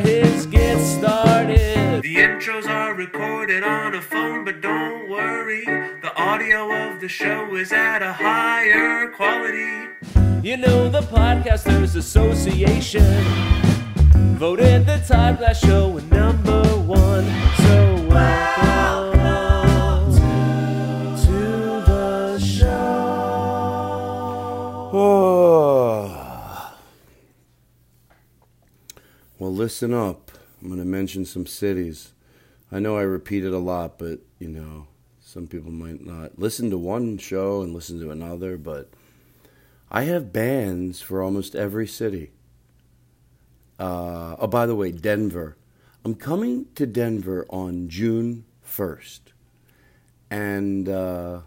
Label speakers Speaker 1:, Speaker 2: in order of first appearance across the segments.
Speaker 1: his gets started. The intros are recorded on a phone, but don't worry. The audio of the show is at a higher quality. You know, the Podcasters Association voted the Todd Glass Show in number one. So welcome to the show.
Speaker 2: Oh. Well, listen up. I'm going to mention some cities. I know I repeat it a lot, but, you know, some people might not listen to one show and listen to another, but I have bands for almost every city. Uh, oh, by the way, Denver. I'm coming to Denver on June 1st. And uh,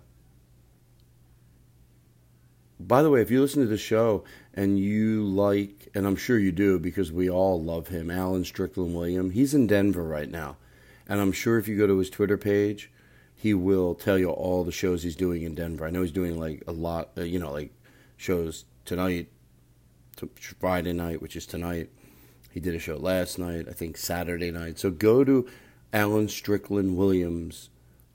Speaker 2: by the way, if you listen to the show and you like, and I'm sure you do because we all love him, Alan Strickland William, he's in Denver right now. And I'm sure if you go to his Twitter page, he will tell you all the shows he's doing in Denver. I know he's doing like a lot, uh, you know, like shows tonight, t- Friday night, which is tonight. He did a show last night, I think Saturday night. So go to Alan Strickland Williams'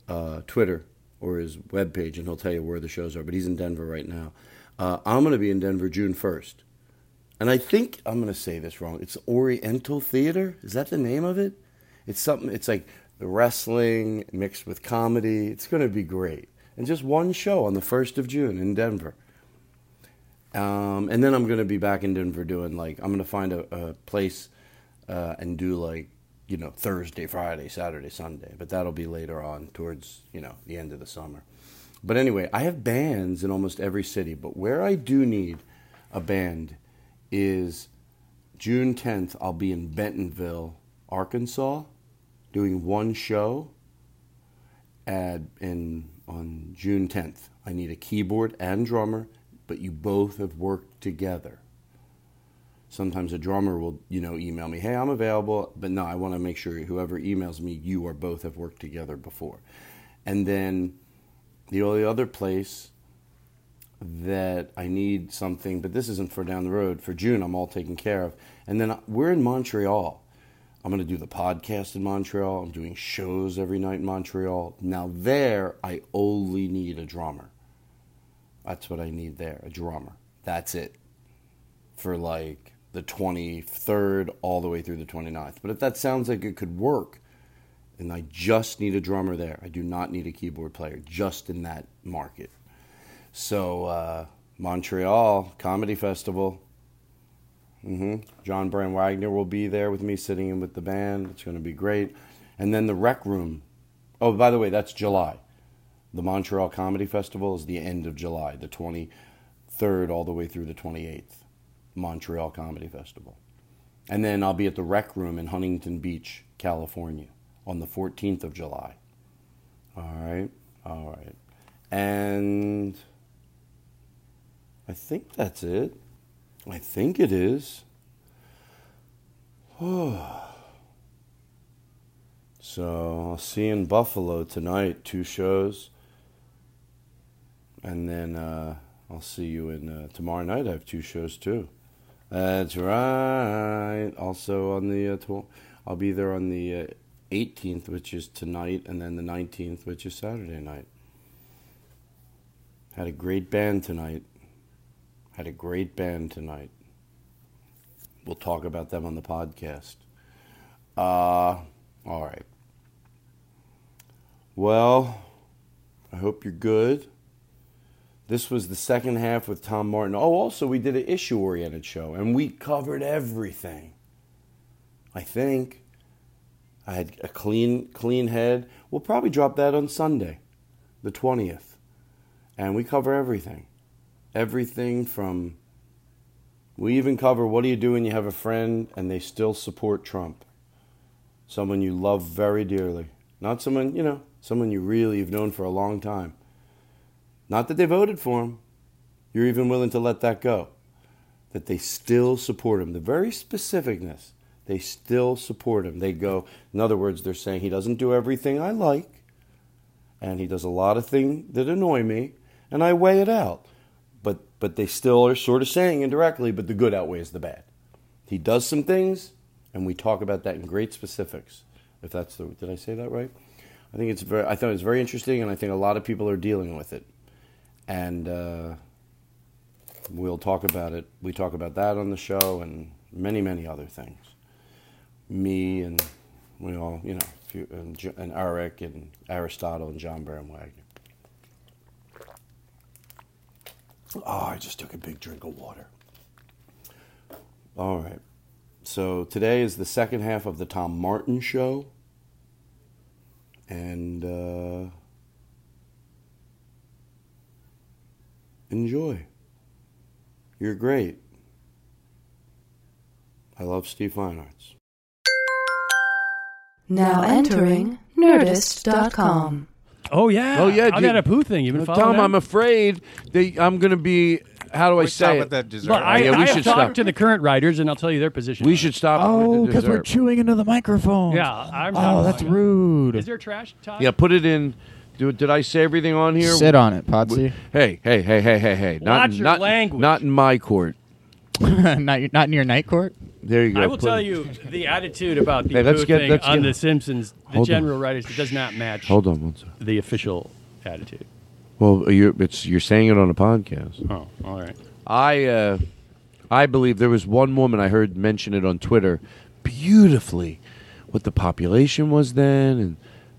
Speaker 2: uh, Twitter or his webpage, and he'll tell you where the shows are. But he's in Denver right now. Uh, I'm going to be in Denver June 1st. And I think I'm going to say this wrong. It's Oriental Theater. Is that the name of it? It's something, it's like wrestling mixed with comedy. It's going to be great. And just one show on the 1st of June in Denver. Um, and then I'm going to be back in Denver doing like, I'm going to find a, a place uh, and do like, you know, Thursday, Friday, Saturday, Sunday. But that'll be later on towards, you know, the end of the summer. But anyway, I have bands in almost every city. But where I do need a band is June 10th, I'll be in Bentonville, Arkansas, doing one show at, in, on June 10th. I need a keyboard and drummer, but you both have worked together. Sometimes a drummer will, you know, email me, hey, I'm available, but no, I want to make sure whoever emails me, you or both have worked together before. And then the only other place that I need something, but this isn't for down the road, for June, I'm all taken care of. And then we're in uh, Montreal. I'm going to do the podcast in Montreal. I'm doing shows every night in Montreal. Now, there, I only need a drummer. That's what I need there a drummer. That's it for like the 23rd all the way through the 29th. But if that sounds like it could work, and I just need a drummer there. I do not need a keyboard player just in that market. So, uh, Montreal Comedy Festival. hmm John Brand Wagner will be there with me, sitting in with the band. It's going to be great. And then the Rec Room. Oh, by the way, that's July. The Montreal Comedy Festival is the end of July, the 23rd all the way through the 28th. Montreal Comedy Festival. And then I'll be at the Rec Room in Huntington Beach, California on the 14th of July. All right. All right. And I think that's it. I think it is. so I'll see you in Buffalo tonight, two shows. And then uh, I'll see you in uh, tomorrow night. I have two shows too. That's right. Also on the uh, tw- I'll be there on the uh, 18th, which is tonight, and then the 19th, which is Saturday night. Had a great band tonight. Had a great band tonight. We'll talk about them on the podcast. Uh, all right. Well, I hope you're good. This was the second half with Tom Martin. Oh, also, we did an issue oriented show, and we covered everything. I think. I had a clean, clean head. We'll probably drop that on Sunday, the 20th. And we cover everything. Everything from. We even cover what do you do when you have a friend and they still support Trump? Someone you love very dearly. Not someone, you know, someone you really have known for a long time. Not that they voted for him. You're even willing to let that go. That they still support him. The very specificness. They still support him. They go, in other words, they're saying he doesn't do everything I like, and he does a lot of things that annoy me, and I weigh it out. But but they still are sort of saying indirectly, but the good outweighs the bad. He does some things, and we talk about that in great specifics. If that's the did I say that right? I think it's very. I thought it was very interesting, and I think a lot of people are dealing with it. And uh, we'll talk about it. We talk about that on the show, and many many other things me and we all, you know, a few- and, J- and Eric and Aristotle and John Barham Wagner. Oh, I just took a big drink of water. All right. So today is the second half of the Tom Martin show. And uh, enjoy. You're great. I love Steve Fine Arts.
Speaker 3: Now entering Nerdist.com.
Speaker 4: Oh yeah.
Speaker 5: Oh, yeah,
Speaker 4: I'm
Speaker 5: dude.
Speaker 4: at a poo thing. You've been
Speaker 5: No,
Speaker 4: following
Speaker 5: Tom,
Speaker 4: that?
Speaker 5: I'm afraid that I'm going to be. How do I
Speaker 6: We're
Speaker 5: say
Speaker 6: done
Speaker 5: it?
Speaker 6: with that dessert.
Speaker 4: Look, I,
Speaker 5: yeah, we
Speaker 4: I have
Speaker 5: should
Speaker 4: talked
Speaker 5: stop.
Speaker 4: to the current writers, and I'll tell you their position.
Speaker 5: we
Speaker 4: on
Speaker 5: should stop.
Speaker 7: Oh,
Speaker 5: with the
Speaker 7: because we're
Speaker 5: dessert.
Speaker 7: chewing into the microphone.
Speaker 4: it. Yeah, I'm.
Speaker 7: Oh,
Speaker 4: I'm-
Speaker 7: that's rude.
Speaker 4: Is there trash? Todd?
Speaker 5: Yeah, put it in. Do, did I say everything on here?
Speaker 7: Sit on it, Potsy.
Speaker 5: Hey, hey, hey, hey, hey, hey! Not,
Speaker 4: Watch your
Speaker 5: not,
Speaker 4: language.
Speaker 5: not in my court.
Speaker 7: not, not in your night court.
Speaker 5: There you go.
Speaker 4: I will
Speaker 5: Put
Speaker 4: tell
Speaker 5: it-
Speaker 4: you the attitude about the
Speaker 5: Hey, let's
Speaker 4: poo
Speaker 5: get-
Speaker 4: thing
Speaker 5: let's
Speaker 4: on
Speaker 5: get-
Speaker 4: The Simpsons, the
Speaker 5: Hold on.
Speaker 4: general writers, it does not match
Speaker 5: Hold on one second.
Speaker 4: the official attitude.
Speaker 5: Well, you're, it's you're saying it on a podcast.
Speaker 4: Oh, all right.
Speaker 5: I uh, I believe there was one woman I heard mention it on Twitter beautifully what the population was then and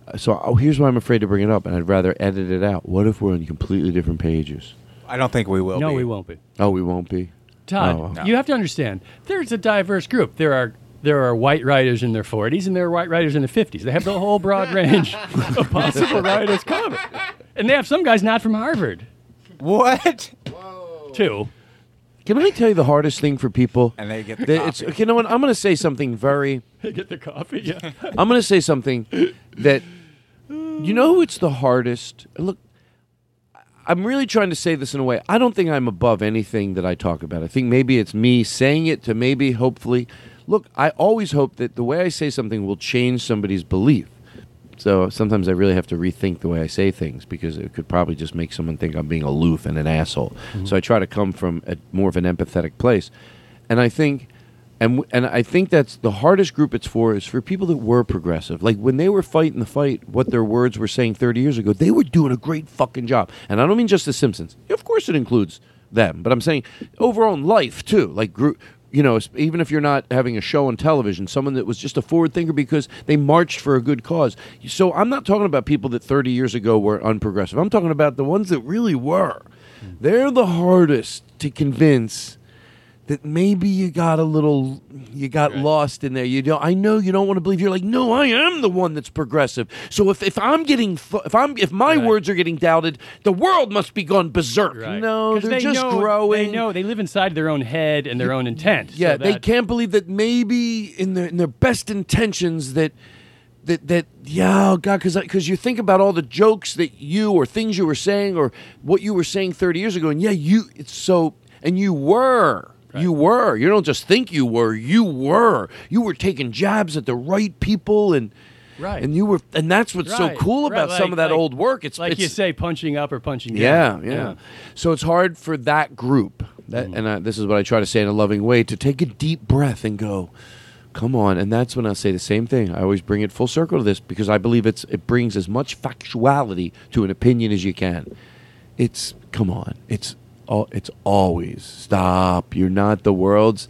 Speaker 5: uh, so oh, here's why I'm afraid to bring it up and I'd rather edit it out. What if we're on completely different pages?
Speaker 6: I don't think we will.
Speaker 4: no,
Speaker 6: be.
Speaker 4: we won't be.
Speaker 5: Oh, we won't be.
Speaker 4: Todd,
Speaker 5: Oh.
Speaker 4: you have to understand. There's a diverse group. There are there are white writers in their 40s and there are white writers in their 50s. They have the whole broad range of possible writers covered, and they have some guys not from Harvard
Speaker 6: What?
Speaker 4: too.
Speaker 5: Can I tell you the hardest thing for people?
Speaker 6: And they get the
Speaker 5: That it's,
Speaker 6: copy.
Speaker 5: you know what? I'm going to say something very
Speaker 4: They get the coffee. Yeah.
Speaker 5: I'm going to say something that you know who it's the hardest. and Look, I'm really trying to say this in a way. I don't think I'm above anything that I talk about. I think maybe it's me saying it to maybe hopefully. Look, I always hope that the way I say something will change somebody's belief. So sometimes I really have to rethink the way I say things because it could probably just make someone think I'm being aloof and an asshole. So I try to come from a, more of an empathetic place. And I think
Speaker 2: and w- and I think that's the hardest group it's for is for people that were progressive. Like when they were fighting the fight, what their words were saying 30 years ago, they were doing a great fucking job. And I don't mean just the Simpsons. Of course, it includes them, but I'm saying overall in life too. Like group. You know, es- even if you're not having a show on television, someone that was just a forward thinker because they marched for a good cause. So I'm not talking about people that 30 years ago were unprogressive. I'm talking about the ones that really were. They're the hardest to convince that maybe you got a little you got lost in there you don't i know you don't want to believe you're like no i am the one that's progressive so if, if i'm getting fu- if i'm if my words are getting doubted the world must be gone berserk no
Speaker 4: 'Cause
Speaker 2: they're
Speaker 4: they
Speaker 2: just
Speaker 4: know,
Speaker 2: growing
Speaker 4: They know they live inside their own head and their own intent. so
Speaker 2: yeah they
Speaker 4: that-
Speaker 2: can't believe that maybe in their in their best intentions that that that yeah oh god because because you think about all the jokes that you or things you were saying or what you were saying 30 years ago and yeah you it's so and you were You were. You don't just think you were. You were. You were taking jabs at the right people, and
Speaker 4: Right.
Speaker 2: And you were. And that's what's so
Speaker 4: Right,
Speaker 2: cool
Speaker 4: right,
Speaker 2: about some
Speaker 4: like-
Speaker 2: of that
Speaker 4: like-
Speaker 2: old work. It's
Speaker 4: like
Speaker 2: it's,
Speaker 4: you say, punching up or punching
Speaker 2: yeah,
Speaker 4: down.
Speaker 2: yeah, So it's hard for that group.
Speaker 4: Mm.
Speaker 2: That, And I, this is what I try to say in a loving way to take a deep breath and go, come on. And that's when I say the same thing. I always bring it full circle to this because I believe it's it brings as much factuality to an opinion as you can. It's come on. It's all. It's always stop. You're not the world's.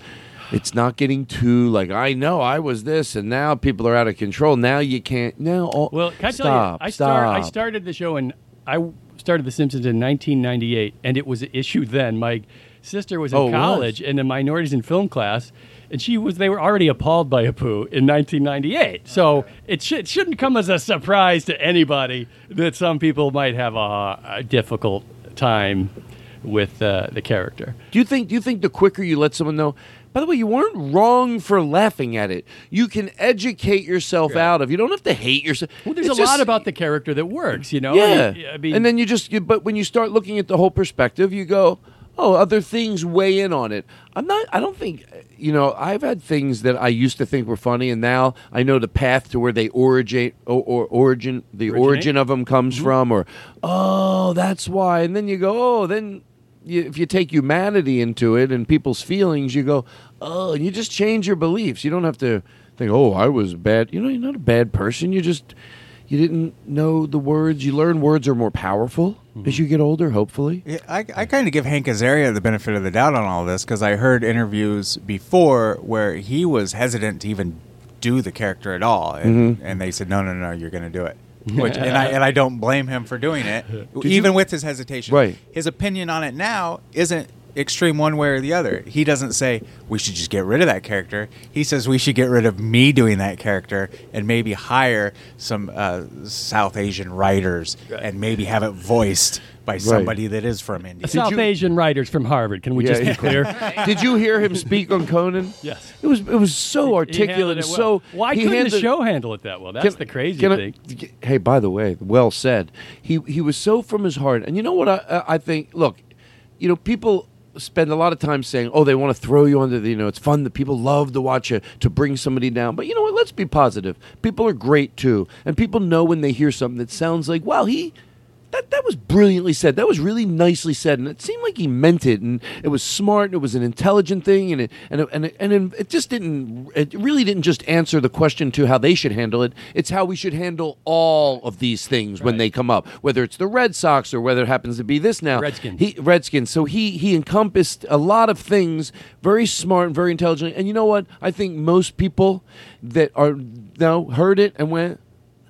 Speaker 2: It's not getting too like I know I was this and now people are out of control. Now you can't. Now all
Speaker 4: Well, can I
Speaker 2: stop,
Speaker 4: tell you, I, Start, I
Speaker 2: stop.
Speaker 4: started the show and I w- started The Simpsons in 1998, and it was an issue then. My sister was in
Speaker 2: Oh, it was?
Speaker 4: college and in minorities in film class, and she was. They were already appalled by Apu in 1998, so it, should it shouldn't come as a surprise to anybody that some people might have a, a difficult time with uh, the character.
Speaker 2: Do you think? Do you think the quicker you let someone know? By the way, you weren't wrong for laughing at it. You can educate yourself out of. You don't have to hate yourself.
Speaker 4: Well, there's
Speaker 2: It's
Speaker 4: a
Speaker 2: just-
Speaker 4: lot about the character that works, you know.
Speaker 2: Yeah,
Speaker 4: And, I mean,
Speaker 2: and then you just. You, but when you start looking at the whole perspective, you go, "Oh, other things weigh in on it." I'm not. I don't think. You know, I've had things that I used to think were funny, and now I know the path to where they originate or, or origin the
Speaker 4: Originate?
Speaker 2: origin of them comes from, or oh, that's why. And then you go, oh, then you, if you take humanity into it and people's feelings, you go, oh, and you just change your beliefs. You don't have to think, oh, I was bad. You know, you're not a bad person. You just you didn't know the words. You learn words are more powerful as you get older, hopefully.
Speaker 8: Yeah, I, I kind of give Hank Azaria the benefit of the doubt on all this because I heard interviews before where he was hesitant to even do the character at all, and,
Speaker 6: Mm-hmm.
Speaker 8: and they said, "No, no, no, you're going to do it." Which and I and I don't blame him for doing it, even with his hesitation.
Speaker 2: Right.
Speaker 8: His opinion on it now isn't extreme one way or the other. He doesn't say we should just get rid of that character. He says we should get rid of me doing that character and maybe hire some uh, South Asian writers and maybe have it voiced by somebody that is from India.
Speaker 4: South
Speaker 2: you-
Speaker 4: Asian writers from Harvard. Can we
Speaker 2: Yeah,
Speaker 4: just be
Speaker 2: yeah.
Speaker 4: clear?
Speaker 2: Did you hear him speak on Conan?
Speaker 4: Yes.
Speaker 2: It was it was so
Speaker 4: He handled
Speaker 2: articulate.
Speaker 4: it
Speaker 2: and
Speaker 4: well.
Speaker 2: So
Speaker 4: why
Speaker 2: he
Speaker 4: couldn't the
Speaker 2: handled-
Speaker 4: show handle it that well? That's the crazy
Speaker 2: can I-
Speaker 4: thing.
Speaker 2: g- hey, by the way, well said. He he was so from his heart, and you know what I I- I think. Look, you know people spend a lot of time saying, oh, they want to throw you under the you know it's fun that people love to watch you to bring somebody down. But you know what? Let's be positive. People are great too, and people know when they hear something that sounds like wow he. That, that was brilliantly said. That was really nicely said, and it seemed like he meant it, and it was smart, and it was an intelligent thing, and it and it, and it, and it, it just didn't. It really didn't just answer the question to how they should handle it. It's how we should handle all of these things when they come up, whether it's the Red Sox or whether it happens to be this now.
Speaker 4: Redskins.
Speaker 2: He, Redskins. So he he encompassed a lot of things, very smart and very intelligent. And you know what? I think most people that are now heard it and went.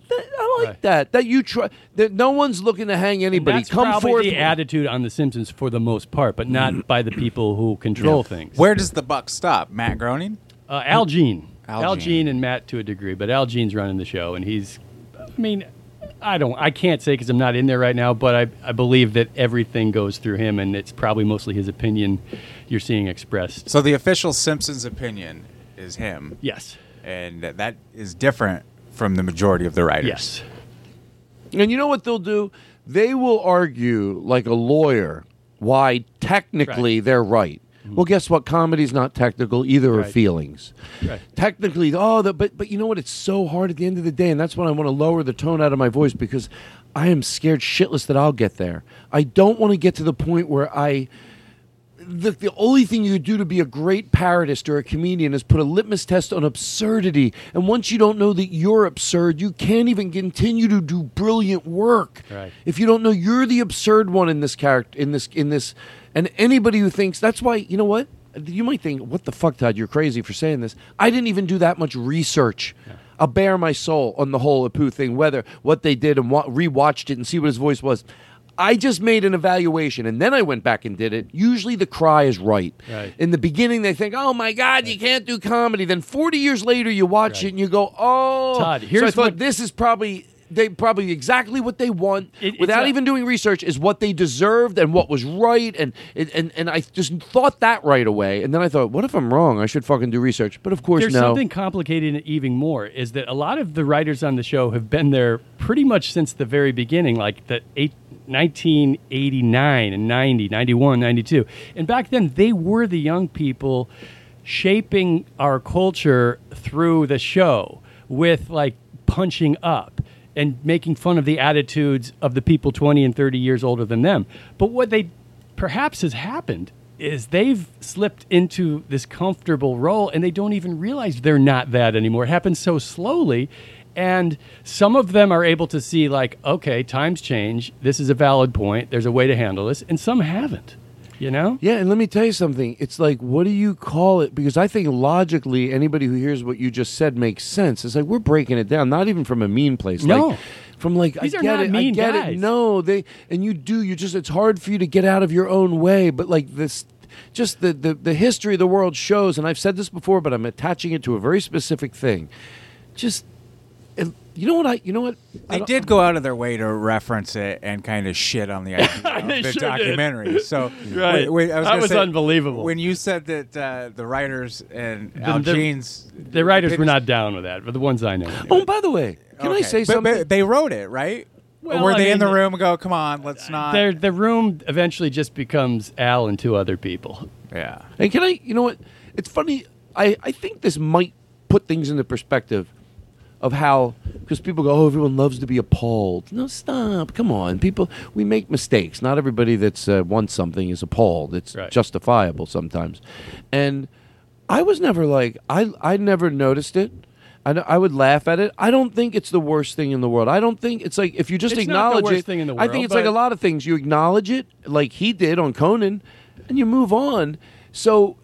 Speaker 2: "That- I like
Speaker 4: Right.
Speaker 2: that. That you try. That no one's looking to hang
Speaker 4: And
Speaker 2: anybody.
Speaker 4: That's
Speaker 2: Come
Speaker 4: probably
Speaker 2: forth.
Speaker 4: the attitude on The Simpsons for the most part, but not by the people who control things.
Speaker 8: Where does the buck stop? Matt Groening?
Speaker 4: Uh, Al Jean.
Speaker 8: Al
Speaker 4: Al
Speaker 8: Jean.
Speaker 4: Jean and Matt to a degree, but Al Jean's running the show, and he's. I mean, I don't. I can't say because I'm not in there right now, but I, I believe that everything goes through him, and it's probably mostly his opinion you're seeing expressed.
Speaker 8: So the official Simpsons opinion is him,
Speaker 4: Yes.
Speaker 8: and that is different from the majority of the writers.
Speaker 4: Yes.
Speaker 2: And you know what they'll do? They will argue like a lawyer why technically they're right. Well, guess what? Comedy's not technical either, or
Speaker 4: Mm-hmm. Right.
Speaker 2: feelings.
Speaker 4: Right.
Speaker 2: Technically, oh, the, but but you know what? It's so hard at the end of the day, and that's when I want to lower the tone out of my voice because I am scared shitless that I'll get there. I don't want to get to the point where I the, the only thing you could do to be a great parodist or a comedian is put a litmus test on absurdity. And once you don't know that you're absurd, you can't even continue to do brilliant work.
Speaker 4: Right.
Speaker 2: If you don't know you're the absurd one in this character, in this, in this, and anybody who thinks that's why, you know what? You might think, what the fuck, Todd? You're crazy for saying this. I didn't even do that much research. I'll bare my soul on the whole Apu thing, whether what they did and wa- rewatched it and see what his voice was. I just made an evaluation and then I went back and did it. Usually the cry is right.
Speaker 4: Right.
Speaker 2: In the beginning, they think, oh my God, you can't do comedy. Then 40 years later, you watch it and you go, oh.
Speaker 4: Todd,
Speaker 2: So I
Speaker 4: here's
Speaker 2: thought
Speaker 4: what-
Speaker 2: this is probably. They probably exactly what they want
Speaker 4: It- it's
Speaker 2: without
Speaker 4: a-
Speaker 2: even doing research is what they deserved and what was right and and and I just thought that right away and then I thought what if I'm wrong I should fucking do research but of course
Speaker 4: There's
Speaker 2: no
Speaker 4: something complicated in it even more is that a lot of the writers on the show have been there pretty much since the very beginning, like the eight, 1989 and 90, 91, 92. And back then, they were the young people shaping our culture through the show with like punching up and making fun of the attitudes of the people 20 and 30 years older than them. But what they perhaps has happened is they've slipped into this comfortable role and they don't even realize they're not that anymore. It happens so slowly. And some of them are able to see, like, okay, times change. This is a valid point. There's a way to handle this. And some haven't, you know?
Speaker 2: Yeah, and let me tell you something. It's like, what do you call it? Because I think logically, anybody who hears what you just said makes sense. It's like we're breaking it down, not even from a mean place.
Speaker 4: No.
Speaker 2: Like, from like,
Speaker 4: These
Speaker 2: I
Speaker 4: are
Speaker 2: get
Speaker 4: not
Speaker 2: it, I
Speaker 4: mean
Speaker 2: get it.
Speaker 4: guys.
Speaker 2: No, they and you do. You just it's hard for you to get out of your own way. But like this, just the the, the history of the world shows, and I've said this before, but I'm attaching it to a very specific thing. Just, and you know what I, you know what
Speaker 8: They did go out of their way to reference it and kind of shit on the idea
Speaker 4: They
Speaker 8: of the
Speaker 4: sure did.
Speaker 8: documentary. So
Speaker 4: Right.
Speaker 8: wait, wait, I was
Speaker 4: That
Speaker 8: gonna
Speaker 4: was
Speaker 8: say,
Speaker 4: unbelievable.
Speaker 8: When you said that uh, the writers and
Speaker 4: The-
Speaker 8: Al
Speaker 4: the-
Speaker 8: Jean's
Speaker 4: The writers were
Speaker 8: opinions-
Speaker 4: not down with that, but the ones I know.
Speaker 2: Oh, and by the way, can I
Speaker 8: Okay.
Speaker 2: say
Speaker 8: But-
Speaker 2: something?
Speaker 8: But they wrote it, right?
Speaker 4: Well,
Speaker 8: or were
Speaker 4: I
Speaker 8: they in
Speaker 4: mean,
Speaker 8: the room and go, "Come on, let's not."
Speaker 4: Their, the room eventually just becomes Al and two other people.
Speaker 8: yeah.
Speaker 2: And can I, you know what? It's funny. I, I think this might put things into perspective of how, because people go, oh, everyone loves to be appalled. No, stop. Come on. People, we make mistakes. Not everybody that's uh, wants something is appalled. It's
Speaker 4: Right.
Speaker 2: justifiable sometimes. And I was never like, I, I never noticed it. I, d- I would laugh at it. I don't think it's the worst thing in the world. I don't think it's like if you just
Speaker 4: It's not the
Speaker 2: acknowledge
Speaker 4: worst
Speaker 2: it.
Speaker 4: thing in the
Speaker 2: I
Speaker 4: world,
Speaker 2: think it's like a
Speaker 4: but-
Speaker 2: lot lot of things. You acknowledge it, like he did on Conan, and you move on. So,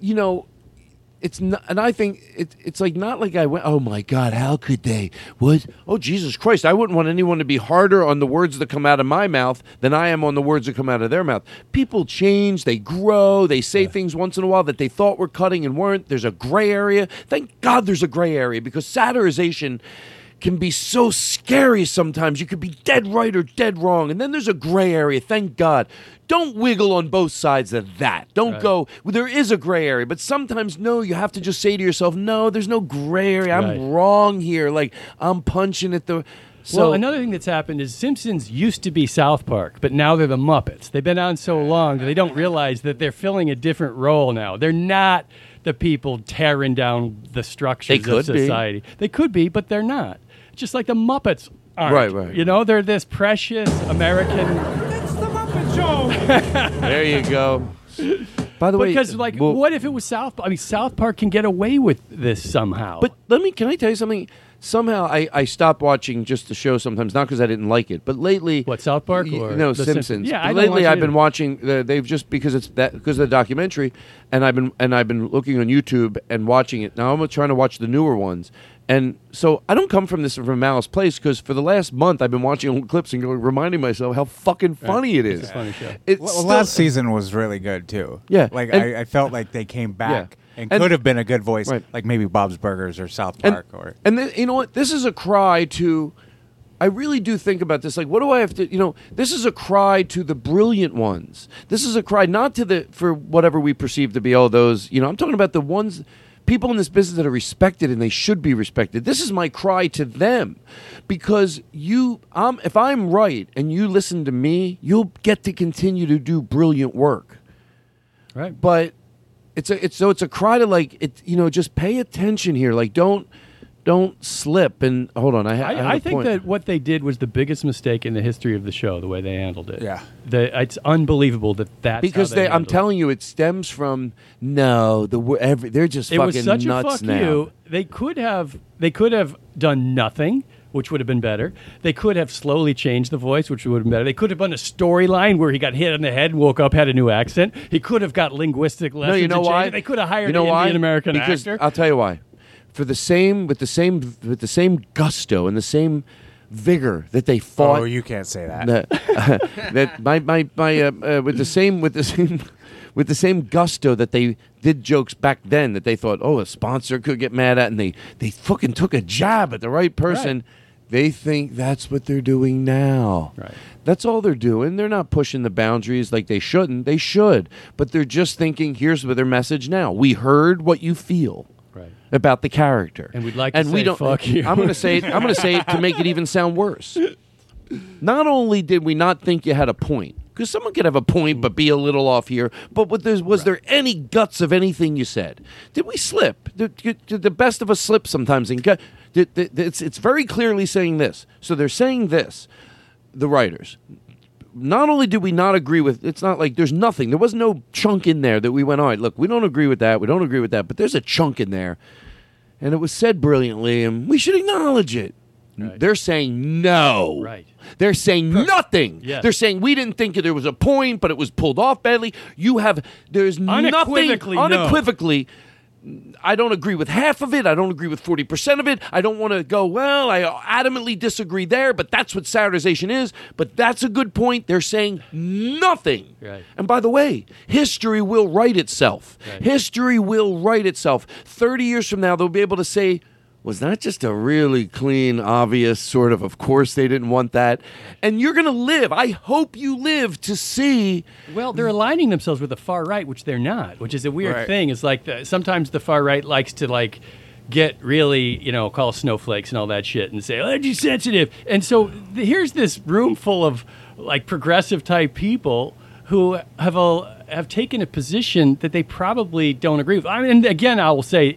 Speaker 2: you know, it's not, and I think it, it's like not like I went, oh my God, how could they? What? Oh, Jesus Christ. I wouldn't want anyone to be harder on the words that come out of my mouth than I am on the words that come out of their mouth. People change, they grow, they say things once in a while that they thought were cutting and weren't. There's a gray area. Thank God there's a gray area because satirization can be so scary sometimes. You could be dead right or dead wrong. And then there's a gray area. Thank God. Don't wiggle on both sides of that. Don't go, "Oh, well, there is a gray area. But sometimes, no, you have to just say to yourself, no, there's no gray area. I'm
Speaker 4: Right.
Speaker 2: wrong here. Like, I'm punching at the. So,
Speaker 4: well, another thing that's happened is Simpsons used to be South Park, but now they're the Muppets. They've been on so long that they don't realize that they're filling a different role now. They're not the people tearing down the structures
Speaker 2: could
Speaker 4: of
Speaker 2: be.
Speaker 4: society. They could be, but they're not. Just like the Muppets aren't.
Speaker 2: Right, right.
Speaker 4: You know, they're this precious American.
Speaker 2: there you go. By the way,
Speaker 4: because, like,
Speaker 2: well-
Speaker 4: what if it was South? I mean, South Park can get away with this somehow.
Speaker 2: But let me, can I tell you something? Somehow I, I stopped watching just the show sometimes, not because I didn't like it, but lately.
Speaker 4: What, South Park
Speaker 2: Y-
Speaker 4: or
Speaker 2: no,
Speaker 4: The
Speaker 2: Simpsons.
Speaker 4: Simpsons? Yeah,
Speaker 2: But
Speaker 4: I don't
Speaker 2: lately
Speaker 4: watch
Speaker 2: I've been
Speaker 4: either.
Speaker 2: watching. The, they've just because it's that because of the documentary, and I've been and I've been looking on YouTube and watching it. Now I'm trying to watch the newer ones, and so I don't come from this from a malice place because for the last month I've been watching old clips and going, reminding myself how fucking funny it is. It's
Speaker 4: funny show.
Speaker 8: Well,
Speaker 2: still-
Speaker 8: last season was really good too.
Speaker 2: Yeah,
Speaker 8: Like
Speaker 2: and-
Speaker 8: I, I felt like they came back and,
Speaker 2: and-
Speaker 8: could have been a good voice,
Speaker 2: Right.
Speaker 8: like maybe Bob's Burgers or South
Speaker 2: and,
Speaker 8: Park or.
Speaker 2: and then, you know what this is a cry to i really do think about this like what do i have to you know this is a cry to the brilliant ones this is a cry not to the for whatever we perceive to be all those you know i'm talking about the ones people in this business that are respected and they should be respected this is my cry to them because you um, if i'm right and you listen to me you'll get to continue to do brilliant work
Speaker 4: right.
Speaker 2: but it's a it's so it's a cry to like it you know just pay attention here like don't don't slip. And hold on, I, ha- I, have
Speaker 4: I, I
Speaker 2: a
Speaker 4: think
Speaker 2: point.
Speaker 4: that what they did was the biggest mistake in the history of the show. The way they handled it.
Speaker 8: Yeah.
Speaker 4: The, it's unbelievable that that's how
Speaker 2: because they, I'm
Speaker 4: handled it.
Speaker 2: telling you, it stems from no, the wo- every, they're just
Speaker 4: it
Speaker 2: fucking
Speaker 4: was such
Speaker 2: nuts
Speaker 4: a fuck
Speaker 2: now.
Speaker 4: you. They could have they could have done nothing, which would have been better. They could have slowly changed the voice, which would have been better. They could have done a storyline where he got hit on the head and woke up, had a new accent. He could have got linguistic lessons.
Speaker 2: No, you know
Speaker 4: and changed
Speaker 2: why?
Speaker 4: it. They could have hired
Speaker 2: you know
Speaker 4: an
Speaker 2: why?
Speaker 4: Indian American
Speaker 2: because
Speaker 4: actor.
Speaker 2: I'll tell you why. For the same with the same with the same gusto and the same vigor that they fought.
Speaker 8: Oh, you can't say that.
Speaker 2: that, that my my my uh, uh, with the same with the same with the same gusto that they did jokes back then that they thought oh a sponsor could get mad at and they they fucking took a jab at the right person. They think that's what they're doing now.
Speaker 4: Right.
Speaker 2: That's all they're doing. They're not pushing the boundaries like they shouldn't. They should, but they're just thinking. Here's what their message now. We heard what you feel
Speaker 4: Right.
Speaker 2: about the character,
Speaker 4: And we'd like to say, "Fuck you."
Speaker 2: I'm going to say it. I'm going to say it to make it even sound worse not only did we not think you had a point, because someone could have a point but be a little off here, but what there, was there any guts of anything you said? Did we slip? Did, did- did the best of us slip sometimes? And gut, did, did- it's, it's very clearly saying this. So they're saying this, the writers. Not only did we not agree with, it's not like there's nothing. There was no chunk in there that we went, all right, look, we don't agree with that. We don't agree with that. But there's a chunk in there. And it was said brilliantly, and we should acknowledge it. They're saying no.
Speaker 4: Right.
Speaker 2: They're saying nothing.
Speaker 4: Yes.
Speaker 2: They're saying we didn't think there was a point, but it was pulled off badly. You have there's
Speaker 4: Unequivocally no.
Speaker 2: nothing unequivocally. I don't agree with half of it. I don't agree with forty percent of it. I don't want to go. Well, I adamantly disagree there, but that's what satirization is. But that's a good point. They're saying nothing.
Speaker 4: Right.
Speaker 2: And by the way, history will write itself. History will write itself. 30 years from now, they'll be able to say, was that just a really clean, obvious sort of, of course they didn't want that? And you're going to live. I hope you live to see.
Speaker 4: Well, they're aligning themselves with the far right, which they're not, which is a weird
Speaker 8: Right.
Speaker 4: thing. It's like the, sometimes the far right likes to like get really, you know, call snowflakes and all that shit and say, "Oh, you sensitive." And so th- here's this room full of like progressive type people who have a, have taken a position that they probably don't agree with. I mean, and again, I will say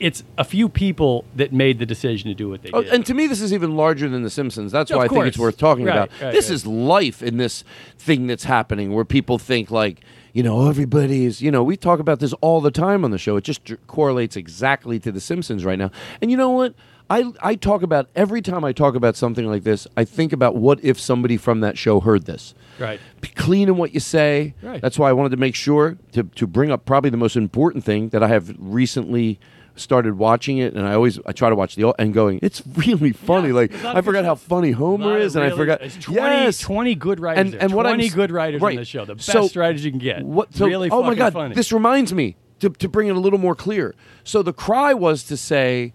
Speaker 4: it's a few people that made the decision to do what they
Speaker 2: Oh,
Speaker 4: did.
Speaker 2: and to me, this is even larger than The Simpsons. That's
Speaker 4: Of
Speaker 2: why I think it's
Speaker 4: course.
Speaker 2: worth talking
Speaker 4: Right,
Speaker 2: about.
Speaker 4: right,
Speaker 2: this
Speaker 4: right.
Speaker 2: is life in this thing that's happening where people think, like, you know, everybody's, you know, we talk about this all the time on the show. It just dr- correlates exactly to The Simpsons right now. And you know what? I, I talk about every time I talk about something like this, I think about what if somebody from that show heard this.
Speaker 4: Right.
Speaker 2: Be clean in what you say.
Speaker 4: Right.
Speaker 2: That's why I wanted to make sure to, to bring up probably the most important thing that I have recently started watching it and I always I try to watch the old and going it's really funny like
Speaker 4: there's a lot
Speaker 2: I
Speaker 4: of
Speaker 2: forgot
Speaker 4: good-
Speaker 2: how funny Homer
Speaker 4: Lot of
Speaker 2: is and I
Speaker 4: really-
Speaker 2: forgot
Speaker 4: it's 20,
Speaker 2: yes
Speaker 4: 20 good writers
Speaker 2: and,
Speaker 4: there.
Speaker 2: and what I'm
Speaker 4: 20
Speaker 2: s-
Speaker 4: good writers on
Speaker 2: right.
Speaker 4: this show, the
Speaker 2: So,
Speaker 4: best writers you can get.
Speaker 2: what so,
Speaker 4: Really
Speaker 2: oh my
Speaker 4: fucking
Speaker 2: god
Speaker 4: funny.
Speaker 2: this reminds me to, to bring it a little more clear so the cry was to say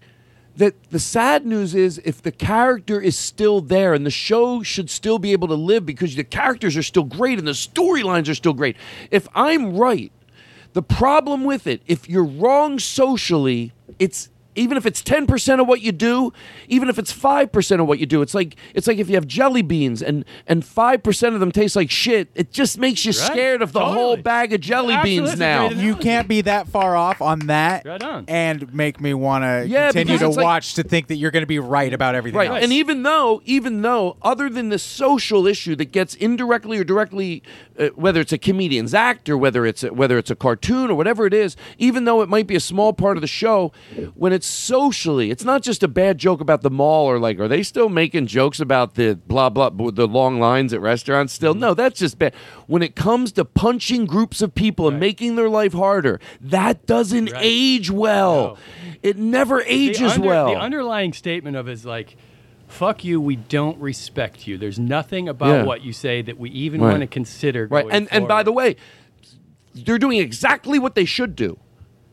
Speaker 2: that the sad news is if the character is still there and the show should still be able to live because the characters are still great and the storylines are still great if I'm right the problem with it, if you're wrong socially, it's even if it's 10% of what you do, even if it's 5% of what you do, it's like it's like if you have jelly beans and and 5% of them taste like shit, it just makes you
Speaker 4: Right.
Speaker 2: scared of the
Speaker 4: Totally.
Speaker 2: whole bag of jelly
Speaker 4: Absolutely.
Speaker 2: beans now.
Speaker 4: Great
Speaker 8: You can't be that far off on that
Speaker 4: Right on.
Speaker 8: and make me want to
Speaker 2: Yeah,
Speaker 8: continue
Speaker 2: because
Speaker 8: to
Speaker 2: it's like-
Speaker 8: watch to think that you're going to be right about everything
Speaker 2: Right.
Speaker 8: else.
Speaker 2: And even though, even though, other than the social issue that gets indirectly or directly, uh, whether it's a comedian's act or whether it's a, whether it's a cartoon or whatever it is, even though it might be a small part of the show, when it's socially, it's not just a bad joke about the mall or like, are they still making jokes about the blah blah blah, the long lines at restaurants still? No, that's just bad. When it comes to punching groups of people and making their life harder, that doesn't
Speaker 4: Right.
Speaker 2: age well. It never
Speaker 4: The
Speaker 2: ages
Speaker 4: under-
Speaker 2: well.
Speaker 4: The underlying statement of is like, "Fuck you, we don't respect you." There's nothing about
Speaker 2: Yeah.
Speaker 4: what you say that we even
Speaker 2: Right.
Speaker 4: want to consider.
Speaker 2: Right.
Speaker 4: going
Speaker 2: And and by
Speaker 4: forward.
Speaker 2: the way, they're doing exactly what they should do.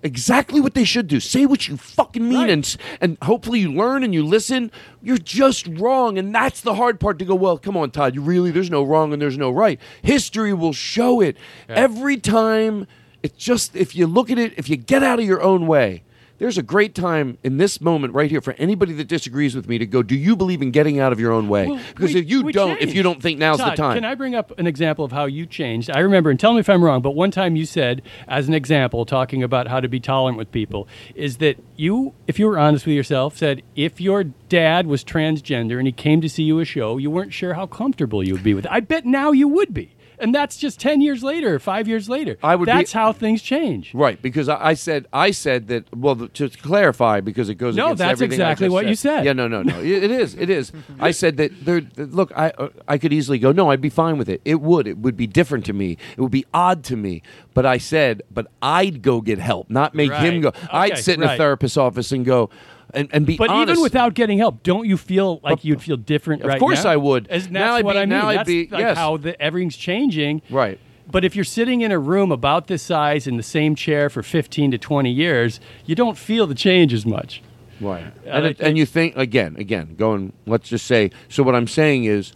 Speaker 2: Exactly what they should do. Say what you fucking mean
Speaker 4: Right.
Speaker 2: and s- and hopefully you learn and you listen. You're just wrong and that's the hard part to go, well, come on Todd, you really there's no wrong and there's no right. History will show it. Every time it's just if you look at it, if you get out of your own way, There's a great time in this moment right here for anybody that disagrees with me to go, do you believe in getting out of your own way?
Speaker 4: Well,
Speaker 2: because
Speaker 4: we-
Speaker 2: if you
Speaker 4: we
Speaker 2: don't, if
Speaker 4: changed.
Speaker 2: you don't think now's
Speaker 4: Todd,
Speaker 2: the time.
Speaker 4: Can I bring up an example of how you changed? I remember, and tell me if I'm wrong, but one time you said, as an example, talking about how to be tolerant with people, is that you, if you were honest with yourself, said if your dad was transgender and he came to see you a show, you weren't sure how comfortable you would be with it. I bet now you would be. And that's just 10 years later, five years later.
Speaker 2: I would be-
Speaker 4: That's how things change.
Speaker 2: Right, because I, I said I said that. Well, th- to clarify, because it goes.
Speaker 4: No,
Speaker 2: against
Speaker 4: that's
Speaker 2: everything I
Speaker 4: exactly
Speaker 2: just
Speaker 4: what you said.
Speaker 2: Yeah, no, no, no. It- it is. It is. I said that. There, that- look, I uh, I could easily go. No, I'd be fine with it. It would. It would be different to me. It would be odd to me. But I said, but I'd go get help, not make him
Speaker 4: Right.
Speaker 2: go. I'd
Speaker 4: Okay,
Speaker 2: sit in a
Speaker 4: right.
Speaker 2: therapist's office and go, and, and be
Speaker 4: But
Speaker 2: honest.
Speaker 4: even without getting help, don't you feel like you'd feel different
Speaker 2: Of
Speaker 4: right
Speaker 2: course
Speaker 4: now?
Speaker 2: I would.
Speaker 4: As- that's
Speaker 2: Now I'd
Speaker 4: what
Speaker 2: be-
Speaker 4: I mean.
Speaker 2: now I'd
Speaker 4: that's
Speaker 2: be-
Speaker 4: like
Speaker 2: yes.
Speaker 4: how the, everything's changing.
Speaker 2: Right.
Speaker 4: But if you're sitting in a room about this size in the same chair for 15 to 20 years, you don't feel the change as much.
Speaker 2: Right.
Speaker 4: I
Speaker 2: And,
Speaker 4: like
Speaker 2: it, and you think again, again, going. Let's just say. So what I'm saying is,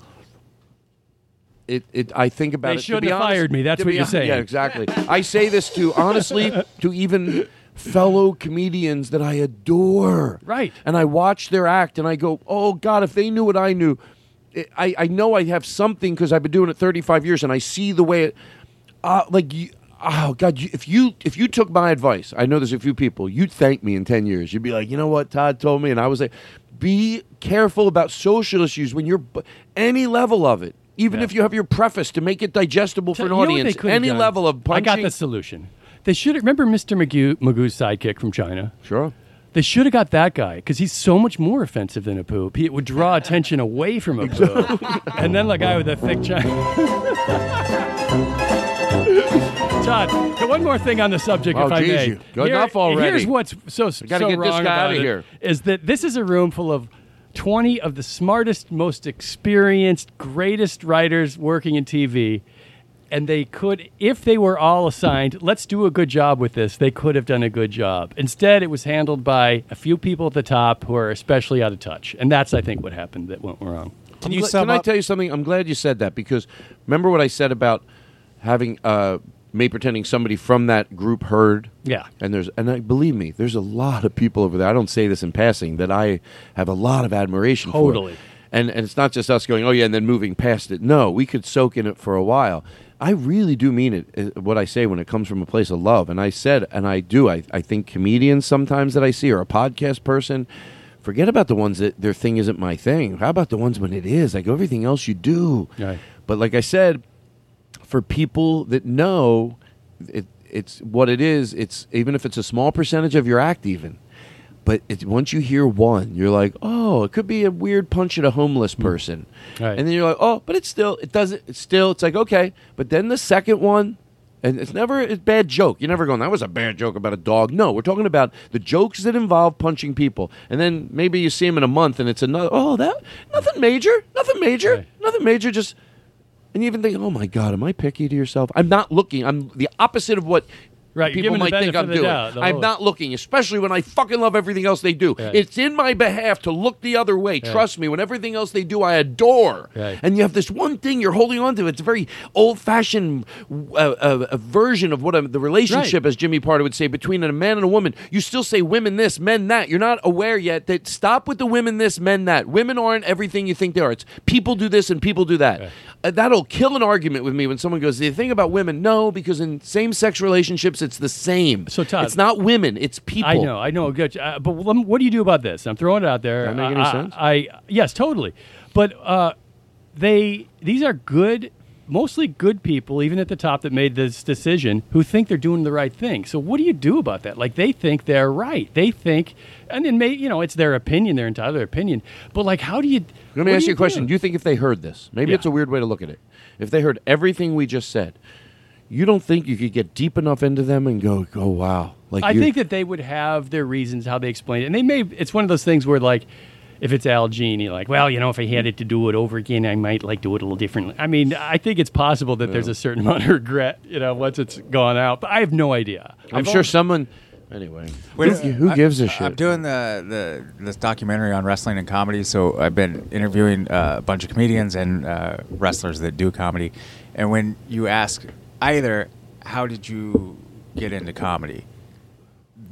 Speaker 2: it. it I think about
Speaker 4: They
Speaker 2: it. to
Speaker 4: shouldn't
Speaker 2: be
Speaker 4: have
Speaker 2: honest-
Speaker 4: fired me, that's
Speaker 2: to
Speaker 4: what
Speaker 2: be
Speaker 4: you're
Speaker 2: hon-
Speaker 4: saying.
Speaker 2: Yeah, exactly. I say this to honestly to even fellow comedians that I adore.
Speaker 4: Right.
Speaker 2: And I watch their act, and I go, "Oh God, if they knew what I knew." it- I, I know I have something because I've been doing it 35 years, and I see the way it, uh, like you, oh God, you, if you if you took my advice, I know there's a few people you'd thank me in 10 years. You'd be like, you know what, Todd told me, and I was like, be careful about social issues when you're bu- any level of it, even if you have your preface to make it digestible for
Speaker 4: You
Speaker 2: an
Speaker 4: know what they
Speaker 2: audience,
Speaker 4: could have
Speaker 2: any
Speaker 4: done?
Speaker 2: level of punching.
Speaker 4: I got the solution. They should have, remember Mr. Magoo, Magoo's sidekick from China?
Speaker 2: Sure.
Speaker 4: They should have got that guy because he's so much more offensive than a poop. He, it would draw attention away from a poop. and then the guy with the thick chin. Todd, one more thing on the subject,
Speaker 2: Oh,
Speaker 4: if I
Speaker 2: geez,
Speaker 4: may.
Speaker 2: you- good enough already.
Speaker 4: Here's what's so
Speaker 2: gotta
Speaker 4: so
Speaker 2: get this
Speaker 4: wrong
Speaker 2: guy
Speaker 4: about
Speaker 2: outta
Speaker 4: it
Speaker 2: here.
Speaker 4: is that this is a room full of 20 of the smartest, most experienced, greatest writers working in TV. And they could, if they were all assigned, let's do a good job with this, they could have done a good job. Instead, it was handled by a few people at the top who are especially out of touch. And that's, I think, what happened that went wrong.
Speaker 8: Can
Speaker 2: I'm
Speaker 8: you
Speaker 2: gla-
Speaker 8: sum
Speaker 2: can I
Speaker 8: up?
Speaker 2: tell you something? I'm glad you said that because remember what I said about having uh, me pretending somebody from that group heard.
Speaker 4: Yeah.
Speaker 2: And there's and I believe me, there's a lot of people over there. I don't say this in passing that I have a lot of admiration for.
Speaker 4: Totally.
Speaker 2: And and it's not just us going, oh yeah, and then moving past it. No, we could soak in it for a while. I really do mean it. uh, What I say when it comes from a place of love, and I said, and I do. I, I think comedians sometimes that I see, or a podcast person, forget about the ones that their thing isn't my thing. How about the ones when it is? Like everything else you do.
Speaker 4: Right.
Speaker 2: But like I said, for people that know it, it's what it is it's even if it's a small percentage of your act even but it, once you hear one you're like oh it could be a weird punch at a homeless person
Speaker 4: Hmm. Right.
Speaker 2: and then you're like oh but it's still it doesn't it's still it's like okay but then the second one and it's never a bad joke. You're never going, that was a bad joke about a dog. No, we're talking about the jokes that involve punching people. And then maybe you see him in a month and it's another, oh, that, nothing major, nothing major,
Speaker 4: Right.
Speaker 2: nothing major, just and you even think, oh my God, am I picky to yourself? I'm not looking. I'm the opposite of what
Speaker 4: Right, you're
Speaker 2: people
Speaker 4: giving the
Speaker 2: might think
Speaker 4: benefit
Speaker 2: I'm
Speaker 4: of the
Speaker 2: doing.
Speaker 4: doubt, the
Speaker 2: I'm
Speaker 4: whole-
Speaker 2: not looking, especially when I fucking love everything else they do.
Speaker 4: Right.
Speaker 2: It's in my behalf to look the other way. Trust me, when everything else they do, I adore.
Speaker 4: Right.
Speaker 2: And you have this one thing you're holding on to. It's a very old fashioned uh, uh, uh, version of what a, the relationship,
Speaker 4: Right.
Speaker 2: as Jimmy Parter would say, between a man and a woman. You still say women this, men that. You're not aware yet that stop with the women this, men that. Women aren't everything you think they are. It's people do this and people do that. Uh, that'll kill an argument with me when someone goes, the thing about women, no, because in same sex relationships, it's the same.
Speaker 4: So, Todd-
Speaker 2: it's not women, it's people.
Speaker 4: I know, I know. Good. Uh, but lem- what do you do about this? I'm throwing it out there.
Speaker 2: Does that make any
Speaker 4: I, I-
Speaker 2: sense?
Speaker 4: I yes, totally. But uh, they these are good, mostly good people, even at the top that made this decision, who think they're doing the right thing. So what do you do about that? Like they think they're right. They think, and then may you know it's their opinion. They're entitled to their opinion. But like, how do you?
Speaker 2: Let
Speaker 4: what
Speaker 2: me
Speaker 4: do
Speaker 2: ask you a question.
Speaker 4: do?
Speaker 2: Do you think if they heard this, maybe
Speaker 4: Yeah.
Speaker 2: it's a weird way to look at it, if they heard everything we just said, you don't think you could get deep enough into them and go, "Oh wow!" Like
Speaker 4: I
Speaker 2: you-
Speaker 4: think that they would have their reasons how they explain it, and they may. It's one of those things where like. If it's Al Genie, like, well, you know, if I had it to do it over again, I might like do it a little differently. I mean, I think it's possible that there's a certain amount of regret, you know, once it's gone out. But I have no idea.
Speaker 2: I'm
Speaker 4: I've
Speaker 2: sure
Speaker 4: al-
Speaker 2: someone. Anyway,
Speaker 8: Wait,
Speaker 2: who, who
Speaker 8: I-
Speaker 2: gives a shit?
Speaker 8: I'm doing the, the this documentary on wrestling and comedy, so I've been interviewing uh, a bunch of comedians and uh, wrestlers that do comedy. And when you ask either, how did you get into comedy?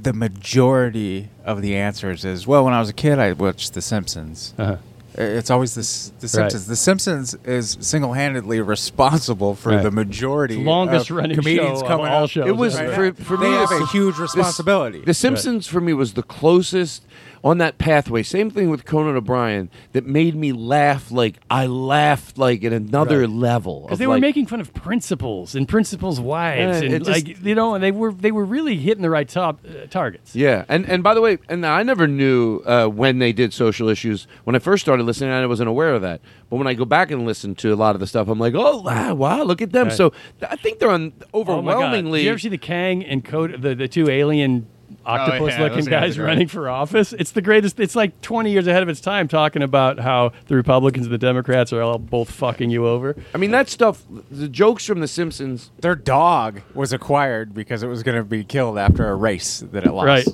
Speaker 8: the majority of the answers is well, when I was a kid, I watched The Simpsons.
Speaker 4: Uh-huh.
Speaker 8: I- It's always the S- the
Speaker 4: Right.
Speaker 8: Simpsons. The Simpsons is single handedly responsible for
Speaker 4: Right.
Speaker 8: the majority
Speaker 4: Longest
Speaker 8: of
Speaker 4: running
Speaker 8: uh, comedians
Speaker 4: show of
Speaker 8: coming
Speaker 4: all
Speaker 8: up.
Speaker 4: shows.
Speaker 2: It was
Speaker 8: Right.
Speaker 2: for, for
Speaker 8: They
Speaker 2: me.
Speaker 8: have
Speaker 2: the-
Speaker 8: a huge
Speaker 2: the-
Speaker 8: responsibility.
Speaker 2: The Simpsons for me was the closest on that pathway. Same thing with Conan O'Brien that made me laugh like I laughed like at another
Speaker 4: Right.
Speaker 2: level.
Speaker 4: because
Speaker 2: of,
Speaker 4: they were
Speaker 2: like-
Speaker 4: making fun of principals and principals' wives,
Speaker 2: Yeah,
Speaker 4: and
Speaker 2: it just-
Speaker 4: like you know, and they were they were really hitting the right top uh, targets.
Speaker 2: Yeah, and and by the way, and I never knew uh, when they did social issues. When I first started listening, I wasn't aware of that. But when I go back and listen to a lot of the stuff, I'm like, oh wow, wow look at them.
Speaker 4: Right.
Speaker 2: So th- I think they're on
Speaker 4: Oh my God.
Speaker 2: overwhelmingly.
Speaker 4: Did you ever see the Kang and Coda, the, the two alien octopus looking
Speaker 7: Oh, those guys
Speaker 4: guys
Speaker 7: are great.
Speaker 4: running for office? It's the greatest. It's like 20 years ahead of its time talking about how the Republicans and the Democrats are all both fucking you over.
Speaker 2: I mean, that stuff. The jokes from The Simpsons.
Speaker 8: Their dog was acquired because it was going to be killed after a race that it lost.
Speaker 4: Right.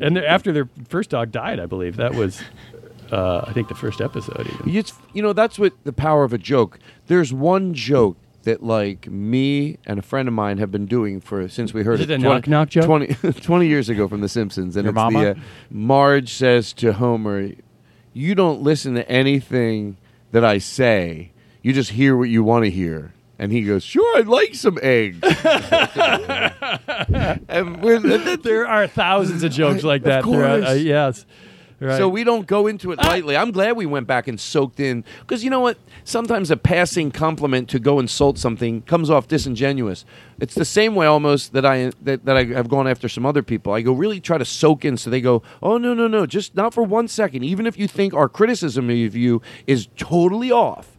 Speaker 4: And they're- after their first dog died, I believe, that was, uh, I think, the first episode. Even.
Speaker 2: It's you know that's what the power of a joke. There's one joke that like me and a friend of mine have been doing for since we heard
Speaker 4: Is it
Speaker 2: it
Speaker 4: a knock-knock joke?
Speaker 2: 20, 20 years ago from The Simpsons, and
Speaker 8: Your
Speaker 2: it's
Speaker 8: mama?
Speaker 2: the uh, Marge says to Homer, "You don't listen to anything that I say. You just hear what you want to hear." And he goes, "Sure, I'd like some eggs." and we're,
Speaker 4: There are thousands of jokes like that. throughout-
Speaker 2: course.
Speaker 4: uh, yes. Right.
Speaker 2: so we don't go into it lightly. I'm glad we went back and soaked in because you know what? Sometimes a passing compliment to go insult something comes off disingenuous. It's the same way almost that I that, that I have gone after some other people. I go really try to soak in so they go, oh no no no, just not for one second. Even if you think our criticism of you is totally off,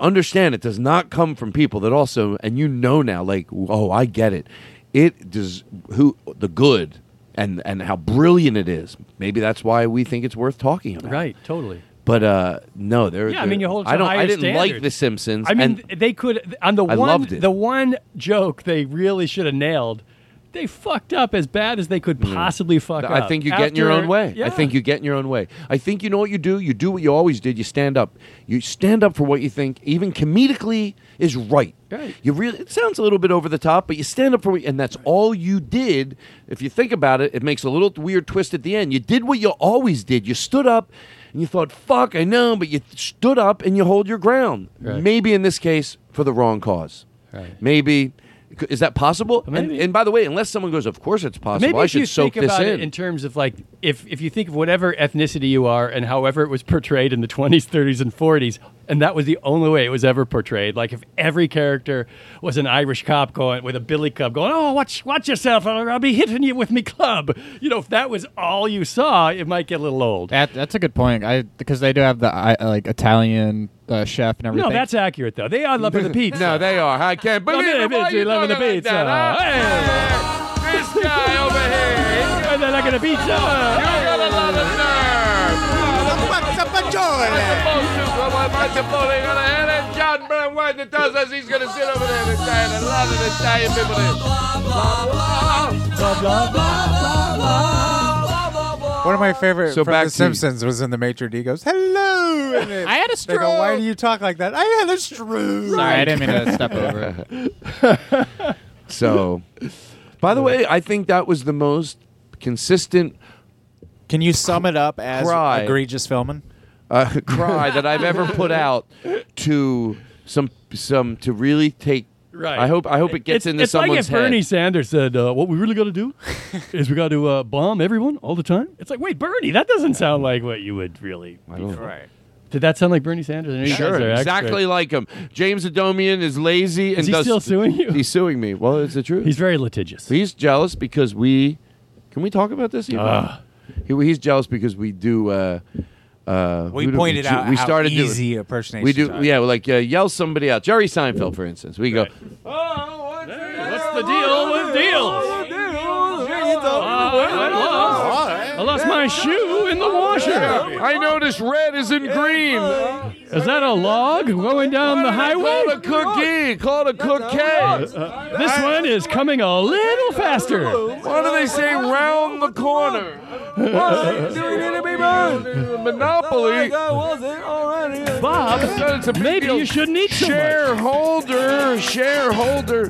Speaker 2: understand it does not come from people that also and you know now like oh i get it it does who the good and and how brilliant it is maybe that's why we think it's worth talking about
Speaker 4: right. Totally.
Speaker 2: but uh no there
Speaker 4: Yeah, I mean, you hold. it
Speaker 2: i
Speaker 4: to
Speaker 2: don't i
Speaker 4: higher
Speaker 2: didn't like
Speaker 4: standards.
Speaker 2: the simpsons
Speaker 4: I mean,
Speaker 2: and
Speaker 4: th- they could on the
Speaker 2: I
Speaker 4: one
Speaker 2: loved it.
Speaker 4: the one joke they really should have nailed. They fucked up as bad as they could possibly fuck up.
Speaker 2: Mm. I think you get in your
Speaker 4: After-
Speaker 2: own way.
Speaker 4: Yeah.
Speaker 2: I think you get in your own way. I think you know what you do. You do what you always did. You stand up. You stand up for what you think, even comedically, is right.
Speaker 4: Right.
Speaker 2: You really. It sounds a little bit over the top, but you stand up for what, and that's all you did. If you think about it, it makes a little weird twist at the end. You did what you always did. You stood up. And you thought, fuck, I know, but you stood up and you hold your ground.
Speaker 4: Right.
Speaker 2: Maybe in this case, for the wrong cause.
Speaker 4: Right.
Speaker 2: Maybe. Is that possible? And,
Speaker 4: Maybe.
Speaker 2: and by the way, unless someone goes, of course it's possible.
Speaker 4: Maybe
Speaker 2: I
Speaker 4: if
Speaker 2: should
Speaker 4: you
Speaker 2: soak
Speaker 4: think
Speaker 2: this
Speaker 4: about
Speaker 2: in.
Speaker 4: it in terms of like if if you think of whatever ethnicity you are and however it was portrayed in the 20s, 30s, and 40s, and that was the only way it was ever portrayed. Like if every character was an Irish cop going with a billy club going, "Oh, watch watch yourself, or I'll be hitting you with me club." You know, if that was all you saw, it might get a little old.
Speaker 7: That, that's a good point. I because they do have the I, like Italian uh, chef and everything.
Speaker 4: No, that's accurate though. They are loving the pizza.
Speaker 2: No, they are. I can't believe it. Why
Speaker 4: Loving
Speaker 2: you
Speaker 4: the loving the
Speaker 2: talking like
Speaker 4: pizza.
Speaker 2: that, huh?
Speaker 4: Hey,
Speaker 2: This guy over here,
Speaker 4: and they're not gonna pizza.
Speaker 2: he's got a lot of nerve. Most people want my Chipotle on the head, and John Brown White that does this, he's gonna sit over there and die, and a lot of Italian people there.
Speaker 4: Blah, blah, blah.
Speaker 8: One of my favorite
Speaker 2: So
Speaker 8: from
Speaker 2: back
Speaker 8: The
Speaker 2: to-
Speaker 8: Simpsons was in the Maitre D goes, "Hello." And it-
Speaker 7: I had a
Speaker 8: They go, "Why
Speaker 7: stroke."
Speaker 8: do you talk like that?" I had a stroke.
Speaker 7: Sorry, I didn't mean to step over.
Speaker 2: So, by the way, I think that was the most consistent
Speaker 8: Can you sum it up as
Speaker 2: Cry.
Speaker 8: egregious filming?
Speaker 2: uh, cry that I've ever put out to some some to really take.
Speaker 4: Right.
Speaker 2: I hope I hope it gets
Speaker 4: it's,
Speaker 2: into
Speaker 4: it's
Speaker 2: someone's
Speaker 4: like if
Speaker 2: head.
Speaker 4: Bernie Sanders said, uh, "What we really got to do is we got to uh, bomb everyone all the time." It's like, wait, Bernie, that doesn't sound like what you would really.
Speaker 8: Right.
Speaker 4: Did that sound like Bernie Sanders? I know you guys
Speaker 2: Sure,
Speaker 4: are experts.
Speaker 2: exactly like him. James Adomian is lazy and
Speaker 4: he
Speaker 2: does-
Speaker 4: still suing you?
Speaker 2: He's suing me. Well, it's the truth.
Speaker 4: He's
Speaker 2: He's,
Speaker 4: very litigious.
Speaker 2: jealous because we. Can we talk about this? Even?
Speaker 4: Ugh.
Speaker 2: He, he's jealous because we do. Uh, uh,
Speaker 8: We
Speaker 2: who do
Speaker 8: pointed
Speaker 2: do?
Speaker 8: out
Speaker 2: we
Speaker 8: how
Speaker 2: started doing-
Speaker 8: easy impersonations
Speaker 2: We do,
Speaker 8: are.
Speaker 2: yeah, like uh, yell somebody out. Jerry Seinfeld, for instance. We go,
Speaker 4: What's the deal with deals? I "Oh, lost my shoe in the washer.
Speaker 2: I noticed red is in green.
Speaker 4: Is that a log going down the highway?
Speaker 2: Call it a cookie. Call it a cookie.
Speaker 4: This one is coming a little faster.
Speaker 2: Why do they say round the corner? Monopoly.
Speaker 4: Bob,
Speaker 2: It's a big
Speaker 4: maybe
Speaker 2: deal.
Speaker 4: you shouldn't eat so much.
Speaker 2: Shareholder, shareholder.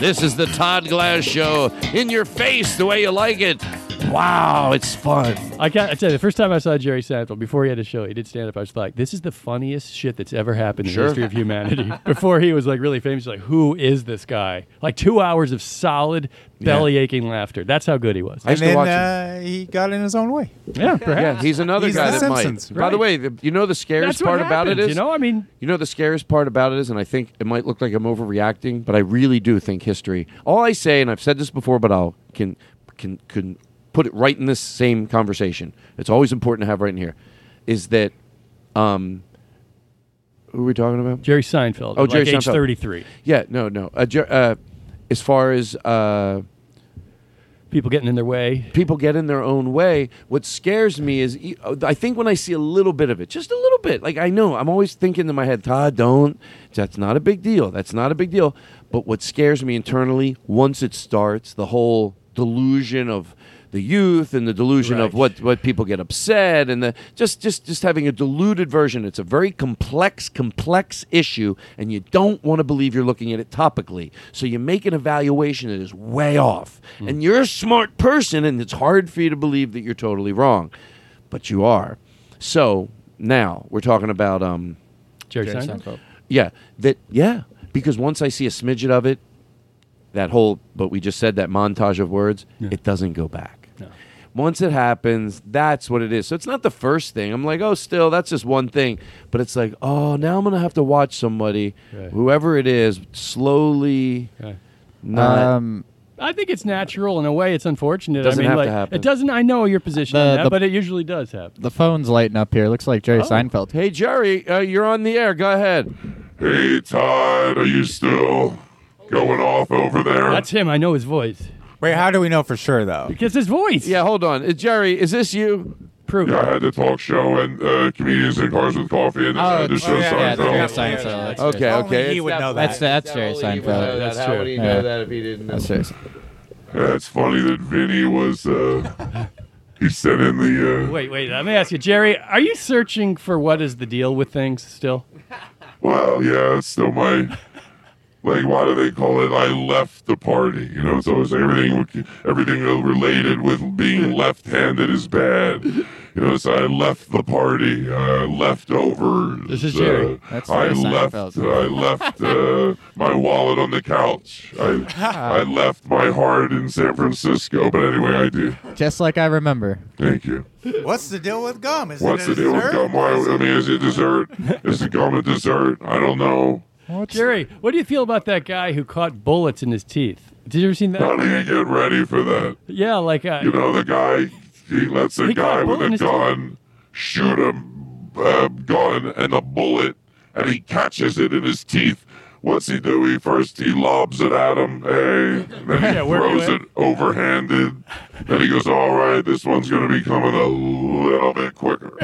Speaker 2: This is the Todd Glass Show. In your face, the way you like it. Wow, it's fun.
Speaker 4: I can't. I tell you, the first time I saw Jerry Seinfeld before he had a show, he did stand up. I was like, "This is the funniest shit that's ever happened in
Speaker 2: Sure.
Speaker 4: the history of humanity." before he was like really famous, like, "Who is this guy?" Like two hours of solid belly aching laughter. That's how good he was.
Speaker 8: And
Speaker 2: I used to
Speaker 8: then
Speaker 2: watch
Speaker 8: uh, he got in his own way.
Speaker 4: yeah,
Speaker 2: Yeah,
Speaker 4: perhaps.
Speaker 2: he's another
Speaker 8: He's
Speaker 2: guy
Speaker 8: The
Speaker 2: that
Speaker 8: Simpsons,
Speaker 2: might. By the
Speaker 4: right.
Speaker 2: way, the, you know the scariest
Speaker 4: That's what
Speaker 2: part about it
Speaker 4: happens,
Speaker 2: is
Speaker 4: you know. I mean,
Speaker 2: You know the scariest part about it is, and I think it might look like I'm overreacting, but I really do think history. All I say, and I've said this before, but I'll can can can put it right in this same conversation. It's always important to have right in here, is that um, who are we talking about?
Speaker 4: Jerry Seinfeld.
Speaker 2: Oh,
Speaker 4: like
Speaker 2: Jerry
Speaker 4: age
Speaker 2: Seinfeld.
Speaker 4: thirty-three.
Speaker 2: Yeah, no, no. Uh, Jer- uh, as far as uh,
Speaker 4: People getting in their way.
Speaker 2: people get in their own way. What scares me is e- I think when I see a little bit of it, just a little bit, like I know I'm always thinking in my head, Todd, don't. That's not a big deal. That's not a big deal. But what scares me internally, once it starts, the whole delusion of the youth and the delusion of
Speaker 4: Right.
Speaker 2: what what people get upset and the just just just having a diluted version it's a very complex complex issue and you don't want to believe you're looking at it topically so you make an evaluation that is way off and you're a smart person and it's hard for you to believe that you're totally wrong but you are so now we're talking about um
Speaker 4: Jerry,
Speaker 7: Jerry
Speaker 4: Seinfeld.
Speaker 7: Seinfeld.
Speaker 2: yeah that yeah because once i see a smidget of it that whole but we just said that montage of words it doesn't go back once it happens that's what it is so it's not the first thing i'm like oh still that's just one thing but it's like oh now i'm gonna have to watch somebody
Speaker 4: Right.
Speaker 2: whoever it is slowly
Speaker 4: Okay.
Speaker 2: not
Speaker 7: um,
Speaker 4: I think it's natural in a way. It's unfortunate.
Speaker 2: Doesn't
Speaker 4: I mean,
Speaker 2: have to
Speaker 4: like,
Speaker 2: happen.
Speaker 4: It doesn't. I know your position
Speaker 7: The-
Speaker 4: on that,
Speaker 7: the-
Speaker 4: but it usually does happen.
Speaker 7: the phone's lighting up here. Looks like Jerry
Speaker 4: Oh.
Speaker 7: Seinfeld.
Speaker 2: hey jerry uh, you're on the air go ahead
Speaker 9: Hey, Todd, are you still going off over there?
Speaker 4: That's him. I know his voice
Speaker 8: Wait, how do we know for sure though?
Speaker 4: because his voice.
Speaker 2: yeah hold on Uh, jerry is this you
Speaker 4: prove
Speaker 9: yeah,
Speaker 4: it.
Speaker 9: I had the talk show and uh, comedians in cars with coffee
Speaker 7: Oh,
Speaker 9: and uh, the show
Speaker 8: yeah, yeah,
Speaker 9: Seinfeld.
Speaker 8: yeah.
Speaker 7: Seinfeld. That's
Speaker 2: okay
Speaker 8: Only
Speaker 2: okay
Speaker 8: he would know that.
Speaker 7: That's, that's Jerry Seinfeld.
Speaker 4: That's How true. would
Speaker 2: he
Speaker 7: know Yeah.
Speaker 2: that if he didn't know
Speaker 7: That's Jerry Seinfeld.
Speaker 9: Yeah, it's funny that Vinny was, uh, he sent in the, uh,
Speaker 4: Wait, wait. Let me ask you, Jerry. Are you searching for what is the deal with things still?
Speaker 9: well, Oh, yeah, it's still my, like, why do they call it I left the party? You know, so it's everything, everything related with being left handed is bad. You know, so I left the party, uh, leftovers.
Speaker 4: This is Jerry.
Speaker 9: Uh,
Speaker 7: That's
Speaker 9: I
Speaker 7: Jerry
Speaker 9: left,
Speaker 7: Seinfeld.
Speaker 9: I left uh, my wallet on the couch. I, I left my heart in San Francisco. But anyway, I do.
Speaker 7: Just like I remember.
Speaker 9: Thank you.
Speaker 8: What's the deal with gum? Um, Is
Speaker 9: What's
Speaker 8: it a
Speaker 9: the deal with
Speaker 8: dessert?
Speaker 9: gum? Why, I mean, is it dessert? Is the gum a dessert? I don't know.
Speaker 4: Jerry, what do you feel about that guy who caught bullets in his teeth? Did you ever seen
Speaker 9: How
Speaker 4: that?
Speaker 9: do you get ready for that?
Speaker 4: Yeah, like uh,
Speaker 9: You know, the guy, he lets a
Speaker 4: He got
Speaker 9: guy
Speaker 4: a
Speaker 9: with
Speaker 4: bullet in
Speaker 9: a
Speaker 4: his teeth.
Speaker 9: gun shoot a uh, gun and a bullet, and he catches it in his teeth. What's he do? He first he lobs it at him, hey, and then he
Speaker 4: Yeah, where
Speaker 9: throws
Speaker 4: you at?
Speaker 9: it overhanded. Then he goes, "All right, this one's gonna be coming a little bit quicker."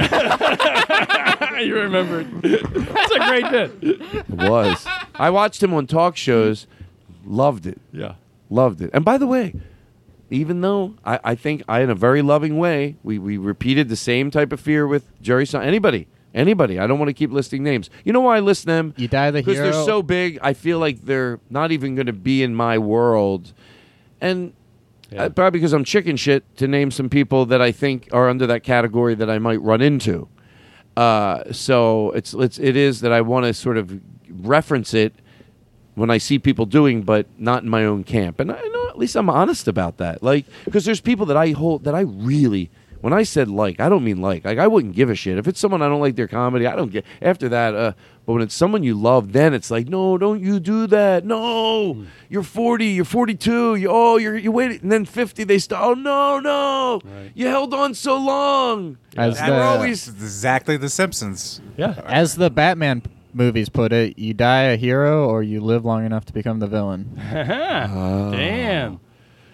Speaker 4: you remember it. That's a great bit.
Speaker 2: was. I watched him on talk shows, loved it,
Speaker 4: Yeah.
Speaker 2: loved it. And by the way, even though I, I think I, in a very loving way, we, we repeated the same type of fear with Jerry Seinfeld. Anybody, anybody. I don't want to keep listing names. You know why I list them?
Speaker 7: You die the
Speaker 2: Because they're
Speaker 7: hero.
Speaker 2: so big, I feel like they're not even going to be in my world. And uh, probably because I'm chicken shit to name some people that I think are under that category that I might run into. Uh, so it's, it's it is that I want to sort of reference it when I see people doing, but not in my own camp. And I know at least I'm honest about that. Like because there's people that I hold that I really. When I said like, I don't mean like. Like I wouldn't give a shit if it's someone I don't like their comedy. I don't get after that. Uh, but when it's someone you love, then it's like, no, don't you do that. No, you're 40, you're 42. You oh, you're you waited, and then 50. They start. Oh no, no, you held on so long.
Speaker 7: As
Speaker 8: And we're
Speaker 7: the-
Speaker 8: always exactly the Simpsons.
Speaker 4: Yeah.
Speaker 7: As the Batman p- movies put it, you die a hero or you live long enough to become the villain.
Speaker 4: Uh-huh. Damn.
Speaker 2: Oh.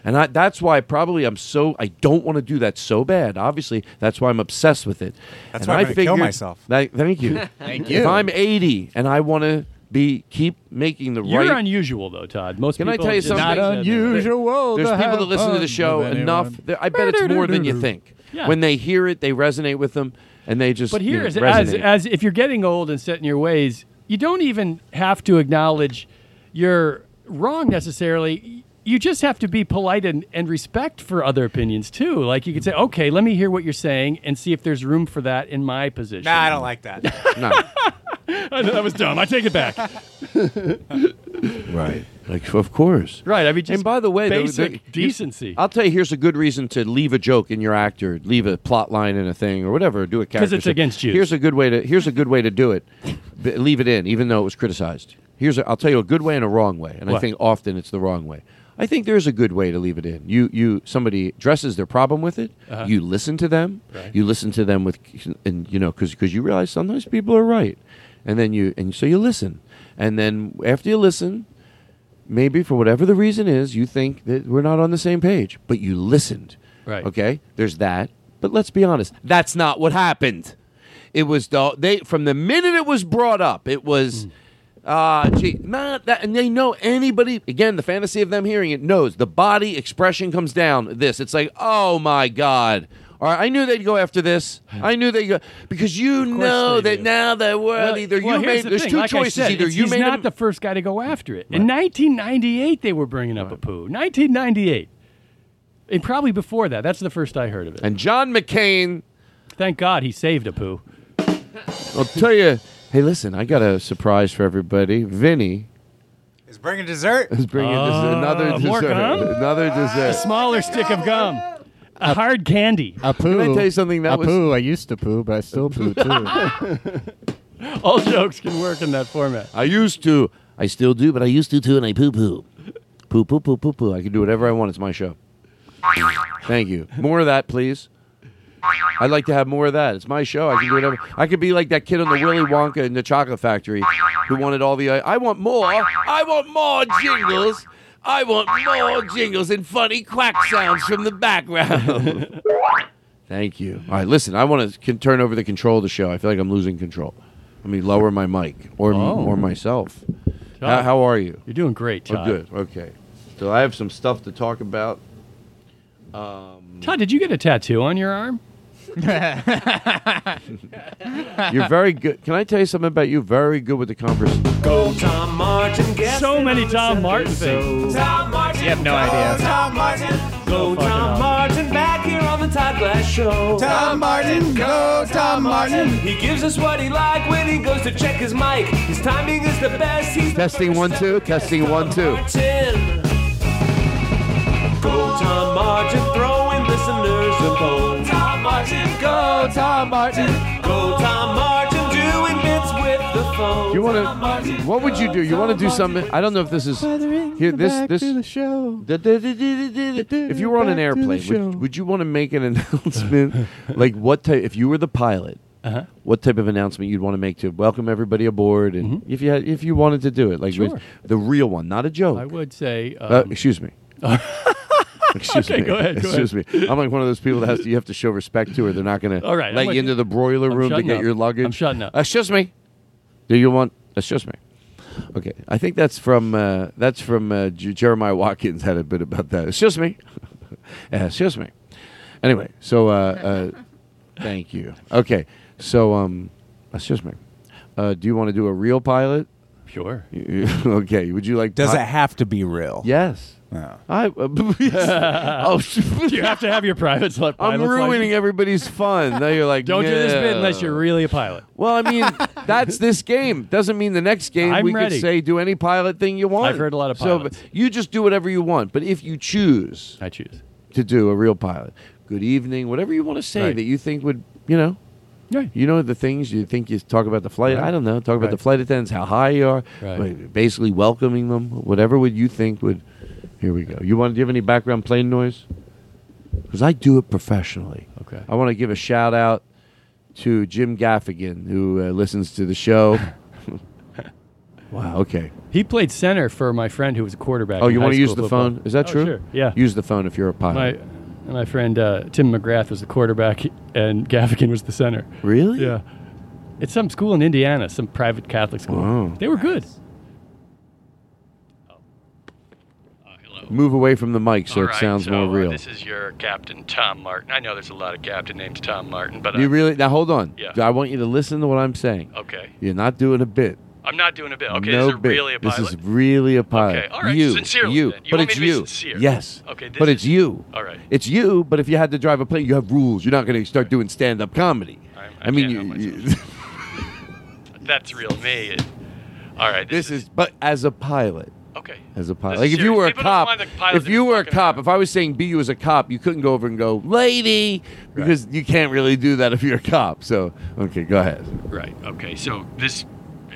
Speaker 2: And I, that's why probably I'm so I don't want to do that so bad. Obviously, that's why I'm obsessed with it.
Speaker 8: That's
Speaker 2: And
Speaker 8: why I'm
Speaker 2: I
Speaker 8: gonna kill
Speaker 2: figured-
Speaker 8: myself.
Speaker 2: Tha- thank you.
Speaker 7: Thank
Speaker 2: If I'm 80 and I want to be keep making the
Speaker 4: You're
Speaker 2: right,
Speaker 4: unusual though, Todd. Most
Speaker 2: Can I
Speaker 4: people
Speaker 2: tell you
Speaker 4: just-
Speaker 2: something?
Speaker 7: Not unusual.
Speaker 2: there's
Speaker 7: to
Speaker 2: people
Speaker 7: have
Speaker 2: that listen to
Speaker 7: fun
Speaker 2: the show
Speaker 7: with
Speaker 2: enough.
Speaker 7: anyone.
Speaker 2: that- I bet it's more than you think.
Speaker 4: Yeah.
Speaker 2: When they hear it, they resonate with them, and they just
Speaker 4: But
Speaker 2: you
Speaker 4: here,
Speaker 2: know,
Speaker 4: as, as,
Speaker 2: resonate.
Speaker 4: as if you're getting old and set in your ways, you don't even have to acknowledge your wrong necessarily. You just have to be polite and, and respect for other opinions too. Like you could say, okay, let me hear what you're saying and see if there's room for that in my position.
Speaker 8: Nah, I don't like that.
Speaker 2: No.
Speaker 4: I know, that was dumb. I take it back.
Speaker 2: Right. Like, of course.
Speaker 4: Right. I mean, just
Speaker 2: and by the way, there-
Speaker 4: basic
Speaker 2: there-
Speaker 4: decency.
Speaker 2: I'll tell you, here's a good reason to leave a joke in your act or leave a plot line in a thing or whatever. Do a character
Speaker 4: 'Cause it's
Speaker 2: stuff.
Speaker 4: against Jews.
Speaker 2: Here's a good way to here's a good way to do it. B- leave it in, even though it was criticized. Here's a, I'll tell you a good way and a wrong way, and I
Speaker 4: What?
Speaker 2: think often it's the wrong way. I think there's a good way to leave it in. You you somebody addresses their problem with it.
Speaker 4: Uh-huh.
Speaker 2: You listen to them. You listen to them with and you know because you realize sometimes people are right, and then you and so you listen, and then after you listen, maybe for whatever the reason is, you think that we're not on the same page, but you listened.
Speaker 4: Right.
Speaker 2: Okay. There's that. But let's be honest. That's not what happened. It was the they from the minute it was brought up. It
Speaker 4: Hmm.
Speaker 2: was. Uh, gee, not that, and they know anybody. Again, the fantasy of them hearing it knows the body expression comes down. This, it's like, oh my god! All right, I knew they'd go after this. I knew they go because you know
Speaker 4: they
Speaker 2: that now that world either
Speaker 4: well,
Speaker 2: you
Speaker 4: here's
Speaker 2: made
Speaker 4: the
Speaker 2: there's
Speaker 4: thing.
Speaker 2: two
Speaker 4: Like I
Speaker 2: choices
Speaker 4: said,
Speaker 2: either
Speaker 4: it's-
Speaker 2: you
Speaker 4: he's
Speaker 2: made
Speaker 4: not
Speaker 2: a-
Speaker 4: the first guy to go after it. In 1998, they were bringing up Apu. 1998, and probably before that. That's the first I heard of it.
Speaker 2: and John McCain
Speaker 4: Thank God he saved Apu.
Speaker 2: I'll tell you. Hey, listen, I got a surprise for everybody. Vinny
Speaker 8: It's bringing dessert.
Speaker 2: is bringing des- another
Speaker 4: Ah,
Speaker 2: dessert.
Speaker 4: more gum?
Speaker 2: Another
Speaker 4: A
Speaker 2: dessert.
Speaker 4: smaller stick of gum, Ah, a hard candy.
Speaker 7: I poo.
Speaker 2: Can I tell you something that
Speaker 7: I
Speaker 2: was-
Speaker 7: poo. I used to poo, but I still poo too.
Speaker 4: All jokes can work in that format.
Speaker 2: I used to. I still do, but I used to too, and I poo poo. Poo poo poo poo poo. I can do whatever I want. It's my show. Thank you. More of that, please. I'd like to have more of that. It's my show. I can do whatever. I could be like that kid on the Willy Wonka in the Chocolate Factory who wanted all the. I want more. I want more jingles. I want more jingles and funny quack sounds from the background. Thank you. All right, listen. I want to can turn over the control of the show. I feel like I'm losing control. Let me lower my mic or or myself. How, how are you?
Speaker 4: Oh. You're doing great,
Speaker 2: Oh,
Speaker 4: Todd.
Speaker 2: good. Okay. So I have some stuff to talk about. Um,
Speaker 4: Todd, did you get a tattoo on your arm?
Speaker 2: You're very good. Can I tell you something about you? Very good with the conversation.
Speaker 1: Go Tom Martin, guest
Speaker 4: So
Speaker 1: in
Speaker 4: many
Speaker 1: on this
Speaker 4: Tom Martin
Speaker 1: episode.
Speaker 4: things.
Speaker 1: Tom Martin, you have
Speaker 7: no idea.
Speaker 1: Tom Martin, go
Speaker 4: fucking
Speaker 1: Tom
Speaker 4: up.
Speaker 1: Martin, back here on the Todd Glass Show.
Speaker 8: Tom Martin, go Tom Martin.
Speaker 1: He gives us what he like when he goes to check his mic. His timing is the best. He's the
Speaker 2: Testing
Speaker 1: first
Speaker 2: one,
Speaker 1: step.
Speaker 2: two. Testing one, two.
Speaker 1: Martin. Go Tom Martin, throwing listeners a bone. Tom Martin, go Tom Martin, go Tom Martin, doing bits with the phone.
Speaker 2: You want
Speaker 1: Tom Martin,
Speaker 2: to? What would you do? You want to do something? I don't know if this is here. This this. If you were on an airplane, would, would you want to make an announcement? like what type? If you were the pilot,
Speaker 4: Uh-huh.
Speaker 2: what type of announcement you'd want to make to welcome everybody aboard? And if you had, if you wanted to do it, like with-
Speaker 4: Mm-hmm. Sure.
Speaker 2: the real one, not a joke.
Speaker 4: I would say.
Speaker 2: Uh,
Speaker 4: Um,
Speaker 2: excuse me. excuse
Speaker 4: Okay,
Speaker 2: me.
Speaker 4: go ahead, go
Speaker 2: excuse me. I'm like one of those people that has to, you have to show respect to, or they're not going
Speaker 4: All right,
Speaker 2: to let
Speaker 4: I'm
Speaker 2: you
Speaker 4: with
Speaker 2: into
Speaker 4: you.
Speaker 2: the broiler
Speaker 4: I'm
Speaker 2: room to
Speaker 4: shutting
Speaker 2: get
Speaker 4: up.
Speaker 2: your luggage.
Speaker 4: I'm shutting up.
Speaker 2: Excuse me. Do you want? Excuse me. Okay, I think that's from uh, that's from uh, J- Jeremiah Watkins had a bit about that. Excuse me. Uh, excuse me. Anyway, so uh, uh, thank you. Okay, so um, excuse me. Uh, do you want to do a real pilot?
Speaker 4: sure.
Speaker 2: okay, would you like?
Speaker 8: Does
Speaker 2: pi-
Speaker 8: it have to be real?
Speaker 2: Yes.
Speaker 8: No.
Speaker 2: I, uh, oh,
Speaker 4: You have to have your private pilot's
Speaker 2: I'm ruining
Speaker 4: license.
Speaker 2: everybody's fun. Now you're like,
Speaker 4: Don't do this bit unless
Speaker 2: "No."
Speaker 4: you're really a pilot.
Speaker 2: Well, I mean, that's this game. Doesn't mean the next game
Speaker 4: I'm
Speaker 2: we
Speaker 4: ready.
Speaker 2: could say do any pilot thing you want.
Speaker 4: I've heard a lot of
Speaker 2: So,
Speaker 4: pilots.
Speaker 2: but you just do whatever you want. But if you choose
Speaker 4: I choose.
Speaker 2: to do a real pilot, good evening, whatever you want to say
Speaker 4: Right.
Speaker 2: that you think would, you know,
Speaker 4: Right.
Speaker 2: you know the things you think you talk about the flight. I don't know. Talk about
Speaker 4: Right.
Speaker 2: the flight attendants, how high you are,
Speaker 4: Right.
Speaker 2: but basically welcoming them. Whatever would you think would. Here we go. You want? Do you have any background plane noise? Because I do it professionally.
Speaker 4: Okay.
Speaker 2: I want to give a shout out to Jim Gaffigan who uh, listens to the show. wow. Okay.
Speaker 4: He played center for my friend who was a quarterback.
Speaker 2: Oh,
Speaker 4: in
Speaker 2: you
Speaker 4: high
Speaker 2: want to use
Speaker 4: school
Speaker 2: the
Speaker 4: football.
Speaker 2: phone? Is that
Speaker 4: Oh,
Speaker 2: true?
Speaker 4: Sure. Yeah.
Speaker 2: Use the phone if you're a
Speaker 4: my
Speaker 2: pilot.
Speaker 4: and my friend uh, Tim McGrath was the quarterback, and Gaffigan was the center.
Speaker 2: Really?
Speaker 4: Yeah. It's some school in Indiana, some private Catholic school.
Speaker 2: Wow.
Speaker 4: They were good.
Speaker 2: Move away from the mic so it sounds more real.
Speaker 4: uh, is your captain, Tom Martin. I know there's a lot of captain named Tom Martin, but uh,
Speaker 2: you really now hold on.
Speaker 4: Yeah.
Speaker 2: I want you to listen to what I'm saying.
Speaker 4: okay.
Speaker 2: You're not doing a bit.
Speaker 4: I'm not doing a bit. Okay,
Speaker 2: no
Speaker 4: is it
Speaker 2: bit.
Speaker 4: really a pilot?
Speaker 2: This is really a pilot.
Speaker 4: Okay, all right,
Speaker 2: You,
Speaker 4: sincerely
Speaker 2: you,
Speaker 4: then. You
Speaker 2: but
Speaker 4: want me
Speaker 2: it's
Speaker 4: to be
Speaker 2: you.
Speaker 4: sincere?
Speaker 2: Yes.
Speaker 4: Okay, this
Speaker 2: but
Speaker 4: is-
Speaker 2: it's you.
Speaker 4: all right.
Speaker 2: It's you. But if you had to drive a plane, you have rules. You're not going to start doing stand-up comedy. I, mean, you, you-
Speaker 4: That's real me. It- all right.
Speaker 2: this is. But as a pilot.
Speaker 4: Okay.
Speaker 2: As a
Speaker 4: This
Speaker 2: pilot,
Speaker 4: is
Speaker 2: like if you
Speaker 4: serious.
Speaker 2: were a
Speaker 4: People don't
Speaker 2: cop,
Speaker 4: mind the pilot
Speaker 2: if
Speaker 4: that
Speaker 2: you
Speaker 4: was
Speaker 2: were a cop, if I was saying be you as a cop, you couldn't go over and go lady because you can't really do that if you're a cop. So okay, go ahead.
Speaker 4: Right. Okay. So this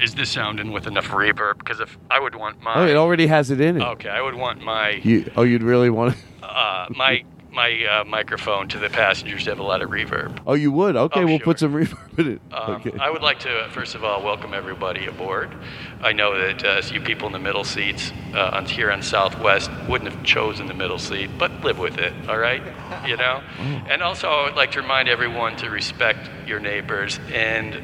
Speaker 4: is this sounding with enough reverb? Because if I would want my
Speaker 2: Oh, it already has it in it.
Speaker 4: Okay, I would want my
Speaker 2: You, oh, you'd really want to.
Speaker 4: uh, my my uh, microphone to the passengers to have a lot of reverb.
Speaker 2: Oh, you would. Okay,
Speaker 4: Oh,
Speaker 2: we'll
Speaker 4: sure.
Speaker 2: put some reverb in it.
Speaker 4: Um,
Speaker 2: okay.
Speaker 4: I would like to, uh, first of all, welcome everybody aboard. I know that uh, you people in the middle seats uh, on here on Southwest wouldn't have chosen the middle seat, but live with it, all right? You know? And also, I would like to remind everyone to respect your neighbors, and uh,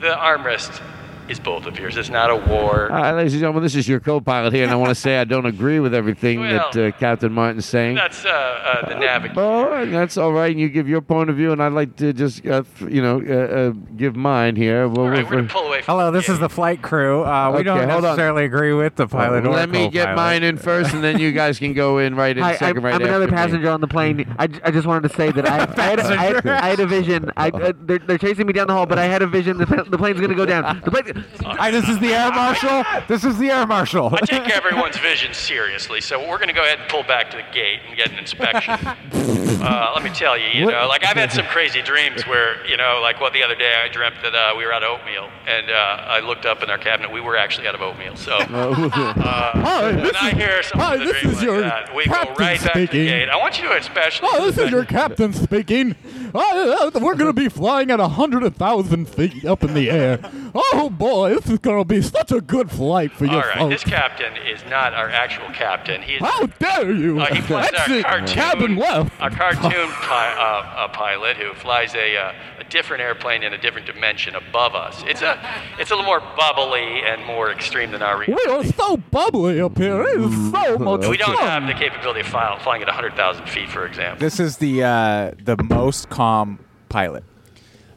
Speaker 4: the armrest is both of yours. It's not a war.
Speaker 2: All right, ladies and gentlemen, this is your co-pilot here, and I want to say I don't agree with everything that
Speaker 4: Well,
Speaker 2: uh, Captain Martin's saying.
Speaker 4: That's uh, uh, the navigator.
Speaker 2: All right, that's all right, and you give your point of view, and I'd like to just, uh, th- you know, uh, uh, give mine here. Well, we're-
Speaker 8: Hello, this is the flight crew. Uh, we
Speaker 2: Okay,
Speaker 8: don't
Speaker 2: hold on.
Speaker 8: necessarily agree with the pilot or
Speaker 2: Let me get
Speaker 8: co-pilot.
Speaker 2: mine in first, and then you guys can go in right in
Speaker 10: Hi,
Speaker 2: 2nd
Speaker 10: I'm,
Speaker 2: right
Speaker 10: I'm another
Speaker 2: after me.
Speaker 10: passenger on the plane. I, j- I just wanted to say that I, I, had, a, I, had, I had a vision. I, uh, they're, they're chasing me down the hall, but I had a vision. The, the plane's going to go down. The plane's,
Speaker 8: Hi, this is the air marshal. This is the air marshal.
Speaker 4: I take everyone's vision seriously, so we're going to go ahead and pull back to the gate and get an inspection. uh, let me tell you, you
Speaker 3: What-
Speaker 4: know, like I've had some crazy dreams where, you know, like well, the other day I dreamt that uh, we were out of oatmeal, and uh, I looked up in our cabinet, we were actually out of oatmeal. So
Speaker 8: Oh.
Speaker 4: uh,
Speaker 3: Hi,
Speaker 4: when
Speaker 3: Oh, this
Speaker 4: I
Speaker 3: is-
Speaker 4: hear something
Speaker 3: hi,
Speaker 4: in the
Speaker 3: this
Speaker 4: dream
Speaker 3: is
Speaker 4: like
Speaker 3: your
Speaker 4: that, we go
Speaker 3: captain
Speaker 4: right back to the
Speaker 3: speaking.
Speaker 4: gate. I want you to especially.
Speaker 3: Oh, this is your captain speaking. Oh, yeah, we're going to be flying at 100,000 feet up in the air. Oh, boy, this is going to be such a good flight for
Speaker 4: All
Speaker 3: your
Speaker 4: right,
Speaker 3: folks.
Speaker 4: this captain is not our actual captain. He is
Speaker 3: How dare you!
Speaker 4: Uh, he flies our
Speaker 3: Exit
Speaker 4: cartoon,
Speaker 3: cabin left.
Speaker 4: A cartoon pi- uh, a pilot who flies a, uh, a different airplane in a different dimension above us. It's a it's a little more bubbly and more extreme than our.
Speaker 3: We are so bubbly up here. It is
Speaker 4: Oh,
Speaker 3: so much
Speaker 4: we don't
Speaker 3: fun.
Speaker 4: have the capability of fly- flying at 100,000 feet, for example.
Speaker 8: This is the uh, the most calm pilot.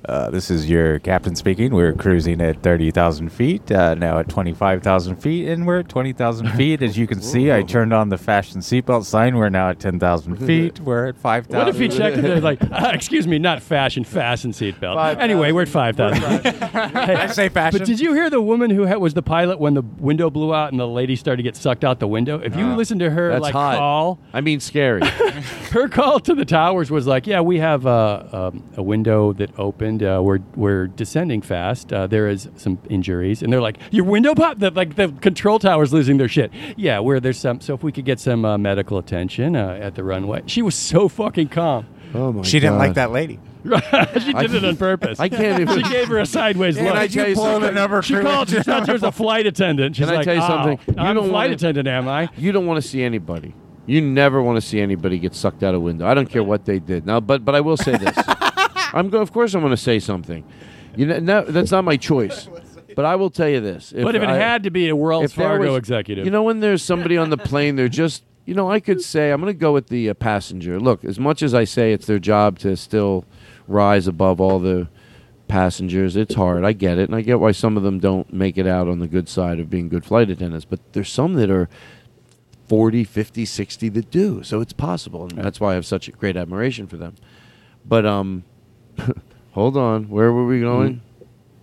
Speaker 8: Uh, this is your captain speaking. We're cruising at 30,000 feet, uh, now at 25,000 feet, and we're at 20,000 feet. As you can see, I turned on the fashion seatbelt sign. We're now at 10,000 feet. We're at 5,000.
Speaker 4: What if he checked it there,
Speaker 8: like,
Speaker 4: "Ah,
Speaker 8: excuse me, not fashion, fasten seatbelt.
Speaker 4: Anyway, we're at 5,000.
Speaker 8: I say fashion.
Speaker 4: But
Speaker 8: But
Speaker 4: did
Speaker 8: did
Speaker 4: you
Speaker 8: hear
Speaker 4: the woman who was the
Speaker 8: pilot
Speaker 4: when the window blew out and the lady started to get sucked out the window? If you
Speaker 2: Oh,
Speaker 4: listen to her
Speaker 2: that's
Speaker 4: like
Speaker 2: hot.
Speaker 4: call,
Speaker 2: I mean scary.
Speaker 4: her call to the towers was like, "Yeah, we have uh, um, a window that opened. Uh, we're we're descending fast. Uh, there is some injuries." And they're like, "Your window popped." The, like the control tower's losing their shit. Yeah, where there's some. So if we could get some uh, medical attention uh, at the runway, she was so fucking calm.
Speaker 2: Oh my!
Speaker 8: She didn't like that lady.
Speaker 4: she did it on purpose.
Speaker 8: I can't even-
Speaker 4: She gave her a sideways
Speaker 8: Can
Speaker 4: look.
Speaker 8: I tell you something?
Speaker 4: She called. She thought there was a flight attendant. She's
Speaker 2: Can I
Speaker 4: like,
Speaker 2: tell you
Speaker 4: "Oh,
Speaker 2: something? You
Speaker 4: I'm a
Speaker 2: don't
Speaker 4: flight
Speaker 2: wanna-
Speaker 4: attendant, am I?"
Speaker 2: You don't want to see anybody. You never want to see anybody get sucked out a window. I don't care what they did. Now, but but I will say this. I'm going. Of course, I'm going to say something. You know, no, that's not my choice. But I will tell you this.
Speaker 4: but if it
Speaker 2: I-
Speaker 4: had to be a Wells
Speaker 2: if there
Speaker 4: Fargo
Speaker 2: was-
Speaker 4: executive,
Speaker 2: You know, when there's somebody on the plane, they're just, you know, I could say, I'm going to go with the uh, passenger. Look, as much as I say it's their job to still rise above all the passengers, it's hard. I get it. And I get why some of them don't make it out on the good side of being good flight attendants. But there's some that are 40, 50, 60 that do. So it's possible. And that's why I have such a great admiration for them. But, um, hold on. Where were we going?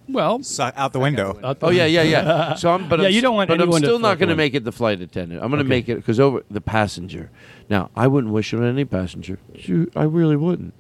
Speaker 4: well,
Speaker 8: out the window.
Speaker 2: Oh yeah, yeah, yeah. So I'm, but
Speaker 4: yeah,
Speaker 2: I'm,
Speaker 4: you don't want
Speaker 2: but I'm
Speaker 4: anyone to
Speaker 2: still not
Speaker 4: fuck
Speaker 2: going to
Speaker 4: with.
Speaker 2: make it the flight attendant. I'm going to
Speaker 4: Okay.
Speaker 2: make it because over the passenger. Now I wouldn't wish it on any passenger. Shoot, I really wouldn't.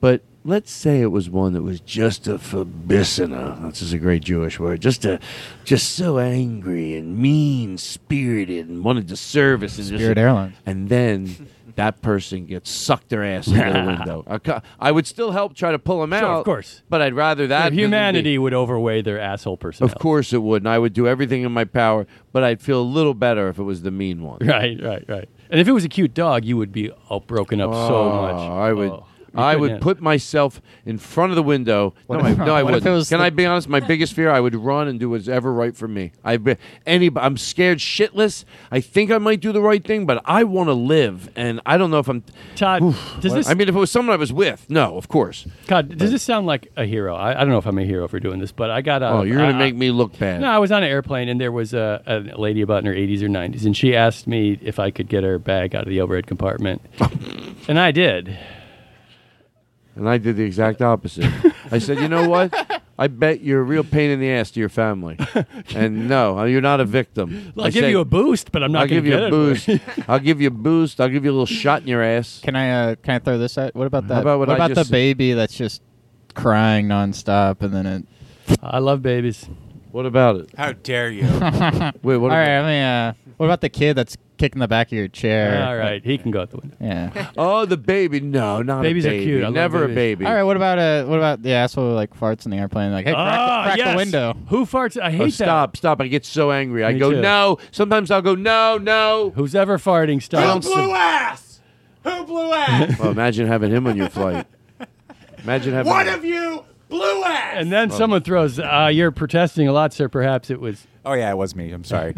Speaker 2: But let's say it was one that was just a verbissina. That's just a great Jewish word. Just a, just so angry and mean spirited and wanted to service and just,
Speaker 7: Spirit Airlines.
Speaker 2: And then. That person gets sucked their ass into the window. I ca- I would still help try to pull them
Speaker 4: Sure,
Speaker 2: out.
Speaker 4: of course.
Speaker 2: Oh, But I'd rather that. than
Speaker 4: Their
Speaker 2: the-
Speaker 4: humanity would overweigh their asshole personality.
Speaker 2: of course it would, and I would do everything in my power, but I'd feel a little better if it was the mean one.
Speaker 4: Right, right, right. And if it was a cute dog, you would be all broken up so
Speaker 2: Oh,
Speaker 4: much.
Speaker 2: I would. I would
Speaker 4: couldn't.
Speaker 2: put myself in front of the window.
Speaker 7: What
Speaker 2: no,
Speaker 7: if-
Speaker 2: I, no, I
Speaker 7: what if
Speaker 2: wouldn't.
Speaker 7: it was
Speaker 2: Can
Speaker 7: the-
Speaker 2: I be honest? My biggest fear, I would run and do what's ever right for me. I be, any, I'm scared shitless. I think I might do the right thing, but I want to live, and I don't know if I'm.
Speaker 4: Todd, does this-
Speaker 2: I mean, if it was someone I was with, no, of course.
Speaker 4: God, does this sound like a hero? I, I don't know if I'm a hero for doing this, but I got. Uh,
Speaker 2: oh, you're gonna
Speaker 4: I-
Speaker 2: make me look bad.
Speaker 4: No, I was on an airplane and there was a, a lady about in her 80s or 90s, and she asked me if I could get her bag out of the overhead compartment, and I did.
Speaker 2: And I did the exact opposite. I said, you know what? I bet you're a real pain in the ass to your family. And no, you're not a victim.
Speaker 4: I'll give you a boost, but I'm not
Speaker 2: I'll
Speaker 4: gonna
Speaker 2: give you
Speaker 4: get
Speaker 2: a
Speaker 4: it."
Speaker 2: boost. I'll give you a boost. I'll give you a little shot in your ass.
Speaker 7: Can I uh, can I throw this at? What about
Speaker 2: How
Speaker 7: that?
Speaker 2: about what I
Speaker 7: about
Speaker 2: just-
Speaker 7: the baby that's just crying nonstop and then it?
Speaker 4: I love babies.
Speaker 2: What about it?
Speaker 8: How dare you?
Speaker 2: Wait,
Speaker 7: All
Speaker 2: what?
Speaker 7: right, I mean, uh, what about the kid that's kicking the back of your chair?
Speaker 4: All right, he can go out the window.
Speaker 7: Yeah.
Speaker 2: Oh, the baby. No, not
Speaker 4: Babies
Speaker 2: a
Speaker 4: are
Speaker 2: baby.
Speaker 4: cute. I love
Speaker 2: Never
Speaker 4: babies.
Speaker 2: a baby.
Speaker 7: All right. What about uh? What about the asshole who like farts in the airplane? Like, hey, crack,
Speaker 4: Ah,
Speaker 7: the, crack
Speaker 4: yes.
Speaker 7: the window.
Speaker 4: Who farts? I hate
Speaker 2: Oh,
Speaker 4: that.
Speaker 2: stop, stop. I get so angry. I
Speaker 4: Me
Speaker 2: go,
Speaker 4: too.
Speaker 2: no. Sometimes I'll go, no, no.
Speaker 4: Who's ever farting?
Speaker 2: I
Speaker 4: Stop.
Speaker 2: don't s-
Speaker 8: ass? Who blew ass?
Speaker 2: well, imagine having him on your flight. Imagine having Oh.
Speaker 8: you blew ass?
Speaker 4: And then someone throws, uh, "You're protesting a lot, sir. Perhaps it was."
Speaker 8: Oh yeah, it was me. I'm sorry.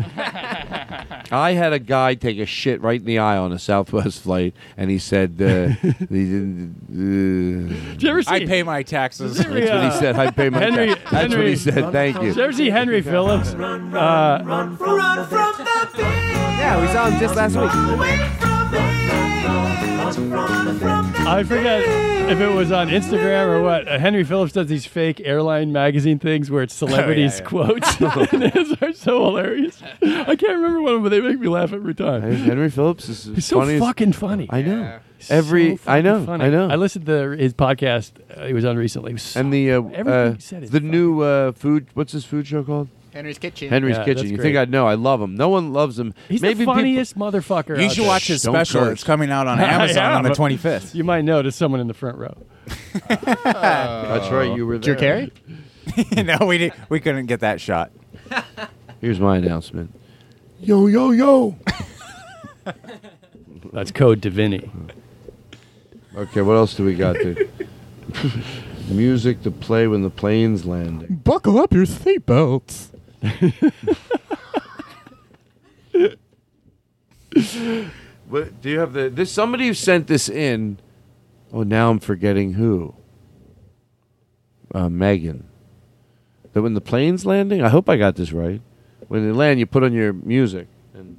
Speaker 2: I had a guy take a shit right in the eye on a Southwest flight, and he said, uh, he didn't, uh,
Speaker 4: Did you ever see?
Speaker 8: I pay my taxes.
Speaker 4: Did you ever,
Speaker 2: "That's what
Speaker 4: uh,
Speaker 2: he said. I pay my
Speaker 4: Henry-
Speaker 2: tax." That's what
Speaker 4: Henry-
Speaker 2: he said. Thank
Speaker 4: Did you
Speaker 2: you.
Speaker 4: ever see Henry Phillips? Uh,
Speaker 10: Yeah, we saw him just last week.
Speaker 4: I forget if it was on Instagram or what. Uh, Henry Phillips does these fake airline magazine things where it's
Speaker 2: Oh,
Speaker 4: celebrities'
Speaker 8: yeah.
Speaker 4: quotes. and these are so hilarious. I can't remember one of them, but they make me laugh every time.
Speaker 2: Henry Phillips is
Speaker 4: He's so
Speaker 2: funny as-
Speaker 4: fucking funny.
Speaker 2: I know.
Speaker 4: He's
Speaker 2: Every
Speaker 4: so
Speaker 2: I
Speaker 4: fucking
Speaker 2: know.
Speaker 4: funny.
Speaker 2: I know.
Speaker 4: I listened to his podcast. Uh, he was on recently. It was so-
Speaker 2: and the uh,
Speaker 4: everything
Speaker 2: uh,
Speaker 4: he said is
Speaker 2: the new uh, food. What's his food show
Speaker 8: uh,
Speaker 2: called?
Speaker 7: Henry's kitchen.
Speaker 2: Henry's
Speaker 4: Yeah, that's
Speaker 2: Kitchen. You
Speaker 4: great.
Speaker 2: think I'd know? I love him. No one loves him.
Speaker 4: He's
Speaker 2: Maybe
Speaker 4: the
Speaker 2: people-
Speaker 4: funniest motherfucker.
Speaker 8: you
Speaker 4: out
Speaker 8: should
Speaker 4: there.
Speaker 8: watch his
Speaker 2: Don't
Speaker 8: special.
Speaker 2: curse.
Speaker 8: It's coming out on Amazon
Speaker 4: Yeah,
Speaker 8: on the
Speaker 4: but
Speaker 8: 25th.
Speaker 4: You might notice someone in the front row. uh,
Speaker 2: That's right. You were there.
Speaker 7: Drew Carey.
Speaker 8: no, we did, we couldn't get that shot.
Speaker 2: Here's my announcement. Yo yo yo.
Speaker 4: That's code Davini.
Speaker 2: Okay, what else do we got, dude? Music to play when the plane's landing.
Speaker 3: Buckle up your seatbelts.
Speaker 2: What, do you have the? This somebody who sent this in. Oh, now I'm forgetting who. Uh, Megan. That when the plane's landing, I hope I got this right. When they land, you put on your music. And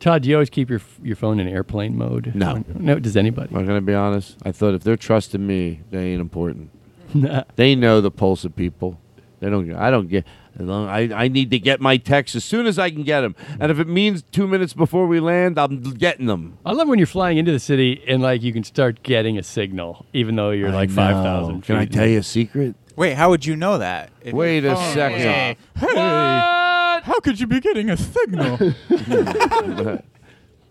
Speaker 4: Todd, do you always keep your your phone in airplane mode?
Speaker 2: No.
Speaker 4: no. Does anybody?
Speaker 2: I'm gonna be honest. I thought if they're trusting me, they ain't important.
Speaker 4: Nah.
Speaker 2: They know the pulse of people. They don't. I don't get. as long- I, I need to get my texts as soon as I can get them, and if it means two minutes before we land, I'm getting them.
Speaker 4: I love when you're flying into the city and like you can start getting a signal, even though you're like
Speaker 2: I know.
Speaker 4: five thousand.
Speaker 2: Can I tell you a secret?
Speaker 8: Wait, how would you know that? If-
Speaker 2: Wait a
Speaker 4: Oh,
Speaker 2: second.
Speaker 3: Hey, how could you be getting a signal?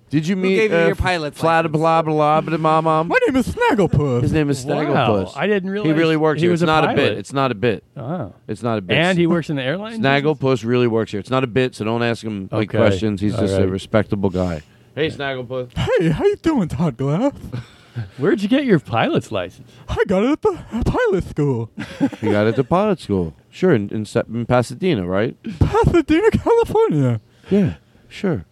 Speaker 2: Did you meet
Speaker 10: gave you
Speaker 2: uh,
Speaker 10: your pilot's
Speaker 2: Flat blah blah blah blah mom?
Speaker 3: My name is Snagglepuss.
Speaker 2: His name is Snagglepuss.
Speaker 4: Wow, I didn't
Speaker 2: he
Speaker 4: realize
Speaker 2: really works
Speaker 4: he
Speaker 2: here.
Speaker 4: was
Speaker 2: it's
Speaker 4: a
Speaker 2: not a
Speaker 4: pilot.
Speaker 2: bit. It's not a bit.
Speaker 4: Oh.
Speaker 2: It's not a bit.
Speaker 4: And he works in the airline. business?
Speaker 2: Snagglepuss really works here. It's not a bit, so don't ask him like
Speaker 4: Okay.
Speaker 2: questions. He's
Speaker 4: All
Speaker 2: just a
Speaker 4: right.
Speaker 2: respectable guy. Hey Snagglepuss.
Speaker 3: Hey, how you doing, Todd Glass?
Speaker 4: Where'd you get your pilot's license?
Speaker 3: I got it at the pilot school,
Speaker 2: he got it at pilot school. Sure, in, in, Sa- in Pasadena, right?
Speaker 3: Pasadena, California.
Speaker 2: Yeah, sure.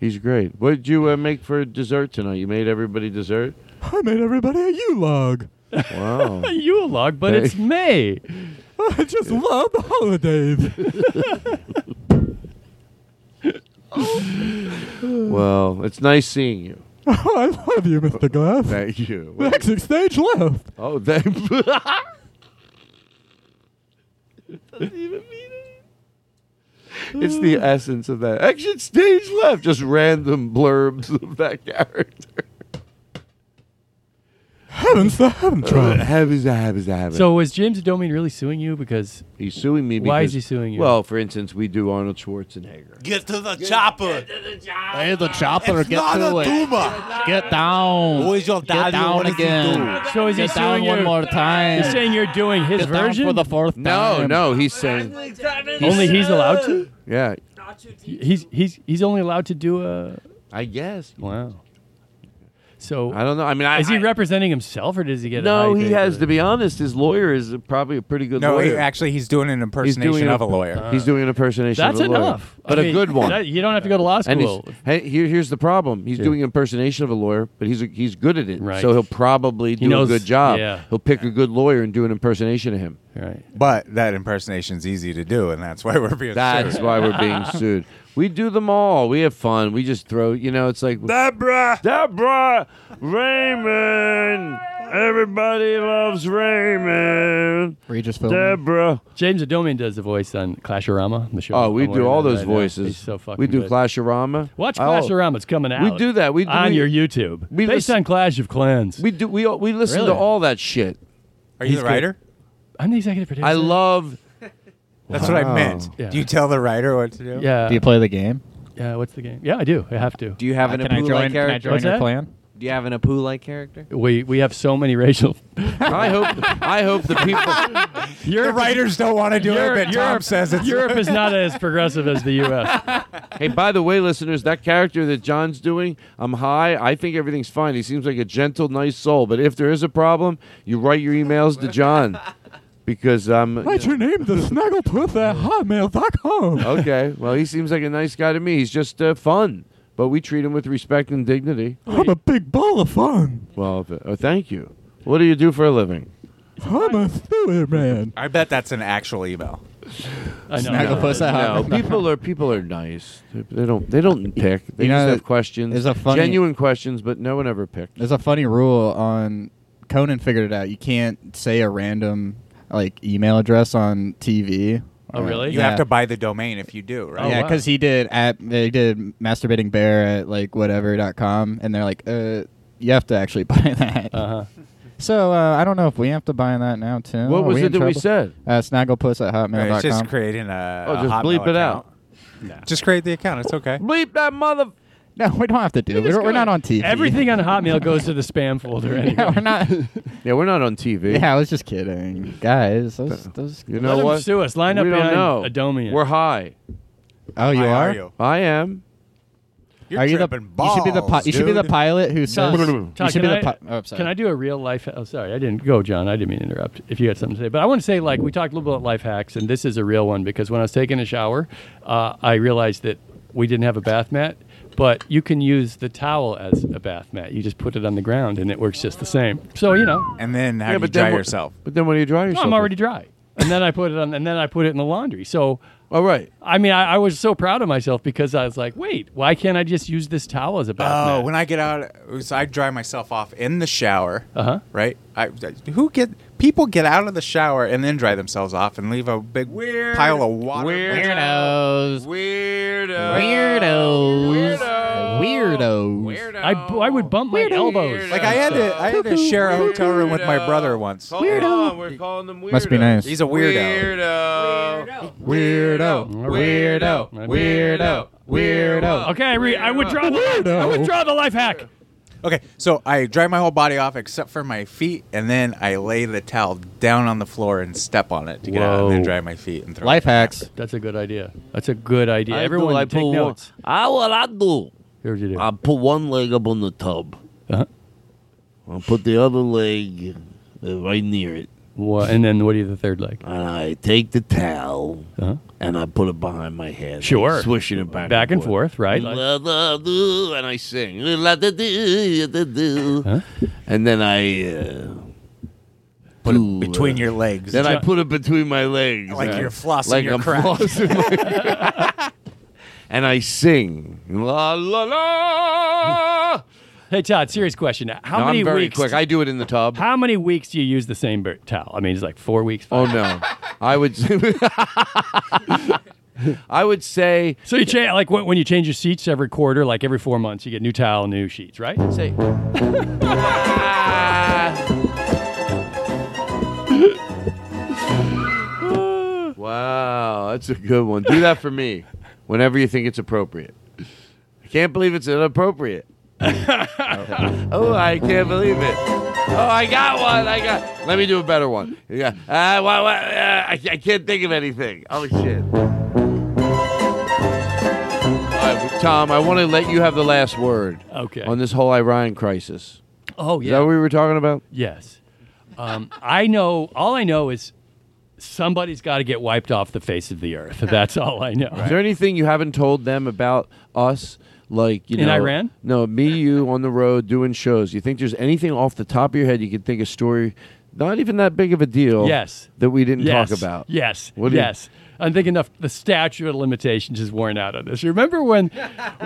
Speaker 2: He's great. What did you uh, make for dessert tonight? You made everybody dessert.
Speaker 3: I made everybody a U-log.
Speaker 2: Wow.
Speaker 4: A Yule log, but it's May.
Speaker 3: I just love the holidays.
Speaker 2: well, it's nice seeing you.
Speaker 3: Oh, Mm-hmm. I love you, Mr. Glass.
Speaker 2: Thank you.
Speaker 3: Exit stage left.
Speaker 2: Oh, they. It's
Speaker 3: Mm.
Speaker 2: the essence of that. Exit stage left. Just random blurbs of that character.
Speaker 3: Heavens to
Speaker 2: Uh,
Speaker 3: heaven, Trump.
Speaker 2: Habits, habits, habits.
Speaker 4: So was James Domian really suing you because
Speaker 2: he's suing me. Because,
Speaker 4: Why is he suing you?
Speaker 2: Well, for instance, we do Arnold Schwarzenegger.
Speaker 8: Get to the chopper.
Speaker 7: Hey, the chopper,
Speaker 8: It's not a tuba.
Speaker 7: Get down.
Speaker 8: Who is your
Speaker 7: Get
Speaker 8: daddy?
Speaker 7: down
Speaker 8: What does he
Speaker 7: again.
Speaker 8: do?
Speaker 4: So is he
Speaker 7: Get down
Speaker 4: suing
Speaker 7: one
Speaker 4: you-
Speaker 7: more time.
Speaker 4: he's saying you're doing his
Speaker 7: Get down
Speaker 4: version?
Speaker 7: for the fourth
Speaker 2: No,
Speaker 7: time.
Speaker 2: no, he's saying.
Speaker 4: only he's allowed to.
Speaker 2: Yeah,
Speaker 4: He's he's he's only allowed to do a
Speaker 2: I guess.
Speaker 4: wow. So
Speaker 2: I don't know. I mean, I,
Speaker 4: is he
Speaker 2: I-
Speaker 4: representing himself or does he get?
Speaker 2: no,
Speaker 4: a high
Speaker 2: he
Speaker 4: pay
Speaker 2: has.
Speaker 4: for
Speaker 2: To be honest, his lawyer is probably a pretty good
Speaker 8: No,
Speaker 2: lawyer.
Speaker 8: he- actually, he's doing an impersonation
Speaker 2: doing
Speaker 8: of a lawyer.
Speaker 2: he's doing an impersonation.
Speaker 4: That's
Speaker 2: of a lawyer,
Speaker 4: enough. I
Speaker 2: but a
Speaker 4: mean,
Speaker 2: good one.
Speaker 4: that- you don't have to go to law
Speaker 2: And he's-
Speaker 4: school.
Speaker 2: hey, here, here's the problem. He's doing impersonation of a lawyer, but he's he's good at it.
Speaker 4: Right.
Speaker 2: So he'll probably do
Speaker 4: knows-
Speaker 2: a good job.
Speaker 4: yeah.
Speaker 2: He'll pick a good lawyer and do an impersonation of him.
Speaker 4: Right.
Speaker 8: But that impersonation's easy to do, and that's why we're being.
Speaker 2: That's
Speaker 8: sued.
Speaker 2: why we're being sued. We do them all. We have fun. We just throw. You know, it's like Deborah, Deborah, Raymond. Everybody loves Raymond.
Speaker 7: Regis Philbin.
Speaker 2: Deborah.
Speaker 4: James Adomian does the voice on Clasherama, the show.
Speaker 2: Oh, we
Speaker 4: I'm
Speaker 2: do
Speaker 4: wearing
Speaker 2: all
Speaker 4: that
Speaker 2: those
Speaker 4: right now.
Speaker 2: voices.
Speaker 4: He's so fucking
Speaker 2: we do
Speaker 4: good.
Speaker 2: Clasherama.
Speaker 4: Watch
Speaker 2: I'll-
Speaker 4: Clasherama. It's coming out.
Speaker 2: We do that. We
Speaker 4: on
Speaker 2: we-
Speaker 4: your YouTube.
Speaker 2: we
Speaker 4: based
Speaker 2: lis-
Speaker 4: on Clash of Clans.
Speaker 2: We do. We we listen to
Speaker 4: Really?
Speaker 2: all that shit.
Speaker 8: Are you
Speaker 2: He's
Speaker 8: the
Speaker 2: good.
Speaker 8: writer?
Speaker 4: I'm the executive producer.
Speaker 2: I love.
Speaker 8: That's what I meant.
Speaker 4: Yeah.
Speaker 8: Do you tell the writer what to do?
Speaker 4: Yeah.
Speaker 7: Do you play the game?
Speaker 4: Yeah. What's the game? Yeah, I do. I have to.
Speaker 5: Do you have an
Speaker 7: Uh, Can I
Speaker 5: Apu
Speaker 7: join-
Speaker 5: like
Speaker 7: can I
Speaker 5: character?
Speaker 7: join What's your that? plan?
Speaker 5: Do you have an Apu like character?
Speaker 4: We we have so many racial.
Speaker 2: I hope. I hope the people.
Speaker 8: the writers don't want to do it, but Tom says it's
Speaker 4: Europe is not as progressive as the U.S.
Speaker 2: Hey, by the way, listeners, that character that John's doing, I'm high. I think everything's fine. He seems like a gentle, nice soul. But if there is a problem, you write your emails to John, because I'm.
Speaker 3: Write your name to snagglepuss at hotmail.com.
Speaker 2: Okay. Well, he seems like a nice guy to me. He's just uh, fun, but we treat him with respect and dignity.
Speaker 3: I'm a big ball of fun.
Speaker 2: Well, th- oh, thank you. What do you do for a living?
Speaker 3: I'm a sewer man.
Speaker 8: I bet that's an actual email.
Speaker 4: I know.
Speaker 7: Snagglepuss at
Speaker 2: No,
Speaker 7: hotmail.
Speaker 2: people are people are nice. They- They don't they don't pick. They
Speaker 7: You
Speaker 2: just
Speaker 7: know,
Speaker 2: have questions.
Speaker 7: there's a funny-
Speaker 2: genuine questions, but no one ever picked.
Speaker 7: There's a funny rule on Conan figured it out. You can't say a random like email address on TV.
Speaker 4: Oh,
Speaker 7: Or-
Speaker 4: really?
Speaker 8: You
Speaker 7: yeah.
Speaker 8: have to buy the domain if you do, right?
Speaker 4: Oh,
Speaker 7: yeah,
Speaker 4: wow.
Speaker 7: because he did at they did masturbating bear at like whatever dot com, and they're like, uh, you have to actually buy that.
Speaker 4: Uh huh.
Speaker 7: So uh, I don't know if we have to buy that now, Tim.
Speaker 2: Uh-huh. What
Speaker 7: Are
Speaker 2: was
Speaker 7: we
Speaker 2: it
Speaker 7: in
Speaker 2: that we
Speaker 7: trouble?
Speaker 2: said?
Speaker 7: Uh, snagglepuss at hotmail
Speaker 8: Right,
Speaker 7: dot
Speaker 8: It's just
Speaker 7: com.
Speaker 8: creating a.
Speaker 2: Oh,
Speaker 8: a
Speaker 2: just
Speaker 8: Hotmail
Speaker 2: bleep it
Speaker 8: account.
Speaker 2: out.
Speaker 8: Just create the account. It's okay.
Speaker 2: Bleep that mother.
Speaker 7: no, we don't have to do. it. We're, we're not on TV.
Speaker 4: Everything on Hotmail goes to the spam folder. Anyway.
Speaker 7: Yeah, we're not.
Speaker 2: Yeah, we're not on TV.
Speaker 7: yeah, I was just kidding, guys. Those, those,
Speaker 2: You
Speaker 4: Let
Speaker 2: know
Speaker 4: him
Speaker 2: what?
Speaker 4: sue us. Line up
Speaker 2: we don't
Speaker 4: behind
Speaker 2: know.
Speaker 4: Adomian.
Speaker 2: We're high.
Speaker 7: oh, you
Speaker 8: Hi, how
Speaker 7: are.
Speaker 8: are you?
Speaker 2: I am.
Speaker 8: You're
Speaker 7: Are you the?
Speaker 8: tripping
Speaker 7: you should be the. pi-
Speaker 8: balls,
Speaker 7: you should be the
Speaker 8: dude.
Speaker 7: pilot who says.
Speaker 4: Todd,
Speaker 7: you should
Speaker 4: can,
Speaker 7: be
Speaker 4: I,
Speaker 7: the. Pi- oh, I'm sorry.
Speaker 4: can I do a real life? Oh, sorry, I didn't go, John. I didn't mean to interrupt. If you had something to say, but I want to say, like, we talked a little about life hacks, and this is a real one because when I was taking a shower, uh, I realized that we didn't have a bath mat, but you can use the towel as a bath mat. You just put it on the ground, and it works just the same. So you know,
Speaker 8: And then how
Speaker 2: yeah,
Speaker 8: do you
Speaker 2: but then
Speaker 8: dry
Speaker 2: what-
Speaker 8: yourself?
Speaker 2: But then what do you dry
Speaker 4: no,
Speaker 2: yourself?
Speaker 4: I'm
Speaker 2: with?
Speaker 4: already dry, and then I put it on, and then I put it in the laundry. So.
Speaker 2: All Oh, right.
Speaker 4: I mean, I, I was so proud of myself because I was like, "Wait, why can't I just use this towel as a bath
Speaker 8: Oh,
Speaker 4: mat?"
Speaker 8: when I get out, so I dry myself off in the shower.
Speaker 4: Uh-huh.
Speaker 8: Right. I, who get people get out of the shower and then dry themselves off and leave a big pile of water.
Speaker 7: Weirdos.
Speaker 2: Weirdo.
Speaker 7: Weirdos. Weirdos.
Speaker 4: I, bu- I would bump my elbows.
Speaker 8: Like I had to, I had to share a hotel room with my brother once.
Speaker 2: Weirdo. We're calling them
Speaker 7: Must be nice.
Speaker 8: He's a weirdo. Uh,
Speaker 2: Weirdo.
Speaker 7: Weirdo.
Speaker 2: Weirdo. Weirdo. Weirdo.
Speaker 4: Okay, I, re- I withdraw. The, I withdraw the life hack.
Speaker 8: Okay, so I dry my whole body off except for my feet, and then I lay the towel down on the floor and step on it to get out, and then
Speaker 4: Whoa.
Speaker 8: dry my feet and throw.
Speaker 7: Life
Speaker 8: it back.
Speaker 7: hacks.
Speaker 4: That's a good idea. That's a good idea.
Speaker 2: I
Speaker 4: Everyone,
Speaker 2: do, I
Speaker 4: take
Speaker 2: put
Speaker 4: notes.
Speaker 2: One, I what I do.
Speaker 4: Here's what you do.
Speaker 8: Uh,
Speaker 2: I put one leg up on the tub.
Speaker 4: Uh-huh.
Speaker 2: I put the other leg uh, right near it,
Speaker 4: Wha- and then what do you the third leg?
Speaker 2: and I take the towel
Speaker 4: Uh-huh.
Speaker 2: and I put it behind my head.
Speaker 4: Sure.
Speaker 2: swishing it back,
Speaker 4: Back and forth, right? Like-
Speaker 2: And I sing, and then I uh,
Speaker 8: Put
Speaker 2: Ooh,
Speaker 8: it between your legs.
Speaker 2: then I put it between my legs,
Speaker 8: Like
Speaker 2: uh,
Speaker 8: you're flossing
Speaker 2: like
Speaker 8: your
Speaker 2: I'm
Speaker 8: crack.
Speaker 2: flossing my- and I sing la la la.
Speaker 4: Hey Todd, serious question. How
Speaker 2: No,
Speaker 4: many
Speaker 2: I'm very
Speaker 4: weeks?
Speaker 2: quick. I do it in the tub.
Speaker 4: how many weeks do you use the same bir- towel? I mean, it's like four weeks.
Speaker 2: Oh no, I would. I would say
Speaker 4: So you change like when when you change your seats every quarter, like every four months, you get new towel, new sheets, right?
Speaker 2: say. wow, that's a good one. Do that for me whenever you think it's appropriate. I can't believe it's inappropriate. oh, I can't believe it. Oh, I got one. I got. Let me do a better one. Yeah. Uh, wha- wha- uh, I, I can't think of anything. Oh shit. All right, Tom, I want to let you have the last word.
Speaker 4: Okay.
Speaker 2: On this whole Iran crisis.
Speaker 4: Oh,
Speaker 2: Is
Speaker 4: yeah.
Speaker 2: that what we were talking about?
Speaker 4: Yes. Um, I know. All I know is somebody's got to get wiped off the face of the earth. That's all I know.
Speaker 2: Is there anything you haven't told them about us? Like you
Speaker 4: In
Speaker 2: know,
Speaker 4: Iran?
Speaker 2: No, me, you on the road doing shows. You think there's anything off the top of your head you could think a story, not even that big of a deal.
Speaker 4: Yes.
Speaker 2: That we didn't
Speaker 4: yes.
Speaker 2: talk about.
Speaker 4: Yes.
Speaker 2: What do you-
Speaker 4: yes. I'm thinking of the statute of limitations is worn out on this. You Remember when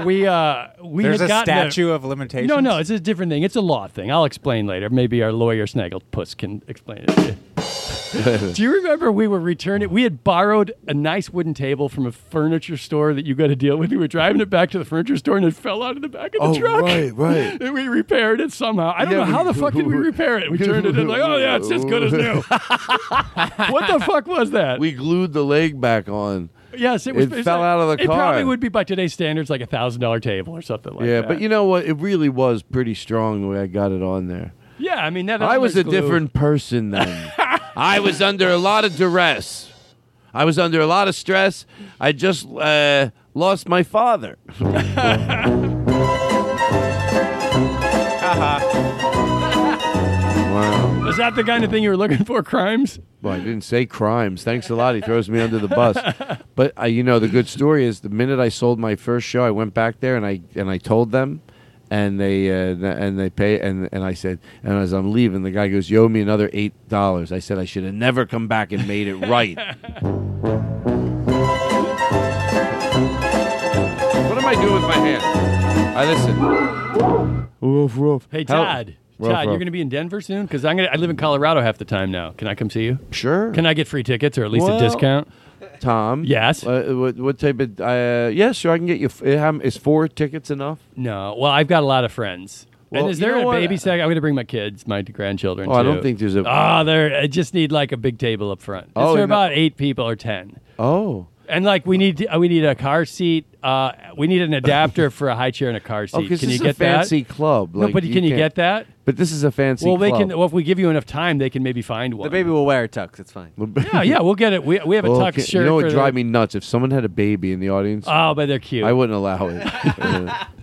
Speaker 4: we uh, we
Speaker 8: There's
Speaker 4: had
Speaker 8: a
Speaker 4: gotten
Speaker 8: statute of limitations?
Speaker 4: No, no, it's a different thing. It's a law thing. I'll explain later. Maybe our lawyer Snagglepuss can explain it. to you. Do you remember we were returning? We had borrowed a nice wooden table from a furniture store that you got to deal with. We were driving it back to the furniture store and it fell out of the back of the
Speaker 2: Oh,
Speaker 4: truck.
Speaker 2: right, right.
Speaker 4: and we repaired it somehow. I don't
Speaker 2: Yeah,
Speaker 4: know how
Speaker 2: we-
Speaker 4: the fuck did we repair it. We turned it in like, oh yeah, it's as good as new. what the fuck was that?
Speaker 2: We glued the leg back on.
Speaker 4: Yes, it was.
Speaker 2: It
Speaker 4: it's
Speaker 2: fell
Speaker 4: like-
Speaker 2: out of the
Speaker 4: It
Speaker 2: car.
Speaker 4: probably would be by today's standards like a thousand dollar table or something like
Speaker 2: yeah,
Speaker 4: that.
Speaker 2: but you know what? It really was pretty strong the way I got it on there.
Speaker 4: yeah, I mean that.
Speaker 2: I
Speaker 4: doesn't
Speaker 2: was a
Speaker 4: exclude-
Speaker 2: different person then. I was under a lot of duress. I was under a lot of stress. I just uh, lost my father. Uh-huh. wow.
Speaker 4: Is that the kind of thing you were looking for? Crimes?
Speaker 2: Well, I didn't say crimes. Thanks a lot. He throws me under the bus. But uh, you know, the good story is the minute I sold my first show, I went back there and I and I told them, and they uh, th- and they pay and and I said, and as I'm leaving, the guy goes, "You owe me another eight dollars." I said, "I should have never come back and made it right." what am I doing with my hand? I listen. Woof woof.
Speaker 4: Hey,
Speaker 2: How-
Speaker 4: Todd.
Speaker 2: Ruff,
Speaker 4: Todd, you're
Speaker 2: ruff.
Speaker 4: going to be in Denver soon because I'm going. to I live in Colorado half the time now. Can I come see you?
Speaker 2: Sure.
Speaker 4: Can I get free tickets or at least
Speaker 2: Well-
Speaker 4: a discount?
Speaker 2: Tom.
Speaker 4: Yes.
Speaker 2: Uh, what, what type of? Uh, yeah, sure. I can get you. f- uh, how- Is four tickets enough?
Speaker 4: No. Well, I've got a lot of friends.
Speaker 2: Well,
Speaker 4: and is
Speaker 2: you
Speaker 4: there
Speaker 2: know
Speaker 4: a
Speaker 2: what?
Speaker 4: baby sack? I'm going to bring my kids, my grandchildren.
Speaker 2: Oh, I don't
Speaker 4: too.
Speaker 2: think there's a-
Speaker 4: Ah, there. I just need like a big table up front.
Speaker 2: Oh,
Speaker 4: Oh,
Speaker 2: no.
Speaker 4: for about eight people or ten.
Speaker 2: Oh.
Speaker 4: And like we need uh, we need a car seat. Uh, we need an adapter for a high chair and a car
Speaker 2: Oh,
Speaker 4: seat.
Speaker 2: 'cause
Speaker 4: can
Speaker 2: this
Speaker 4: you get
Speaker 2: is a fancy
Speaker 4: that?
Speaker 2: club.
Speaker 4: No,
Speaker 2: like,
Speaker 4: but can you
Speaker 2: can't-
Speaker 4: get that?
Speaker 2: But this is a fancy
Speaker 4: well, they
Speaker 2: club.
Speaker 4: can. Well, if we give you enough time, they can maybe find one.
Speaker 5: The baby will wear a tux. It's fine.
Speaker 4: yeah, yeah, we'll get it. We, we have a
Speaker 2: Well,
Speaker 4: tux
Speaker 2: can-
Speaker 4: shirt.
Speaker 2: You know what
Speaker 4: for
Speaker 2: drive
Speaker 4: the-
Speaker 2: me nuts? If someone had a baby in the audience,
Speaker 4: Oh, but they're cute.
Speaker 2: I wouldn't allow it.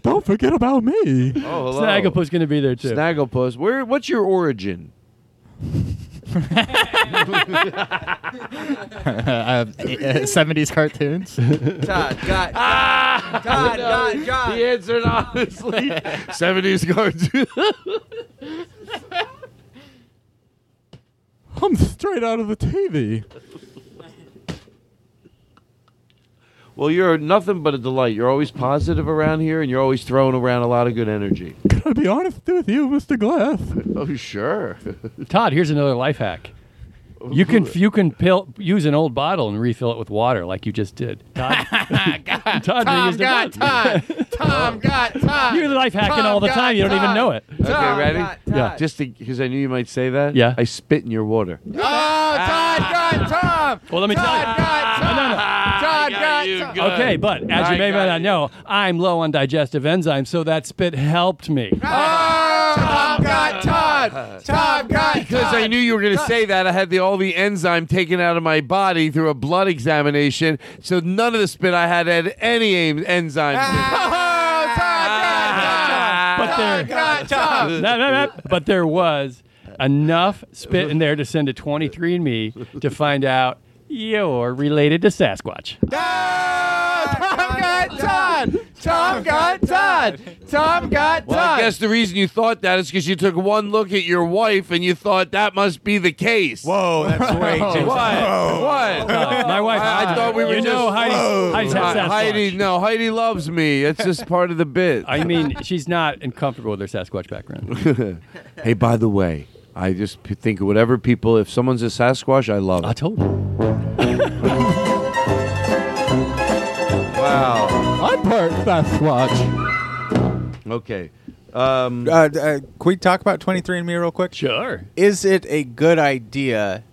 Speaker 3: Don't forget about me.
Speaker 2: oh, hello.
Speaker 4: Snagglepuss going to be there too.
Speaker 2: Snagglepuss. Where? What's your origin?
Speaker 7: uh, '70s cartoons.
Speaker 5: Todd, God. Ah! Todd, God, God.
Speaker 2: The answer, honestly, seventies cartoon.
Speaker 3: I'm straight out of the TV.
Speaker 2: Well, you're nothing but a delight. You're always positive around here, and you're always throwing around a lot of good energy.
Speaker 3: Can I be honest with you, Mr. Glass?
Speaker 2: Oh, sure.
Speaker 4: Todd, here's another life hack. You can you can pill, use an old bottle and refill it with water like you just did. Todd, Todd, you used a bottle.
Speaker 5: Tom, God, Todd.
Speaker 4: You're life hacking
Speaker 5: Tom,
Speaker 4: all the
Speaker 5: God,
Speaker 4: time. You don't even
Speaker 5: Todd.
Speaker 4: know it.
Speaker 2: okay, ready?
Speaker 5: Todd, Oh,
Speaker 4: Yeah.
Speaker 2: Just because I knew you might say that.
Speaker 4: Yeah.
Speaker 2: I spit in your water.
Speaker 5: Oh,
Speaker 2: Ah!
Speaker 5: Todd, God, Tom.
Speaker 4: Well, let me tell you.
Speaker 5: Todd, God, Tom. Todd, God, Tom.
Speaker 4: Okay, but as you may or may not know, I'm low on digestive enzymes, so that spit helped me.
Speaker 5: Oh, Tom, God, Todd. Tom, God,
Speaker 2: Because I knew you were going to say that, I had the, all the enzyme taken out of my body through a blood examination, so none of the spit I had had any en- enzymes. in it.
Speaker 5: Oh, Todd,
Speaker 4: But there,
Speaker 5: Ah, God, Tom.
Speaker 4: No, no, no. but there was enough spit in there to send to 23andMe to find out you're related to Sasquatch.
Speaker 5: Tom got Todd. Tom got Todd. Tom got
Speaker 2: Well, I
Speaker 5: Todd.
Speaker 2: guess the reason you thought that is because you took one look at your wife and you thought that must be the case.
Speaker 8: Whoa, that's way
Speaker 2: What?
Speaker 8: too.
Speaker 2: What?
Speaker 4: Uh, My wife.
Speaker 2: I, I thought we were
Speaker 4: you
Speaker 2: just.
Speaker 4: know Heidi's, Heidi's half
Speaker 2: Uh,
Speaker 4: Sasquatch.
Speaker 2: Heidi, no, Heidi loves me. It's just part of the bit.
Speaker 4: I mean, she's not uncomfortable with her Sasquatch background.
Speaker 2: hey, by the way, I just p- think of whatever people. If someone's a Sasquatch, I love it.
Speaker 4: I told her.
Speaker 2: Wow.
Speaker 3: I'm part Sasquatch.
Speaker 2: Okay. Um,
Speaker 8: Uh, uh, can we talk about 23andMe real quick?
Speaker 4: Sure.
Speaker 8: Is it a good idea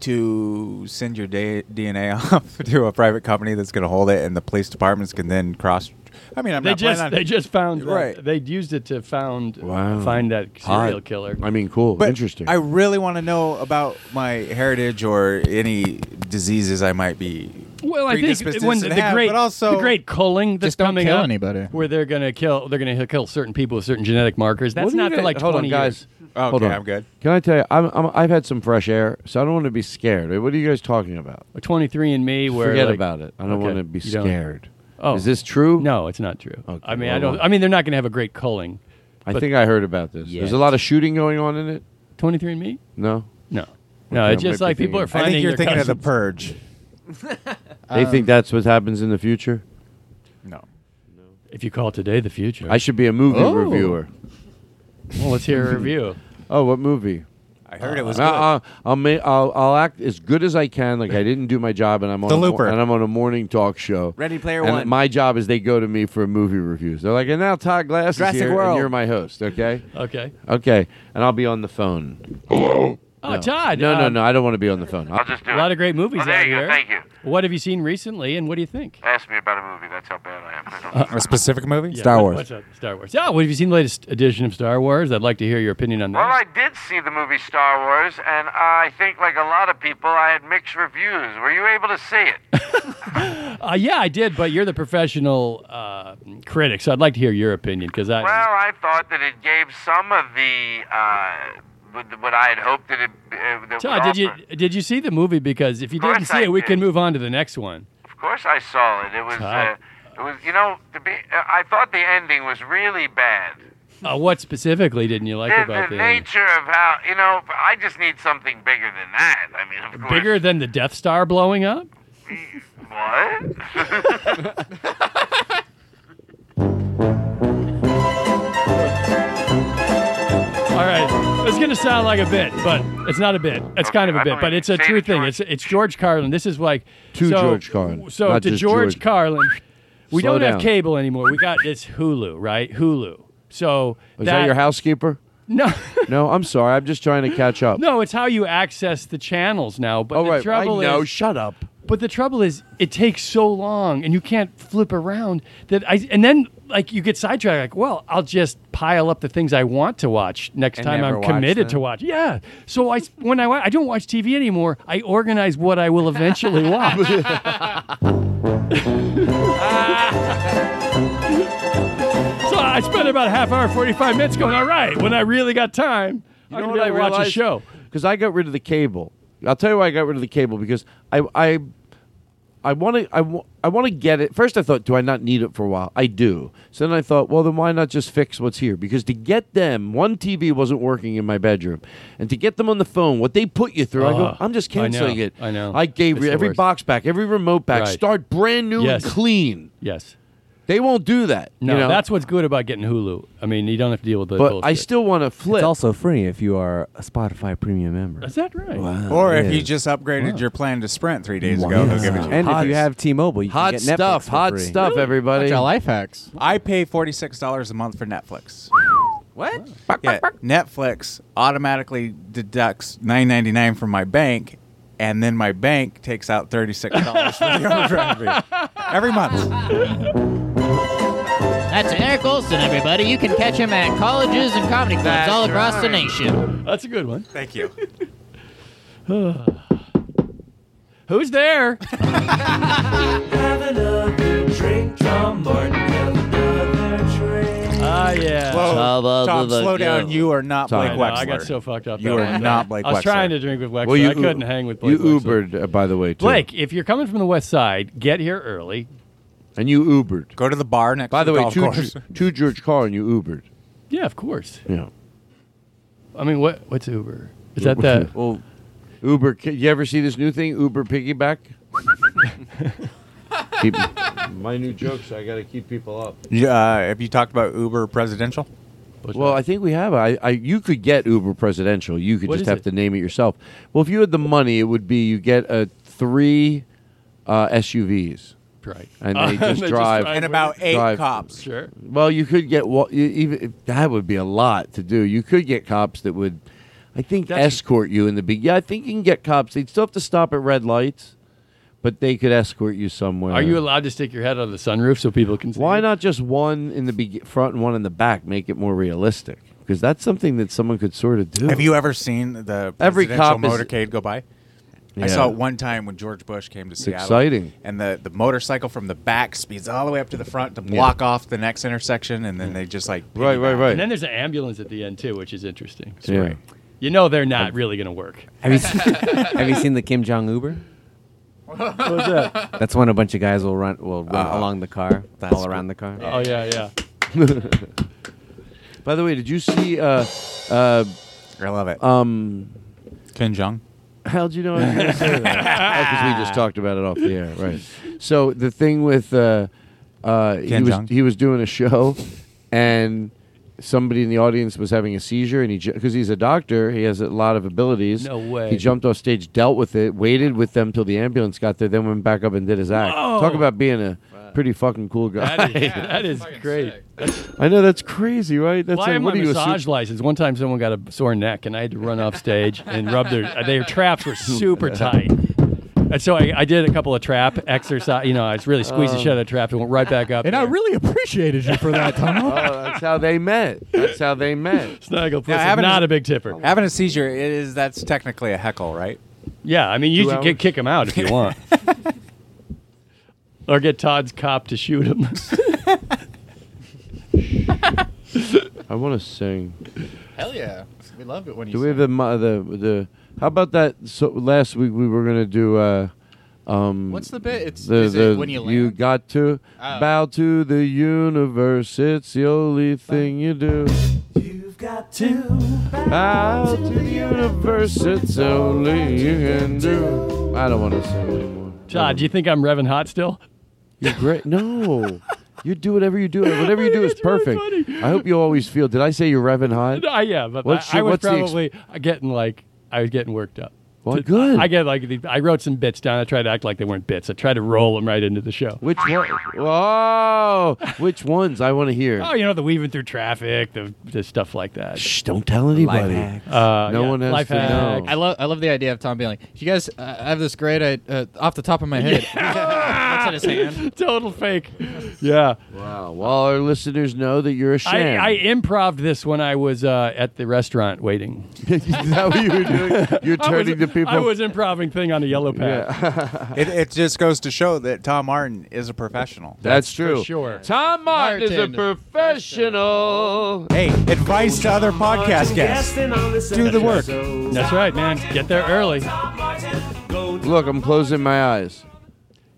Speaker 8: to send your da- DNA off to a private company that's going to hold it, and the police departments can then cross? I mean, I'm
Speaker 4: They
Speaker 8: not planning
Speaker 4: just
Speaker 8: on-
Speaker 4: they just found uh,
Speaker 8: Right.
Speaker 4: They used it to found uh,
Speaker 2: Wow.
Speaker 4: find that serial
Speaker 2: Hot.
Speaker 4: killer.
Speaker 2: I mean, cool.
Speaker 8: But
Speaker 2: Interesting.
Speaker 8: I really want to know about my heritage or any diseases I might be
Speaker 4: Well, I think
Speaker 8: Predisposition
Speaker 4: when the,
Speaker 8: to have,
Speaker 4: great,
Speaker 8: but also-
Speaker 4: the great culling that's
Speaker 8: Just don't
Speaker 4: coming
Speaker 8: kill
Speaker 4: up,
Speaker 8: anybody.
Speaker 4: where they're gonna kill, they're gonna kill certain people with certain genetic markers. That's
Speaker 2: What are
Speaker 4: not
Speaker 2: you
Speaker 4: for
Speaker 2: gonna-
Speaker 4: like
Speaker 2: hold
Speaker 4: twenty
Speaker 2: on, guys.
Speaker 4: years.
Speaker 2: Hold on. Can I tell you? I'm, I'm, I've had some fresh air, so I don't want to be scared. What are you guys talking about?
Speaker 4: Twenty three and Me, where
Speaker 2: Forget
Speaker 4: like-
Speaker 2: about it. I don't
Speaker 4: Okay,
Speaker 2: want to be
Speaker 4: you don't.
Speaker 2: scared.
Speaker 4: Oh,
Speaker 2: Is this true?
Speaker 4: No, it's not true.
Speaker 2: Okay,
Speaker 4: I mean,
Speaker 2: well,
Speaker 4: I don't. I mean, they're not gonna have a great culling.
Speaker 2: I
Speaker 4: but-
Speaker 2: think I heard about this. There's a
Speaker 4: Yet.
Speaker 2: lot of shooting going on in it.
Speaker 4: Twenty three and Me.
Speaker 2: No.
Speaker 4: No. No,
Speaker 2: Okay,
Speaker 4: it's
Speaker 2: I
Speaker 4: just
Speaker 2: might be
Speaker 4: like people
Speaker 2: thinking-
Speaker 4: are finding.
Speaker 8: you're
Speaker 4: their
Speaker 8: thinking of The
Speaker 4: cousins.
Speaker 8: Purge.
Speaker 2: They
Speaker 4: um,
Speaker 2: think that's what happens in the future.
Speaker 4: If you call today the future,
Speaker 2: I should be a movie
Speaker 4: Oh.
Speaker 2: reviewer.
Speaker 4: Well, let's hear a review.
Speaker 2: Oh, what movie?
Speaker 8: I heard it was
Speaker 2: Uh,
Speaker 8: good.
Speaker 2: I'll, I'll, ma- I'll, I'll act as good as I can, like I didn't do my job, and I'm on
Speaker 8: The
Speaker 2: a mor-
Speaker 8: Looper.
Speaker 2: and I'm on a morning talk show.
Speaker 8: Ready Player
Speaker 2: and
Speaker 8: One.
Speaker 2: My job is they go to me for movie reviews. They're like, and now Todd Glass
Speaker 8: Jurassic
Speaker 2: is here,
Speaker 8: World.
Speaker 2: and you're my host. Okay.
Speaker 4: Okay.
Speaker 2: Okay, and I'll be on the phone. Hello.
Speaker 4: Oh, Todd,
Speaker 2: No, no,
Speaker 4: um,
Speaker 2: no. I don't want to be on the phone. I'll just
Speaker 4: a lot of great movies
Speaker 11: Oh, there
Speaker 4: out
Speaker 11: you go.
Speaker 4: here.
Speaker 11: Thank you.
Speaker 4: What have you seen recently, and what do you think?
Speaker 11: Ask me about a movie. That's how bad I am. I don't
Speaker 8: a specific movie?
Speaker 4: Yeah,
Speaker 8: Star
Speaker 4: what-
Speaker 8: Wars.
Speaker 4: What's up? Star Wars. Yeah, what have you seen the latest edition of Star Wars? I'd like to hear your opinion on that.
Speaker 11: Well, I did see the movie Star Wars, and I think, like a lot of people, I had mixed reviews. Were you able to see it?
Speaker 4: Uh, yeah, I did, but you're the professional uh, critic, so I'd like to hear your opinion because I.
Speaker 11: Well, I thought that it gave some of the uh, what- what I had hoped that it. Uh, that
Speaker 4: Todd,
Speaker 11: would
Speaker 4: did you
Speaker 11: offer.
Speaker 4: did you see the movie? Because if you
Speaker 11: Of course
Speaker 4: didn't see
Speaker 11: I
Speaker 4: it, we
Speaker 11: did.
Speaker 4: can move on to the next one.
Speaker 11: Of course, I saw it. It was. Uh,
Speaker 4: Todd.
Speaker 11: it was. You know, to be. uh, I thought the ending was really bad.
Speaker 4: Uh, what specifically didn't you like
Speaker 11: the,
Speaker 4: about
Speaker 11: the
Speaker 4: the
Speaker 11: nature of how you know. I just need something bigger than that. I mean, of course.
Speaker 4: bigger than the Death Star blowing up?
Speaker 11: What?
Speaker 4: All right, it's gonna sound like a bit, but it's not a bit. It's kind of a bit, but it's a true thing. It's it's George Carlin. This is like
Speaker 2: To
Speaker 4: so-
Speaker 2: George Carlin,
Speaker 4: So
Speaker 2: not
Speaker 4: to
Speaker 2: just
Speaker 4: George,
Speaker 2: George.
Speaker 4: Carlin, we
Speaker 2: Slow
Speaker 4: don't
Speaker 2: down.
Speaker 4: have cable anymore. We got this Hulu, right? Hulu. So
Speaker 2: Is that your housekeeper?
Speaker 4: No.
Speaker 2: no, I'm sorry. I'm just trying to catch up.
Speaker 4: No, it's how you access the channels now. But
Speaker 2: Oh,
Speaker 4: the
Speaker 2: right. I
Speaker 4: trouble
Speaker 2: know.
Speaker 4: is,
Speaker 2: Shut up.
Speaker 4: But the trouble is, it takes so long, and you can't flip around that. I and then like you get sidetracked. Like, well, I'll just pile up the things I want to watch next
Speaker 8: And
Speaker 4: time.
Speaker 8: never
Speaker 4: I'm
Speaker 8: watch
Speaker 4: committed to
Speaker 8: them.
Speaker 4: watch. Yeah. So I s- when I wa- I don't watch TV anymore. I organize what I will eventually watch. So I spent about a half hour, forty five minutes going. All right, when I really got time, I'm gonna be able to watch a show.
Speaker 2: Because I got rid of the cable. I'll tell you why I got rid of the cable because I I I want to I, wa- I want to get it. First I thought do I not need it for a while? I do. So then I thought, well then why not just fix what's here? Because to get them, one TV wasn't working in my bedroom. And to get them on the phone, what they put you through, I
Speaker 4: Ugh,
Speaker 2: go, I'm just
Speaker 4: Uh-huh. I know,
Speaker 2: canceling it.
Speaker 4: I know.
Speaker 2: I gave
Speaker 4: It's the
Speaker 2: every
Speaker 4: worst.
Speaker 2: box back, every remote back,
Speaker 4: Right.
Speaker 2: start brand new
Speaker 4: Yes.
Speaker 2: and clean.
Speaker 4: Yes.
Speaker 2: They won't do that.
Speaker 4: No,
Speaker 2: you know?
Speaker 4: that's what's good about getting Hulu. I mean, you don't have to deal with the.
Speaker 2: But
Speaker 4: bullshit.
Speaker 2: I still want to flip.
Speaker 12: It's also free if you are a Spotify premium member.
Speaker 4: Is that right?
Speaker 8: Or if you just upgraded your plan to Sprint three days ago, they'll give it to you.
Speaker 12: and if you have T-Mobile, you
Speaker 8: hot
Speaker 12: can get Netflix
Speaker 8: stuff,
Speaker 12: for
Speaker 8: hot
Speaker 12: free.
Speaker 8: stuff, Really? everybody. Bunch of life
Speaker 7: hacks.
Speaker 8: I pay forty six dollars a month for Netflix. what? Yeah, Netflix automatically deducts nine ninety nine from my bank, and then my bank takes out thirty six dollars for the overdrive fee every month.
Speaker 13: That's Eric Olson, everybody. You can catch him at colleges and comedy clubs
Speaker 8: That's
Speaker 13: all across the
Speaker 8: right.
Speaker 13: nation.
Speaker 4: That's a good one.
Speaker 8: Thank you.
Speaker 4: Who's there?
Speaker 1: Have another drink, Tom Martin. Have another drink.
Speaker 4: Ah, yeah.
Speaker 8: Whoa, Tom, slow down. You are not
Speaker 2: Sorry.
Speaker 8: Blake
Speaker 2: I know,
Speaker 8: Wexler.
Speaker 2: I got
Speaker 4: so fucked up
Speaker 8: You
Speaker 4: that
Speaker 8: are
Speaker 4: one.
Speaker 8: not Blake
Speaker 4: I was
Speaker 8: Wexler.
Speaker 4: trying to drink with Wexler.
Speaker 2: Well, you
Speaker 4: I couldn't
Speaker 2: u-
Speaker 4: hang with Blake.
Speaker 2: You
Speaker 4: Wexler.
Speaker 2: Ubered, uh, by the way, too.
Speaker 4: Blake, if you're coming from the west side, get here early.
Speaker 2: And you Ubered.
Speaker 8: Go to the bar next.
Speaker 2: By
Speaker 4: to
Speaker 2: the
Speaker 4: the
Speaker 2: way,
Speaker 4: golf
Speaker 2: two,
Speaker 4: course.
Speaker 2: two George Carr and you Ubered.
Speaker 4: Yeah, of course.
Speaker 2: Yeah.
Speaker 4: I mean, what what's Uber? Is that that?
Speaker 2: Well, Uber. ki- You ever see this new thing, Uber piggyback? keep, my new jokes. I got to keep people up.
Speaker 8: Yeah, uh, have you talked about Uber Presidential?
Speaker 2: Well, I think we have. I, I you could get Uber Presidential. You could
Speaker 8: What
Speaker 2: just
Speaker 8: is
Speaker 2: have
Speaker 8: it?
Speaker 2: to name it yourself. Well, if you had the money, it would be you get a three uh, SUVs.
Speaker 4: Right.
Speaker 2: And
Speaker 8: Uh,
Speaker 2: they just drive
Speaker 8: and about eight
Speaker 2: drive-
Speaker 8: cops.
Speaker 4: Sure.
Speaker 2: Well, you could get wa- you- even that would be a lot to do. You could get cops that would, I think, escort you in the big. Yeah, I think you can get cops. They'd still have to stop at red lights, but they could escort you somewhere.
Speaker 4: Are you allowed to stick your head out of the sunroof so people can see?
Speaker 2: Why not just one in the be- front and one in the back? Make it more realistic because that's something that someone could sort of do.
Speaker 8: Have you ever seen the
Speaker 2: Every
Speaker 8: presidential
Speaker 2: cop is-
Speaker 8: motorcade go by? I
Speaker 2: Yeah.
Speaker 8: saw it one time when George Bush came to
Speaker 2: It's
Speaker 8: Seattle.
Speaker 2: exciting.
Speaker 8: And the, the motorcycle from the back speeds all the way up to the front to
Speaker 2: Yeah.
Speaker 8: block off the next intersection, and then they just like
Speaker 2: Right, right, right.
Speaker 4: And then there's an ambulance at the end too, which is interesting.
Speaker 2: Yeah.
Speaker 4: Right. You know they're not really going to work.
Speaker 12: Have you seen, have you seen the Kim Jong Uber?
Speaker 4: What was that?
Speaker 12: That's when a bunch of guys will run will run
Speaker 8: Uh,
Speaker 2: Oh.
Speaker 12: along the car,
Speaker 2: That's
Speaker 12: all around the car.
Speaker 4: Oh yeah, yeah.
Speaker 2: By the way, did you see? Uh, uh,
Speaker 8: I love it.
Speaker 2: Um,
Speaker 8: Kim Jong.
Speaker 2: How'd you know I was going to say that? Because we just talked about it off the air, right? So the thing with uh, uh, he
Speaker 8: Ken
Speaker 2: was
Speaker 8: Jeong.
Speaker 2: he was doing a show, and somebody in the audience was having a seizure, and he because he's a doctor, he has a lot of abilities.
Speaker 4: No way.
Speaker 2: He jumped off stage, dealt with it, waited with them till the ambulance got there, then went back up and did his act.
Speaker 4: Whoa.
Speaker 2: Talk about being a pretty fucking cool guy.
Speaker 4: That is, that is great.
Speaker 2: I know that's crazy, right? That's
Speaker 4: Why
Speaker 2: like,
Speaker 4: am
Speaker 2: what
Speaker 4: I
Speaker 2: are you, a
Speaker 4: massage
Speaker 2: suit-
Speaker 4: license? One time, someone got a sore neck, and I had to run off stage and rub their uh, their traps were super tight. And so I, I did a couple of trap exercise. You know, I was really squeezed the
Speaker 2: Oh.
Speaker 4: shit out of the trap and went right back up.
Speaker 7: And I
Speaker 4: there.
Speaker 7: really appreciated you for that, Tom.
Speaker 2: Oh, that's how they met. That's how they met.
Speaker 4: Snagglepuss
Speaker 8: Now,
Speaker 4: is
Speaker 8: having
Speaker 4: not a big tipper.
Speaker 8: Having a seizure it is that's technically a heckle, right?
Speaker 4: Yeah, I mean, you
Speaker 8: Two
Speaker 4: should get,
Speaker 8: hours?
Speaker 4: kick him out if you want, or get Todd's cop to shoot him.
Speaker 2: I want to sing.
Speaker 7: Hell yeah. We love it when
Speaker 2: Do we have the mo- the the? How about that? So last week we were gonna do. Uh, um,
Speaker 7: What's the bit? It's-
Speaker 2: the,
Speaker 7: is it
Speaker 2: the-
Speaker 7: when you land?
Speaker 2: got to
Speaker 7: Oh.
Speaker 2: bow to the universe. It's the only thing you do.
Speaker 1: You've got to
Speaker 2: Bow to the universe. It's only you can do. I don't want to sing anymore.
Speaker 4: Todd, do you think I'm revving hot still?
Speaker 2: You're great. No, you do whatever you do. Whatever you do is perfect. I hope you always feel. Did I say you're revving hot?
Speaker 4: I Uh, yeah, but
Speaker 2: What's
Speaker 4: I, I
Speaker 2: your-
Speaker 4: was
Speaker 2: what's the ex-
Speaker 4: probably getting like I was getting worked up.
Speaker 2: Well, good.
Speaker 4: I get like the, I wrote some bits down. I tried to act like they weren't bits. I tried to roll them right into the show.
Speaker 2: Which one? Oh, which ones? I want to hear.
Speaker 4: Oh, you know the weaving through traffic, the, the stuff like that.
Speaker 2: Shh, don't tell anybody.
Speaker 4: Uh,
Speaker 2: no
Speaker 4: yeah,
Speaker 2: one has
Speaker 4: life
Speaker 2: to
Speaker 4: hack.
Speaker 2: know.
Speaker 7: I love I love the idea of Tom being like, you guys, uh, I have this great I, uh, off the top of my head. Looks at his hand.
Speaker 4: Total fake. Yeah.
Speaker 2: Wow. Well, our listeners know that you're a
Speaker 4: I,
Speaker 2: sham.
Speaker 4: I improved this when I was uh, at the restaurant waiting.
Speaker 2: Is that what you were doing? You're
Speaker 4: I was-
Speaker 2: turning to people.
Speaker 4: I was improving thing on a yellow pad.
Speaker 8: it, it just goes to show that Tom Martin is a professional.
Speaker 2: That's true. Tom Martin, is
Speaker 8: Martin.
Speaker 2: a professional.
Speaker 8: Hey, advice to other podcast guests. Do the work.
Speaker 4: That's right, man. Get there early.
Speaker 2: Look, I'm closing my eyes.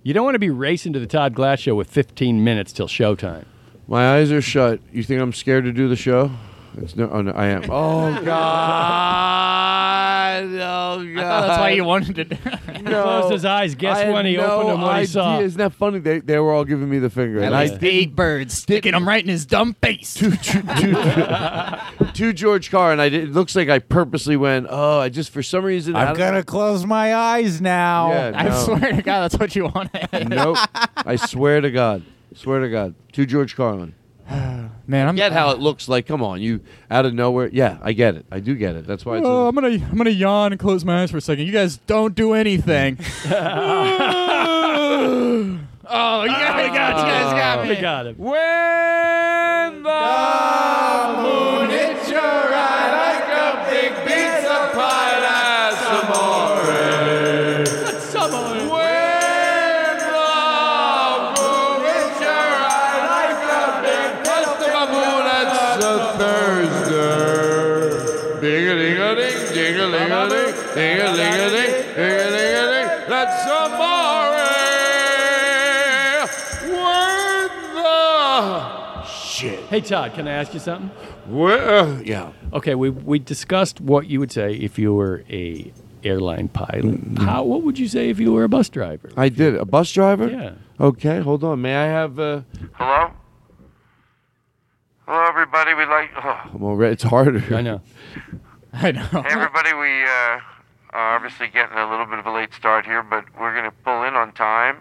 Speaker 4: You don't want to be racing to the Todd Glass show with 15 minutes till showtime.
Speaker 2: My eyes are shut. You think I'm scared to do the show? It's no, oh, no, I am. Oh God! Oh God!
Speaker 7: that's why you wanted to.
Speaker 4: He closed his eyes. Guess
Speaker 2: I had
Speaker 4: when he
Speaker 2: no
Speaker 4: opened them, what he
Speaker 2: idea.
Speaker 4: saw.
Speaker 2: Isn't that funny? They, they were all giving me the finger. and I
Speaker 7: least eight birds sticking them right in his dumb face.
Speaker 2: to George Carr, and I did, it looks like I purposely went. Oh, I just for some reason I
Speaker 8: I'm
Speaker 2: don't-
Speaker 8: gonna close my eyes now.
Speaker 2: Yeah, I no. swear
Speaker 7: to God, that's what you wanted.
Speaker 2: nope. I swear to God, swear to God, to George Carlin.
Speaker 7: Man, I'm-
Speaker 2: get how it looks like. Come on, you out of nowhere. Yeah, I get it. I do get it. That's why it's.
Speaker 7: Oh, I'm gonna I'm gonna yawn and close my eyes for a second. You guys don't do anything. oh,
Speaker 5: Oh, yeah, we got you guys got me.
Speaker 4: We got him.
Speaker 2: When the
Speaker 5: moon hits your eye like a big pizza pie, that's amore. That's amore. When the moon hits your eye like a big pizza pie, that's
Speaker 2: a Thursday. Ding-a-ding-a-ding, ding-a-ling-a-ding, ding-a-ling-a-ding, ding-a-ling-a-ding. That's amore. When the shit.
Speaker 4: Hey, Todd, can I ask you something?
Speaker 2: Well, yeah.
Speaker 4: Okay, we, we discussed what you would say if you were a airline pilot.
Speaker 2: Mm-hmm.
Speaker 4: How what would you say if you were a bus driver?
Speaker 2: I did. A bus driver?
Speaker 4: Yeah.
Speaker 2: Okay, hold on. May I have uh
Speaker 11: Hello? Hello, everybody. We'd like. oh.
Speaker 2: I'm already, it's harder. I
Speaker 4: know.
Speaker 7: I know.
Speaker 11: Hey, everybody. We uh, are obviously getting a little bit of a late start here, but we're going to pull in on time.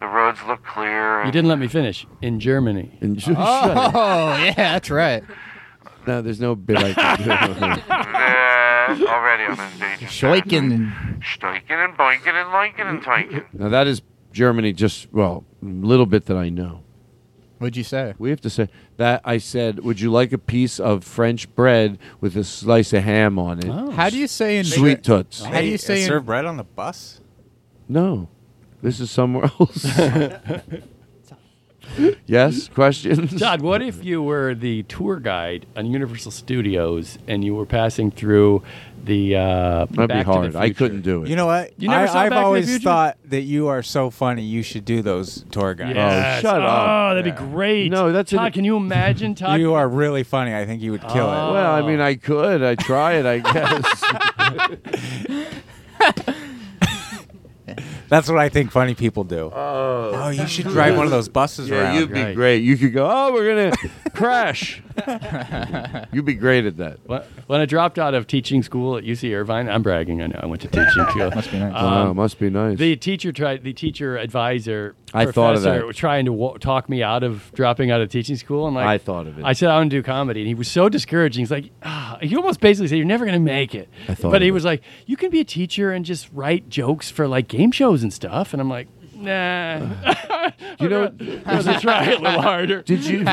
Speaker 11: The roads look clear.
Speaker 4: You
Speaker 11: And
Speaker 4: didn't let me finish. In Germany.
Speaker 2: In
Speaker 7: Oh, yeah, that's right.
Speaker 2: No, there's no bit I can do.
Speaker 11: uh, already I'm in danger.
Speaker 7: Schweiken.
Speaker 11: Stoiken and boinkin and linkin and toinkin.
Speaker 2: now that is Germany just well, little bit that I know.
Speaker 7: What'd you say?
Speaker 2: We have to say that I said, "Would you like a piece of French bread with a slice of ham on it?"
Speaker 4: Oh.
Speaker 7: How do you say in
Speaker 2: sweet toots?
Speaker 7: How do you say in
Speaker 8: serve bread on the bus?
Speaker 2: No, this is somewhere else. yes, questions.
Speaker 4: Todd, what if you were the tour guide on Universal Studios and you were passing through the? Uh,
Speaker 2: That'd be
Speaker 4: Back to the
Speaker 2: hard. I
Speaker 4: Future?
Speaker 2: couldn't do it.
Speaker 8: You know what?
Speaker 4: You never
Speaker 8: I,
Speaker 4: saw
Speaker 8: I've
Speaker 4: Back to the
Speaker 8: always
Speaker 4: Future?
Speaker 8: thought that you are so funny. You should do those tour guides.
Speaker 4: Yes.
Speaker 2: shut
Speaker 4: oh,
Speaker 2: up.
Speaker 4: that'd be great.
Speaker 2: No, that's an-
Speaker 4: Todd. Can you imagine, Todd? Oh.
Speaker 8: You are really funny. I think you would kill it.
Speaker 2: Well, I mean, I could. I try it. I guess.
Speaker 8: That's what I think funny people do.
Speaker 2: Oh,
Speaker 8: you should drive one of those buses
Speaker 2: yeah,
Speaker 8: around.
Speaker 2: You'd be great. You could go. Oh, we're gonna crash. You'd be great at that.
Speaker 4: Wh- When I dropped out of teaching school at UC Irvine, I'm bragging. I know I went to teaching school.
Speaker 2: Must
Speaker 4: be nice.
Speaker 2: wow, must be nice.
Speaker 4: The teacher tried. The teacher advisor.
Speaker 2: I thought of
Speaker 4: professor
Speaker 2: that.
Speaker 4: was trying to wa- talk me out of dropping out of teaching school, and like
Speaker 2: I thought of it.
Speaker 4: I said I want to do comedy, and he was so discouraging. He's like, ah, he almost basically said you're never going to make it.
Speaker 2: I thought
Speaker 4: but he
Speaker 2: of it.
Speaker 4: was like, you can be a teacher and just write jokes for like game shows and stuff. And I'm like, nah. you know, rather try it a little harder.
Speaker 2: Did you?
Speaker 8: I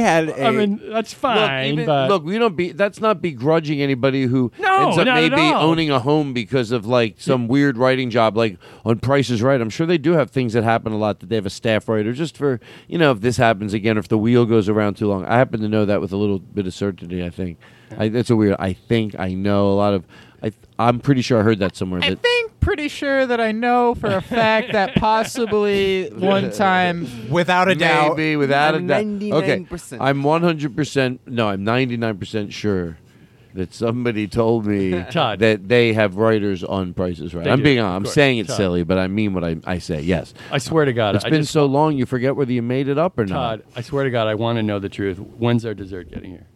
Speaker 8: had.
Speaker 4: I mean, that's fine,
Speaker 2: Look, even-
Speaker 4: but-
Speaker 2: look, we don't be. That's not begrudging anybody who
Speaker 4: No,
Speaker 2: ends up
Speaker 4: not at
Speaker 2: maybe
Speaker 4: all.
Speaker 2: owning a home because of like some weird writing job, like on Price is Right. I'm sure they do have things that happen a lot that they have a staff writer just for you know if this happens again, if the wheel goes around too long. I happen to know that with a little bit of certainty. I think I, that's a weird. I think I know a lot of. I I'm pretty sure I heard that somewhere. that,
Speaker 14: Pretty sure that I know for a fact that possibly one time,
Speaker 8: without
Speaker 14: a doubt,
Speaker 2: Maybe without
Speaker 14: I'm
Speaker 2: a doubt.
Speaker 14: 99%.
Speaker 2: Okay, I'm 100. percent No, I'm 99 percent sure that somebody told me
Speaker 4: Todd.
Speaker 2: that they have writers on prices right.
Speaker 4: They
Speaker 2: I'm
Speaker 4: do,
Speaker 2: being
Speaker 4: of
Speaker 2: honest. I'm
Speaker 4: course.
Speaker 2: saying it's
Speaker 4: Todd.
Speaker 2: silly, but I mean what I, I say. Yes,
Speaker 4: I swear to God,
Speaker 2: it's
Speaker 4: I
Speaker 2: been
Speaker 4: just-
Speaker 2: so long you forget whether you made it up or not.
Speaker 4: Todd, I swear to God, I want to know the truth. When's our dessert getting here?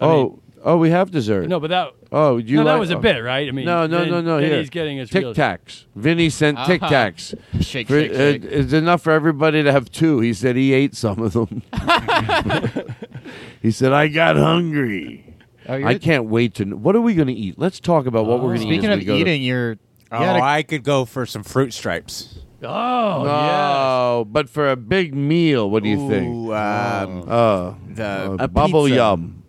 Speaker 2: oh, oh, we have dessert.
Speaker 4: No, but that-
Speaker 2: Oh, you
Speaker 4: No, that
Speaker 2: like-
Speaker 4: was a
Speaker 2: oh.
Speaker 4: bit, right? I mean,
Speaker 2: no, no,
Speaker 4: Vin-
Speaker 2: no, no. Here,
Speaker 4: Vinny's getting his real-
Speaker 2: Tic Tacs. Vinny sent
Speaker 5: Ah,
Speaker 4: Uh-huh.
Speaker 2: Tic Tacs.
Speaker 4: Shake,
Speaker 2: For-
Speaker 4: shake, shake.
Speaker 2: uh, It's enough for everybody to have two. He said he ate some of them. he said I got hungry.
Speaker 7: Oh, you're-
Speaker 2: I can't wait to. What are we going to eat? Let's talk about what we're going to eat.
Speaker 7: Speaking
Speaker 2: as
Speaker 7: of
Speaker 2: we go to-
Speaker 7: eating, you're.
Speaker 8: Oh,
Speaker 2: Yeah, to-
Speaker 8: I could go for some fruit stripes.
Speaker 4: Oh,
Speaker 2: no, but for a big meal, what do you think?
Speaker 8: Ooh, um,
Speaker 2: oh,
Speaker 8: the-
Speaker 2: uh,
Speaker 8: a
Speaker 2: bubble
Speaker 8: pizza.
Speaker 2: yum,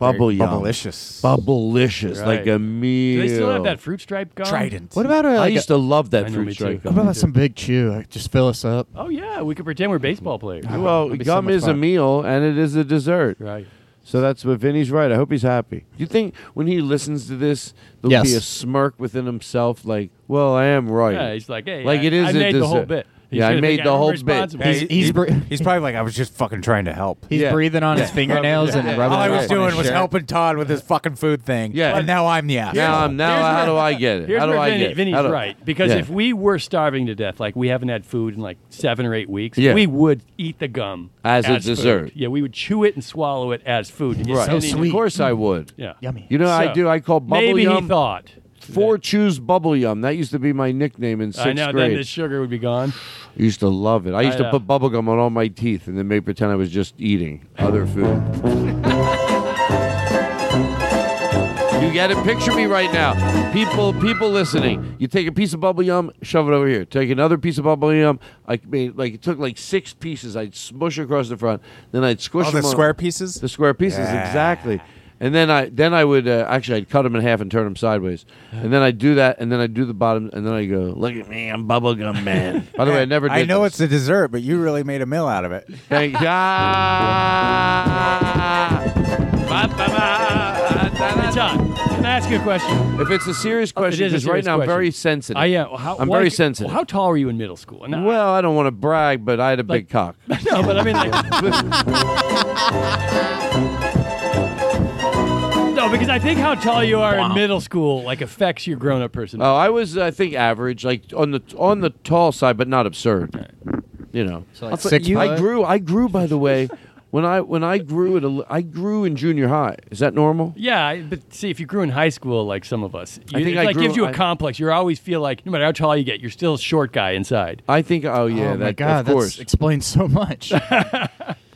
Speaker 2: bubble
Speaker 8: Very
Speaker 2: yum,
Speaker 8: bubblicious.
Speaker 2: bubblicious, like a meal. uh,
Speaker 4: Do they still have that fruit stripe gone? Trident.
Speaker 7: What about a,
Speaker 2: I
Speaker 7: like
Speaker 2: used
Speaker 7: a,
Speaker 2: to love
Speaker 4: I
Speaker 2: that
Speaker 4: know,
Speaker 2: fruit
Speaker 4: me
Speaker 2: strike.
Speaker 4: too.
Speaker 7: What about some big chew? Like, Just fill us up.
Speaker 4: Oh yeah, we could pretend we're baseball players.
Speaker 2: Oh, Well,
Speaker 4: That'd be so
Speaker 2: gum
Speaker 4: much
Speaker 2: is a
Speaker 4: fun.
Speaker 2: meal and it is a dessert.
Speaker 4: Right.
Speaker 2: So that's what Vinny's right. I hope he's happy. You think when he listens to this, there'll
Speaker 7: Yes.
Speaker 2: be a smirk within himself, like, "Well, I am right."
Speaker 4: Yeah, he's like, "Hey,
Speaker 2: like
Speaker 4: I-
Speaker 2: it is
Speaker 4: I
Speaker 2: a
Speaker 4: made the whole
Speaker 2: dessert."
Speaker 4: bit." He's
Speaker 2: yeah, I
Speaker 4: gonna
Speaker 2: made
Speaker 4: think
Speaker 2: the
Speaker 4: I'm
Speaker 2: whole bit.
Speaker 4: responsible. He's-
Speaker 8: He-
Speaker 4: he's
Speaker 8: he-
Speaker 4: br-
Speaker 8: he's probably like, I was just fucking trying to help.
Speaker 7: He's
Speaker 2: Yeah.
Speaker 7: breathing on his
Speaker 2: Yeah.
Speaker 7: fingernails and
Speaker 2: Yeah.
Speaker 7: rubbing.
Speaker 8: All I
Speaker 7: it
Speaker 8: was
Speaker 7: off on
Speaker 8: doing
Speaker 7: his
Speaker 8: was
Speaker 7: shirt.
Speaker 8: helping Todd with his fucking food thing.
Speaker 2: Yeah.
Speaker 8: And now I'm the ass.
Speaker 2: Now, I'm, now, how do I get it?
Speaker 4: Here's
Speaker 2: how do
Speaker 4: where
Speaker 2: I
Speaker 4: Vinny,
Speaker 2: get it?
Speaker 4: Vinny's
Speaker 2: How do-
Speaker 4: right because
Speaker 2: Yeah.
Speaker 4: if we were starving to death, like we haven't had food in like seven or eight weeks,
Speaker 2: Yeah.
Speaker 4: we would eat the gum
Speaker 2: As a
Speaker 4: food.
Speaker 2: dessert.
Speaker 4: Yeah, we would chew it and swallow it as food. It's
Speaker 2: Right.
Speaker 4: neat.
Speaker 2: Of course I would.
Speaker 4: Mm-hmm. Yeah.
Speaker 2: Yummy. You know what I
Speaker 4: So,
Speaker 2: do? I call bubble
Speaker 4: maybe he
Speaker 2: yum.
Speaker 4: thought
Speaker 2: Four chews bubble yum. That used to be my nickname in sixth
Speaker 4: I know
Speaker 2: grade.
Speaker 4: then the sugar would be gone.
Speaker 2: I used to love it. I used
Speaker 4: I uh,
Speaker 2: to
Speaker 4: know.
Speaker 2: put bubble gum on all my teeth and then make pretend I was just eating other food. you got to picture me right now. People people listening. You take a piece of bubble yum, shove it over here. Take another piece of bubble yum. I made like it took like six pieces. I'd smush across the front, then I'd squish
Speaker 8: Oh, the
Speaker 2: them on-
Speaker 8: square pieces?
Speaker 2: The square pieces
Speaker 8: Yeah.
Speaker 2: exactly. And then I then I would uh, actually I'd cut them in half and turn them sideways, and then I'd do that, and then I'd do the bottom, and then I go look at me, I'm bubblegum man. By the way, I never. Did
Speaker 8: I know
Speaker 2: this.
Speaker 8: it's a dessert, but you really made a meal out of it.
Speaker 2: Thank Ah.
Speaker 4: Hey, Todd, can I ask you a question? Oh,
Speaker 2: If it's a serious question,
Speaker 4: It is a
Speaker 2: because right
Speaker 4: serious
Speaker 2: now I'm
Speaker 4: question.
Speaker 2: very sensitive.
Speaker 4: I am. Well, how-
Speaker 2: I'm
Speaker 4: why
Speaker 2: very
Speaker 4: c-
Speaker 2: sensitive.
Speaker 4: How tall were you in middle school? No,
Speaker 2: well, I don't want to brag, but I had a big cock.
Speaker 4: no, but I mean, like, no, because I think how tall you are in middle school like affects your grown-up person.
Speaker 2: Oh, I was, I think, average, like on the on the tall side, but not absurd. You know,
Speaker 7: So, like, six
Speaker 2: you- I
Speaker 7: foot?
Speaker 2: grew. I grew. By the way, when I when I grew at a, I grew in junior high. Is that normal?
Speaker 4: Yeah, I- but see, if you grew in high school like some of us,
Speaker 2: I
Speaker 4: you-
Speaker 2: think
Speaker 4: it
Speaker 2: I
Speaker 4: like
Speaker 2: grew-
Speaker 4: gives you a
Speaker 2: I-
Speaker 4: complex. You always feel like no matter how tall you get, you're still a short guy inside.
Speaker 2: I think. Oh yeah,
Speaker 7: oh
Speaker 2: that,
Speaker 7: my god,
Speaker 2: of course.
Speaker 7: that explains so much.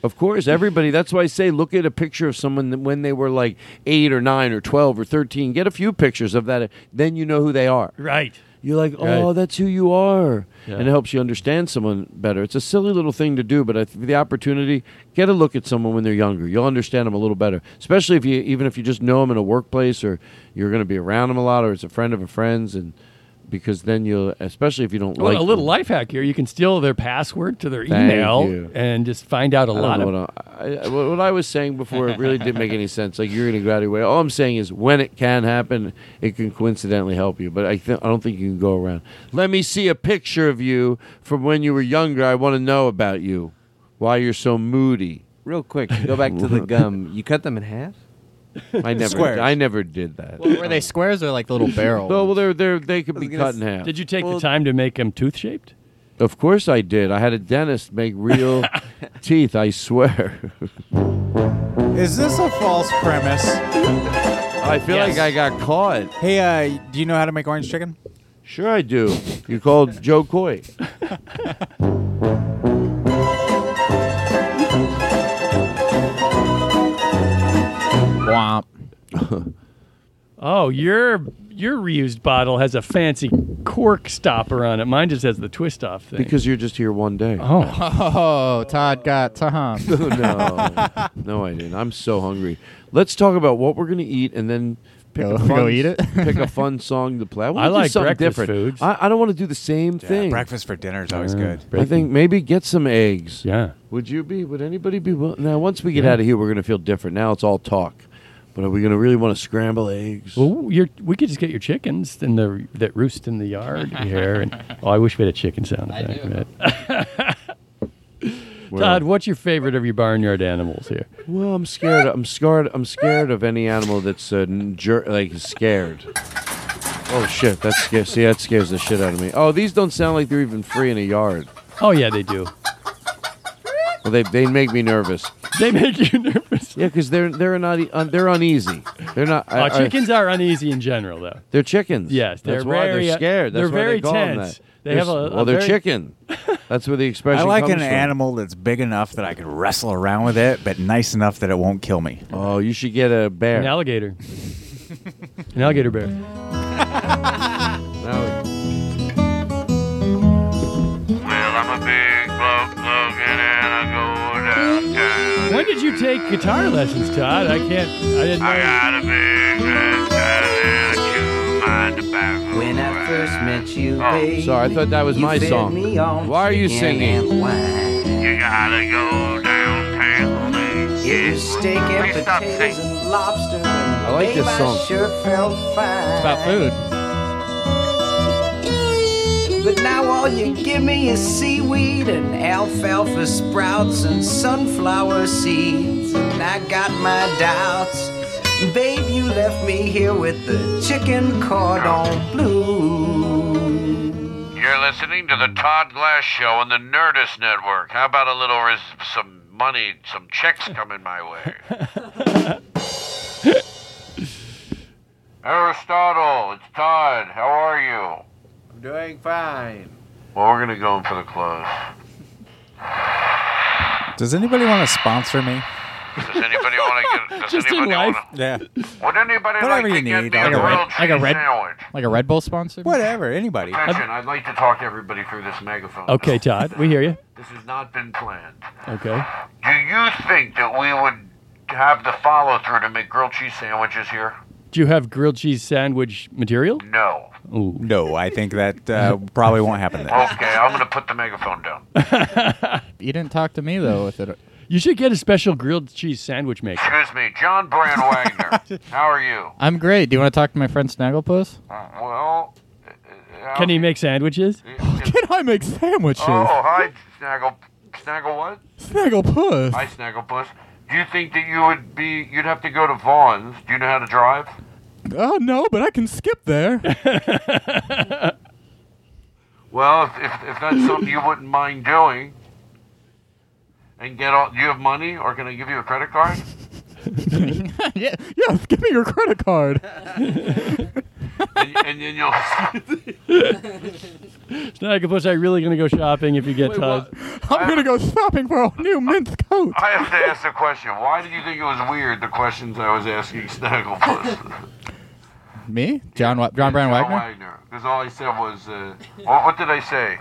Speaker 2: Of course, everybody. That's why I say look at a picture of someone that when they were like eight or nine or twelve or thirteen. Get a few pictures of that. Then you know who they are.
Speaker 4: Right.
Speaker 2: You're like,
Speaker 4: Right.
Speaker 2: oh, that's who you are,
Speaker 4: Yeah.
Speaker 2: and it helps you understand someone better. It's a silly little thing to do, but I th- the opportunity, get a look at someone when they're younger. You'll understand them a little better, especially if you even if you just know them in a workplace or you're going to be around them a lot, or it's a friend of a friend's, and because then you'll, especially if you don't
Speaker 4: Well,
Speaker 2: like
Speaker 4: a little life hack here. You can steal their password to their
Speaker 2: Thank
Speaker 4: email
Speaker 2: you.
Speaker 4: and just find out a
Speaker 2: I don't
Speaker 4: lot
Speaker 2: know
Speaker 4: of.
Speaker 2: what, I, I- what I was saying before it really didn't make any sense. Like you're going to graduate. All I'm saying is when it can happen, it can coincidentally help you. But I th- I don't think you can go around. Let me see a picture of you from when you were younger. I want to know about you. Why you're so moody?
Speaker 12: Real quick, to go back to the gum. You cut them in half.
Speaker 2: I never.
Speaker 12: Squares.
Speaker 2: I never did that.
Speaker 7: Well, were they squares or like the little barrel?
Speaker 2: No, well, they're, they're, they could be cut in half.
Speaker 4: Did you take the time to make them tooth shaped?
Speaker 2: Of course I did. I had a dentist make real teeth. I swear.
Speaker 8: Is this a false premise? I
Speaker 2: feel Yes. like I got caught.
Speaker 8: Hey, uh, do you know how to make orange chicken?
Speaker 2: Sure, I do. You called Joe Coy.
Speaker 7: Womp.
Speaker 4: Oh, your your reused bottle has a fancy cork stopper on it. Mine just has the twist off thing.
Speaker 2: Because you're just here one day.
Speaker 7: Oh, Todd got Tom.
Speaker 2: Oh, no, no, I didn't. I'm so hungry. Let's talk about what we're gonna eat and then pick
Speaker 7: Go-
Speaker 2: a fun,
Speaker 7: go eat it?
Speaker 2: pick a fun song to play. I, wanna
Speaker 4: I
Speaker 2: do
Speaker 4: like
Speaker 2: something
Speaker 4: breakfast
Speaker 2: different.
Speaker 4: foods.
Speaker 2: I, I don't want to do the same thing. Uh,
Speaker 8: breakfast for dinner is always good.
Speaker 2: I think maybe get some eggs.
Speaker 4: Yeah.
Speaker 2: Would you be? Would anybody be? Will- now, once we get
Speaker 4: Yeah.
Speaker 2: out of here, we're gonna feel different. Now it's all talk. But are we gonna really want to scramble eggs?
Speaker 4: Well, you're, we could just get your chickens in the that roost in the yard here. And, oh, I wish we had a chicken sound
Speaker 5: I
Speaker 4: effect. Uh,
Speaker 5: do.
Speaker 4: but- Todd, what's your favorite of your barnyard animals here?
Speaker 2: Well, I'm scared. I'm scared. I'm scared of any animal that's uh, n- jer- like scared. Oh shit! That scares. See, that scares the shit out of me. Oh, these don't sound like they're even free in a yard.
Speaker 4: Oh yeah, they do.
Speaker 2: Well, they they make me nervous.
Speaker 4: They make you nervous.
Speaker 2: Yeah, because they're they're not e- un, they're uneasy. They're not. I-
Speaker 4: Uh,
Speaker 2: I-
Speaker 4: chickens are uneasy in general, though.
Speaker 2: they're chickens.
Speaker 4: Yes, they're
Speaker 2: that's why
Speaker 4: very,
Speaker 2: they're
Speaker 4: uh,
Speaker 2: scared. That's
Speaker 4: they're
Speaker 2: why
Speaker 4: very
Speaker 2: they call them
Speaker 4: tense.
Speaker 2: that.
Speaker 4: They
Speaker 2: They're
Speaker 4: have
Speaker 2: s-
Speaker 4: a- a
Speaker 2: well, they're
Speaker 4: very-
Speaker 2: chicken. That's where the expression.
Speaker 8: I like an
Speaker 2: comes from.
Speaker 8: animal that's big enough that I can wrestle around with it, but nice enough that it won't kill me.
Speaker 2: Oh, you should get a bear.
Speaker 4: An alligator. An alligator bear.
Speaker 11: Well, I'm a big buck looking and I go downtown.
Speaker 4: When did you take guitar lessons, Todd? I can't. I didn't know.
Speaker 11: I got a big red tongue and I chew my tobacco. When I first met you,
Speaker 2: Oh, sorry, I thought that was my song. Why are you singing?
Speaker 11: You gotta go downtown and get steak and potatoes and lobster. I
Speaker 2: like this song.
Speaker 11: Sure felt fine. It's about
Speaker 7: food.
Speaker 11: But now all you give me is seaweed and alfalfa sprouts and sunflower seeds. And I got my doubts. Babe, you left me here with the chicken cordon bleu. You're listening to the Todd Glass Show on the Nerdist Network. How about a little res- some money, some checks coming my way? Aristotle, it's Todd. How are you?
Speaker 12: I'm doing fine.
Speaker 11: Well, we're gonna go in for the close.
Speaker 8: Does anybody want to sponsor me?
Speaker 11: Does anybody want to get? Does
Speaker 8: Just in
Speaker 11: anybody
Speaker 8: life.
Speaker 11: want to?
Speaker 8: Yeah.
Speaker 11: Would anybody
Speaker 8: Whatever
Speaker 11: like
Speaker 8: you
Speaker 11: to get
Speaker 8: need,
Speaker 11: me
Speaker 8: I'll
Speaker 11: a
Speaker 8: do it.
Speaker 11: grilled
Speaker 8: Like a
Speaker 11: cheese
Speaker 8: Red-
Speaker 11: sandwich?
Speaker 7: Like a Red Bull sponsor?
Speaker 8: Whatever, anybody.
Speaker 11: Attention! I'd like to talk to everybody through this megaphone.
Speaker 4: Okay, Todd, we hear you.
Speaker 11: This has not been planned.
Speaker 4: Okay.
Speaker 11: Do you think that we would have the follow through to make grilled cheese sandwiches here?
Speaker 4: Do you have grilled cheese sandwich material?
Speaker 11: No.
Speaker 4: Ooh.
Speaker 8: No, I think that uh, probably won't happen then.
Speaker 11: Okay, I'm gonna put the megaphone down.
Speaker 7: You didn't talk to me though with it.
Speaker 4: You should get a special grilled cheese sandwich maker.
Speaker 11: Excuse me, John Brand Wagner. How are you? Uh,
Speaker 7: I'm great. Do you want to talk to my friend Snagglepuss?
Speaker 11: Well, uh,
Speaker 4: Can he make sandwiches?
Speaker 7: Can I make sandwiches?
Speaker 11: oh hi, Snaggle. Snaggle what?
Speaker 7: Snagglepuss.
Speaker 11: Hi, Snagglepuss. Do you think that you would be? You'd have to go to Vaughn's. Do you know how to drive?
Speaker 7: Oh no, but I can skip there.
Speaker 11: Well, if, if, if that's something you wouldn't mind doing, and get all, do you have money, or can I give you a credit card?
Speaker 7: yeah, yes. Give me your credit card.
Speaker 11: and, and then you'll.
Speaker 4: Snagglepuss, I really gonna go shopping if you get Todd.
Speaker 7: I'm gonna go shopping for a new mince coat.
Speaker 11: I have to ask the question. Why did you think it was weird the questions I was asking Snagglepuss?
Speaker 7: Me? John Wa- John Brown
Speaker 15: John
Speaker 7: Wagner?
Speaker 15: Wagner. Because all he said was, uh, what, what did I say?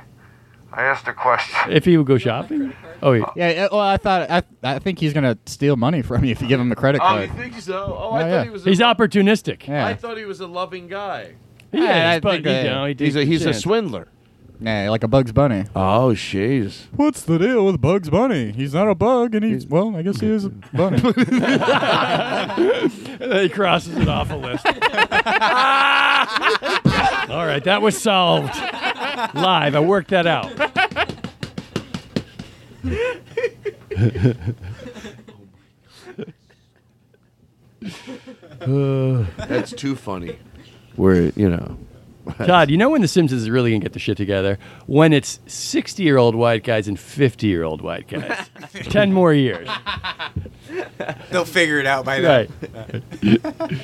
Speaker 15: I asked a question.
Speaker 4: If he would go shopping? Oh, yeah.
Speaker 7: Yeah. uh, Well, I thought I I think he's gonna steal money from you if you give him a credit
Speaker 15: Oh, you
Speaker 7: card.
Speaker 15: think so? Oh, I
Speaker 7: Oh,
Speaker 15: thought
Speaker 7: yeah.
Speaker 15: he was.
Speaker 7: He's
Speaker 15: a,
Speaker 7: opportunistic. Yeah.
Speaker 15: I thought he was a loving guy.
Speaker 7: Yeah,
Speaker 4: is, but, you know, he
Speaker 2: he's a
Speaker 4: did-
Speaker 2: he's a
Speaker 4: yeah.
Speaker 2: swindler.
Speaker 7: Nah, like a Bugs Bunny.
Speaker 2: Oh, jeez.
Speaker 7: What's the deal with Bugs Bunny? He's not a bug, and he's well, I guess he is a bunny.
Speaker 4: he crosses it off a list. All right, that was solved. Live, I worked that out.
Speaker 2: That's too funny. Where you know.
Speaker 4: Todd, you know when The Simpsons is really gonna get the shit together? When it's sixty-year-old white guys and fifty-year-old white guys. Ten more years.
Speaker 8: They'll figure it out by
Speaker 4: Right.
Speaker 8: then.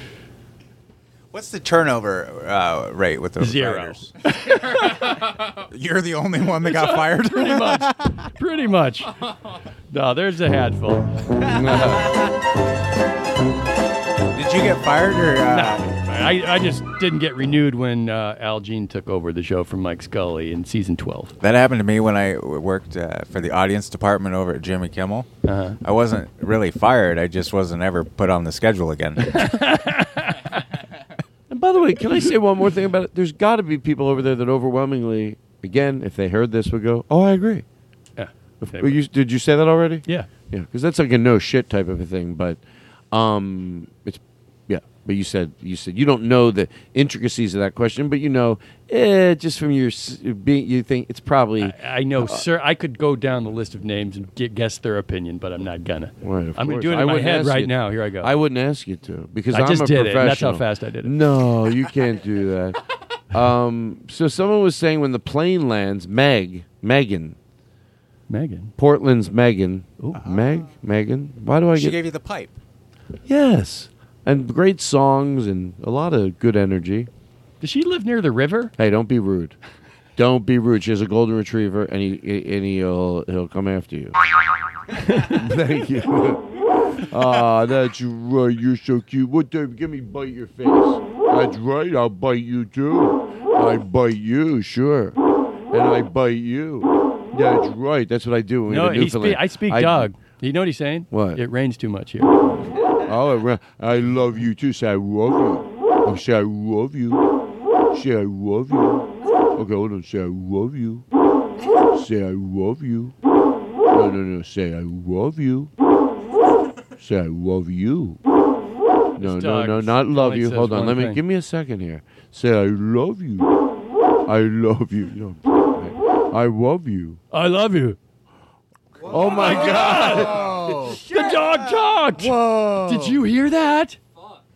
Speaker 8: What's the turnover uh, rate with those
Speaker 4: Zero.
Speaker 8: writers? You're the only one that got fired.
Speaker 4: Pretty much. Pretty much. No, there's a handful.
Speaker 8: Did you get fired or? Uh...
Speaker 4: I, I just didn't get renewed when uh, Al Jean took over the show from Mike Scully in season 12.
Speaker 8: That happened to me when I w- worked uh, for the audience department over at Jimmy Kimmel.
Speaker 4: Uh-huh.
Speaker 8: I wasn't really fired. I just wasn't ever put on the schedule again.
Speaker 2: And by the way, can I say one more thing about it? There's got to be people over there that overwhelmingly, again, if they heard this, would go, "Oh, I agree."
Speaker 4: Yeah.
Speaker 2: If- well, you- did you say that already?
Speaker 4: Yeah.
Speaker 2: Yeah, because that's like a no shit type of a thing. But, um, it's yeah. But you said you said you don't know the intricacies of that question, but you know, eh, just from your s- being, you think it's probably. uh,
Speaker 4: I know, sir. I could go down the list of names and get, guess their opinion, but I'm not gonna.
Speaker 2: Right, of
Speaker 4: I'm gonna
Speaker 2: course.
Speaker 4: do it in
Speaker 2: I
Speaker 4: my
Speaker 2: wouldn't
Speaker 4: head
Speaker 2: ask
Speaker 4: right
Speaker 2: you-
Speaker 4: now. Here I go.
Speaker 2: I wouldn't ask you to because
Speaker 4: I
Speaker 2: am
Speaker 4: just
Speaker 2: a
Speaker 4: did it,
Speaker 2: professional.
Speaker 4: and that's how fast I did it.
Speaker 2: No, you can't do that. um, so someone was saying when the plane lands, Meg, Megan,
Speaker 4: Megan,
Speaker 2: Portland's Megan, Meg, Megan. Why do I
Speaker 8: Uh-huh. she
Speaker 2: get?
Speaker 8: gave you the pipe.
Speaker 2: yes, and great songs and a lot of good energy.
Speaker 4: Does she live near the river?
Speaker 2: Hey, don't be rude. Don't be rude. She has a golden retriever, and he and he'll he'll come after you. Thank you. Ah, that's right. You're so cute. What the? Give me bite your face. That's right. I'll bite you too. I bite you, sure, and I bite you. That's right. That's what I do. When we
Speaker 4: No,
Speaker 2: go to
Speaker 4: he spe-
Speaker 2: Newfoundland.
Speaker 4: I speak dog. You know what he's saying?
Speaker 2: What?
Speaker 4: It rains too much here.
Speaker 2: Oh, I re- I love you too. Say I love you. Oh, say I love you. Say I love you. Okay, hold on. Say I love you. Say I love you. No, no, no. Say I love you. Say I love you. No,
Speaker 5: This
Speaker 2: no,
Speaker 5: dog
Speaker 2: no. Not love
Speaker 5: only
Speaker 2: you.
Speaker 5: says
Speaker 2: Hold on.
Speaker 5: one
Speaker 2: Let me
Speaker 5: thing.
Speaker 2: give me a second here. Say I love you. I love you. You know, I love you.
Speaker 4: I love you.
Speaker 2: Oh my God!
Speaker 4: The dog talked.
Speaker 7: Whoa!
Speaker 4: Did you hear that?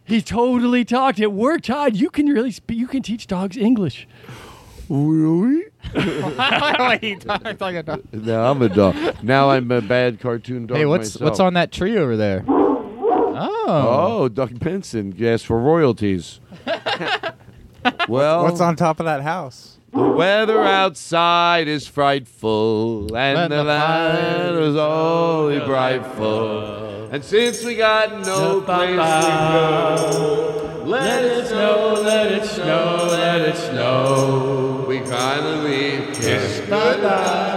Speaker 4: He totally talked. It worked, Todd. You can really spe- you can teach dogs English.
Speaker 2: Really? Now I'm a dog. Now I'm a bad cartoon dog.
Speaker 7: Hey, what's
Speaker 2: myself.
Speaker 7: what's on that tree over there? Oh,
Speaker 2: Oh, Doug Benson asked for royalties.
Speaker 4: Oh.
Speaker 2: well,
Speaker 8: What's on top of that house?
Speaker 2: The weather outside is frightful,
Speaker 8: Let
Speaker 2: and the
Speaker 8: the
Speaker 2: land is only frightful. And since we got no place to go, let it snow, let it snow, let it snow. We finally kissed goodbye.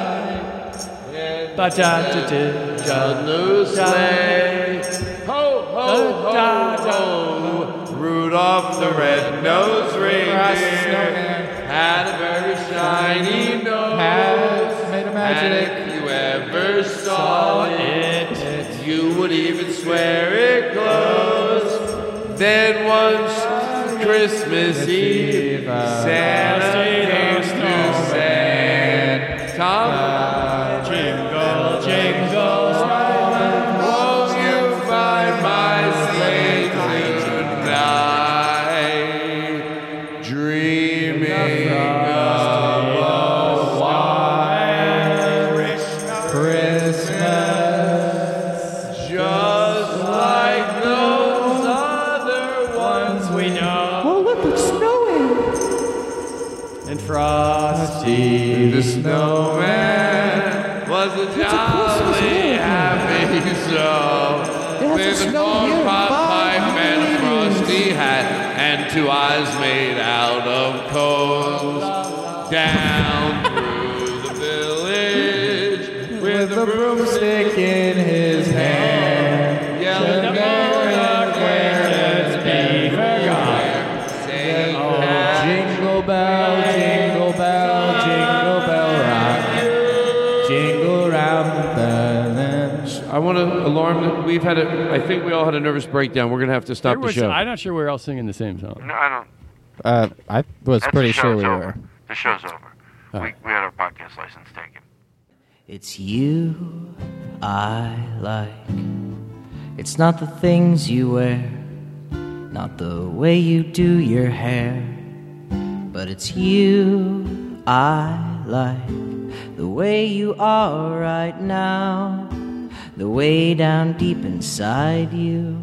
Speaker 2: Got no sleigh. Ho, ho, ho, ho. Rudolph the red-nosed reindeer had a very shiny nose.
Speaker 5: Had-
Speaker 2: made a magic. And if you ever saw it, you would even swear it glows. Then once Christmas Eve, Santa came to Santa. Tom, jingle, jingle, won't you find my sleigh tonight? Dreaming of a white Christmas, just like those other ones we know. Oh, look, it's snowing.
Speaker 4: And Frosty
Speaker 2: the Snowman was a jolly happy soul.
Speaker 5: There's
Speaker 2: With
Speaker 5: a
Speaker 2: a
Speaker 5: snow
Speaker 2: long
Speaker 5: here,
Speaker 2: pot
Speaker 5: Bob.
Speaker 2: pipe and a frosty hat and two
Speaker 5: two eyes made out of coals. Down through the village with a broomstick in his hand. Yelling the be forgot. Sing that
Speaker 14: Jingle bell, jingle bell, jingle bell rock. Jingle round the lamps.
Speaker 2: I want to alarm that we've had a. I think we all had a nervous breakdown. We're gonna have to stop
Speaker 4: There
Speaker 2: the
Speaker 4: was-
Speaker 2: show.
Speaker 4: I'm not sure we're all singing the same song.
Speaker 9: No, I don't.
Speaker 7: Uh, I was
Speaker 9: That's
Speaker 7: pretty
Speaker 9: the
Speaker 7: sure
Speaker 9: show's
Speaker 7: we
Speaker 9: over.
Speaker 7: were.
Speaker 9: The show's over. We, we had our podcast license taken.
Speaker 16: It's you I like. It's not the things you wear, not the way you do your hair, but it's you I like. The way you are right now, the way down deep inside you,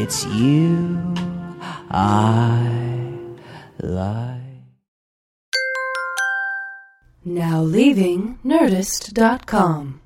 Speaker 16: It's you I like.
Speaker 17: Now leaving Nerdist.com.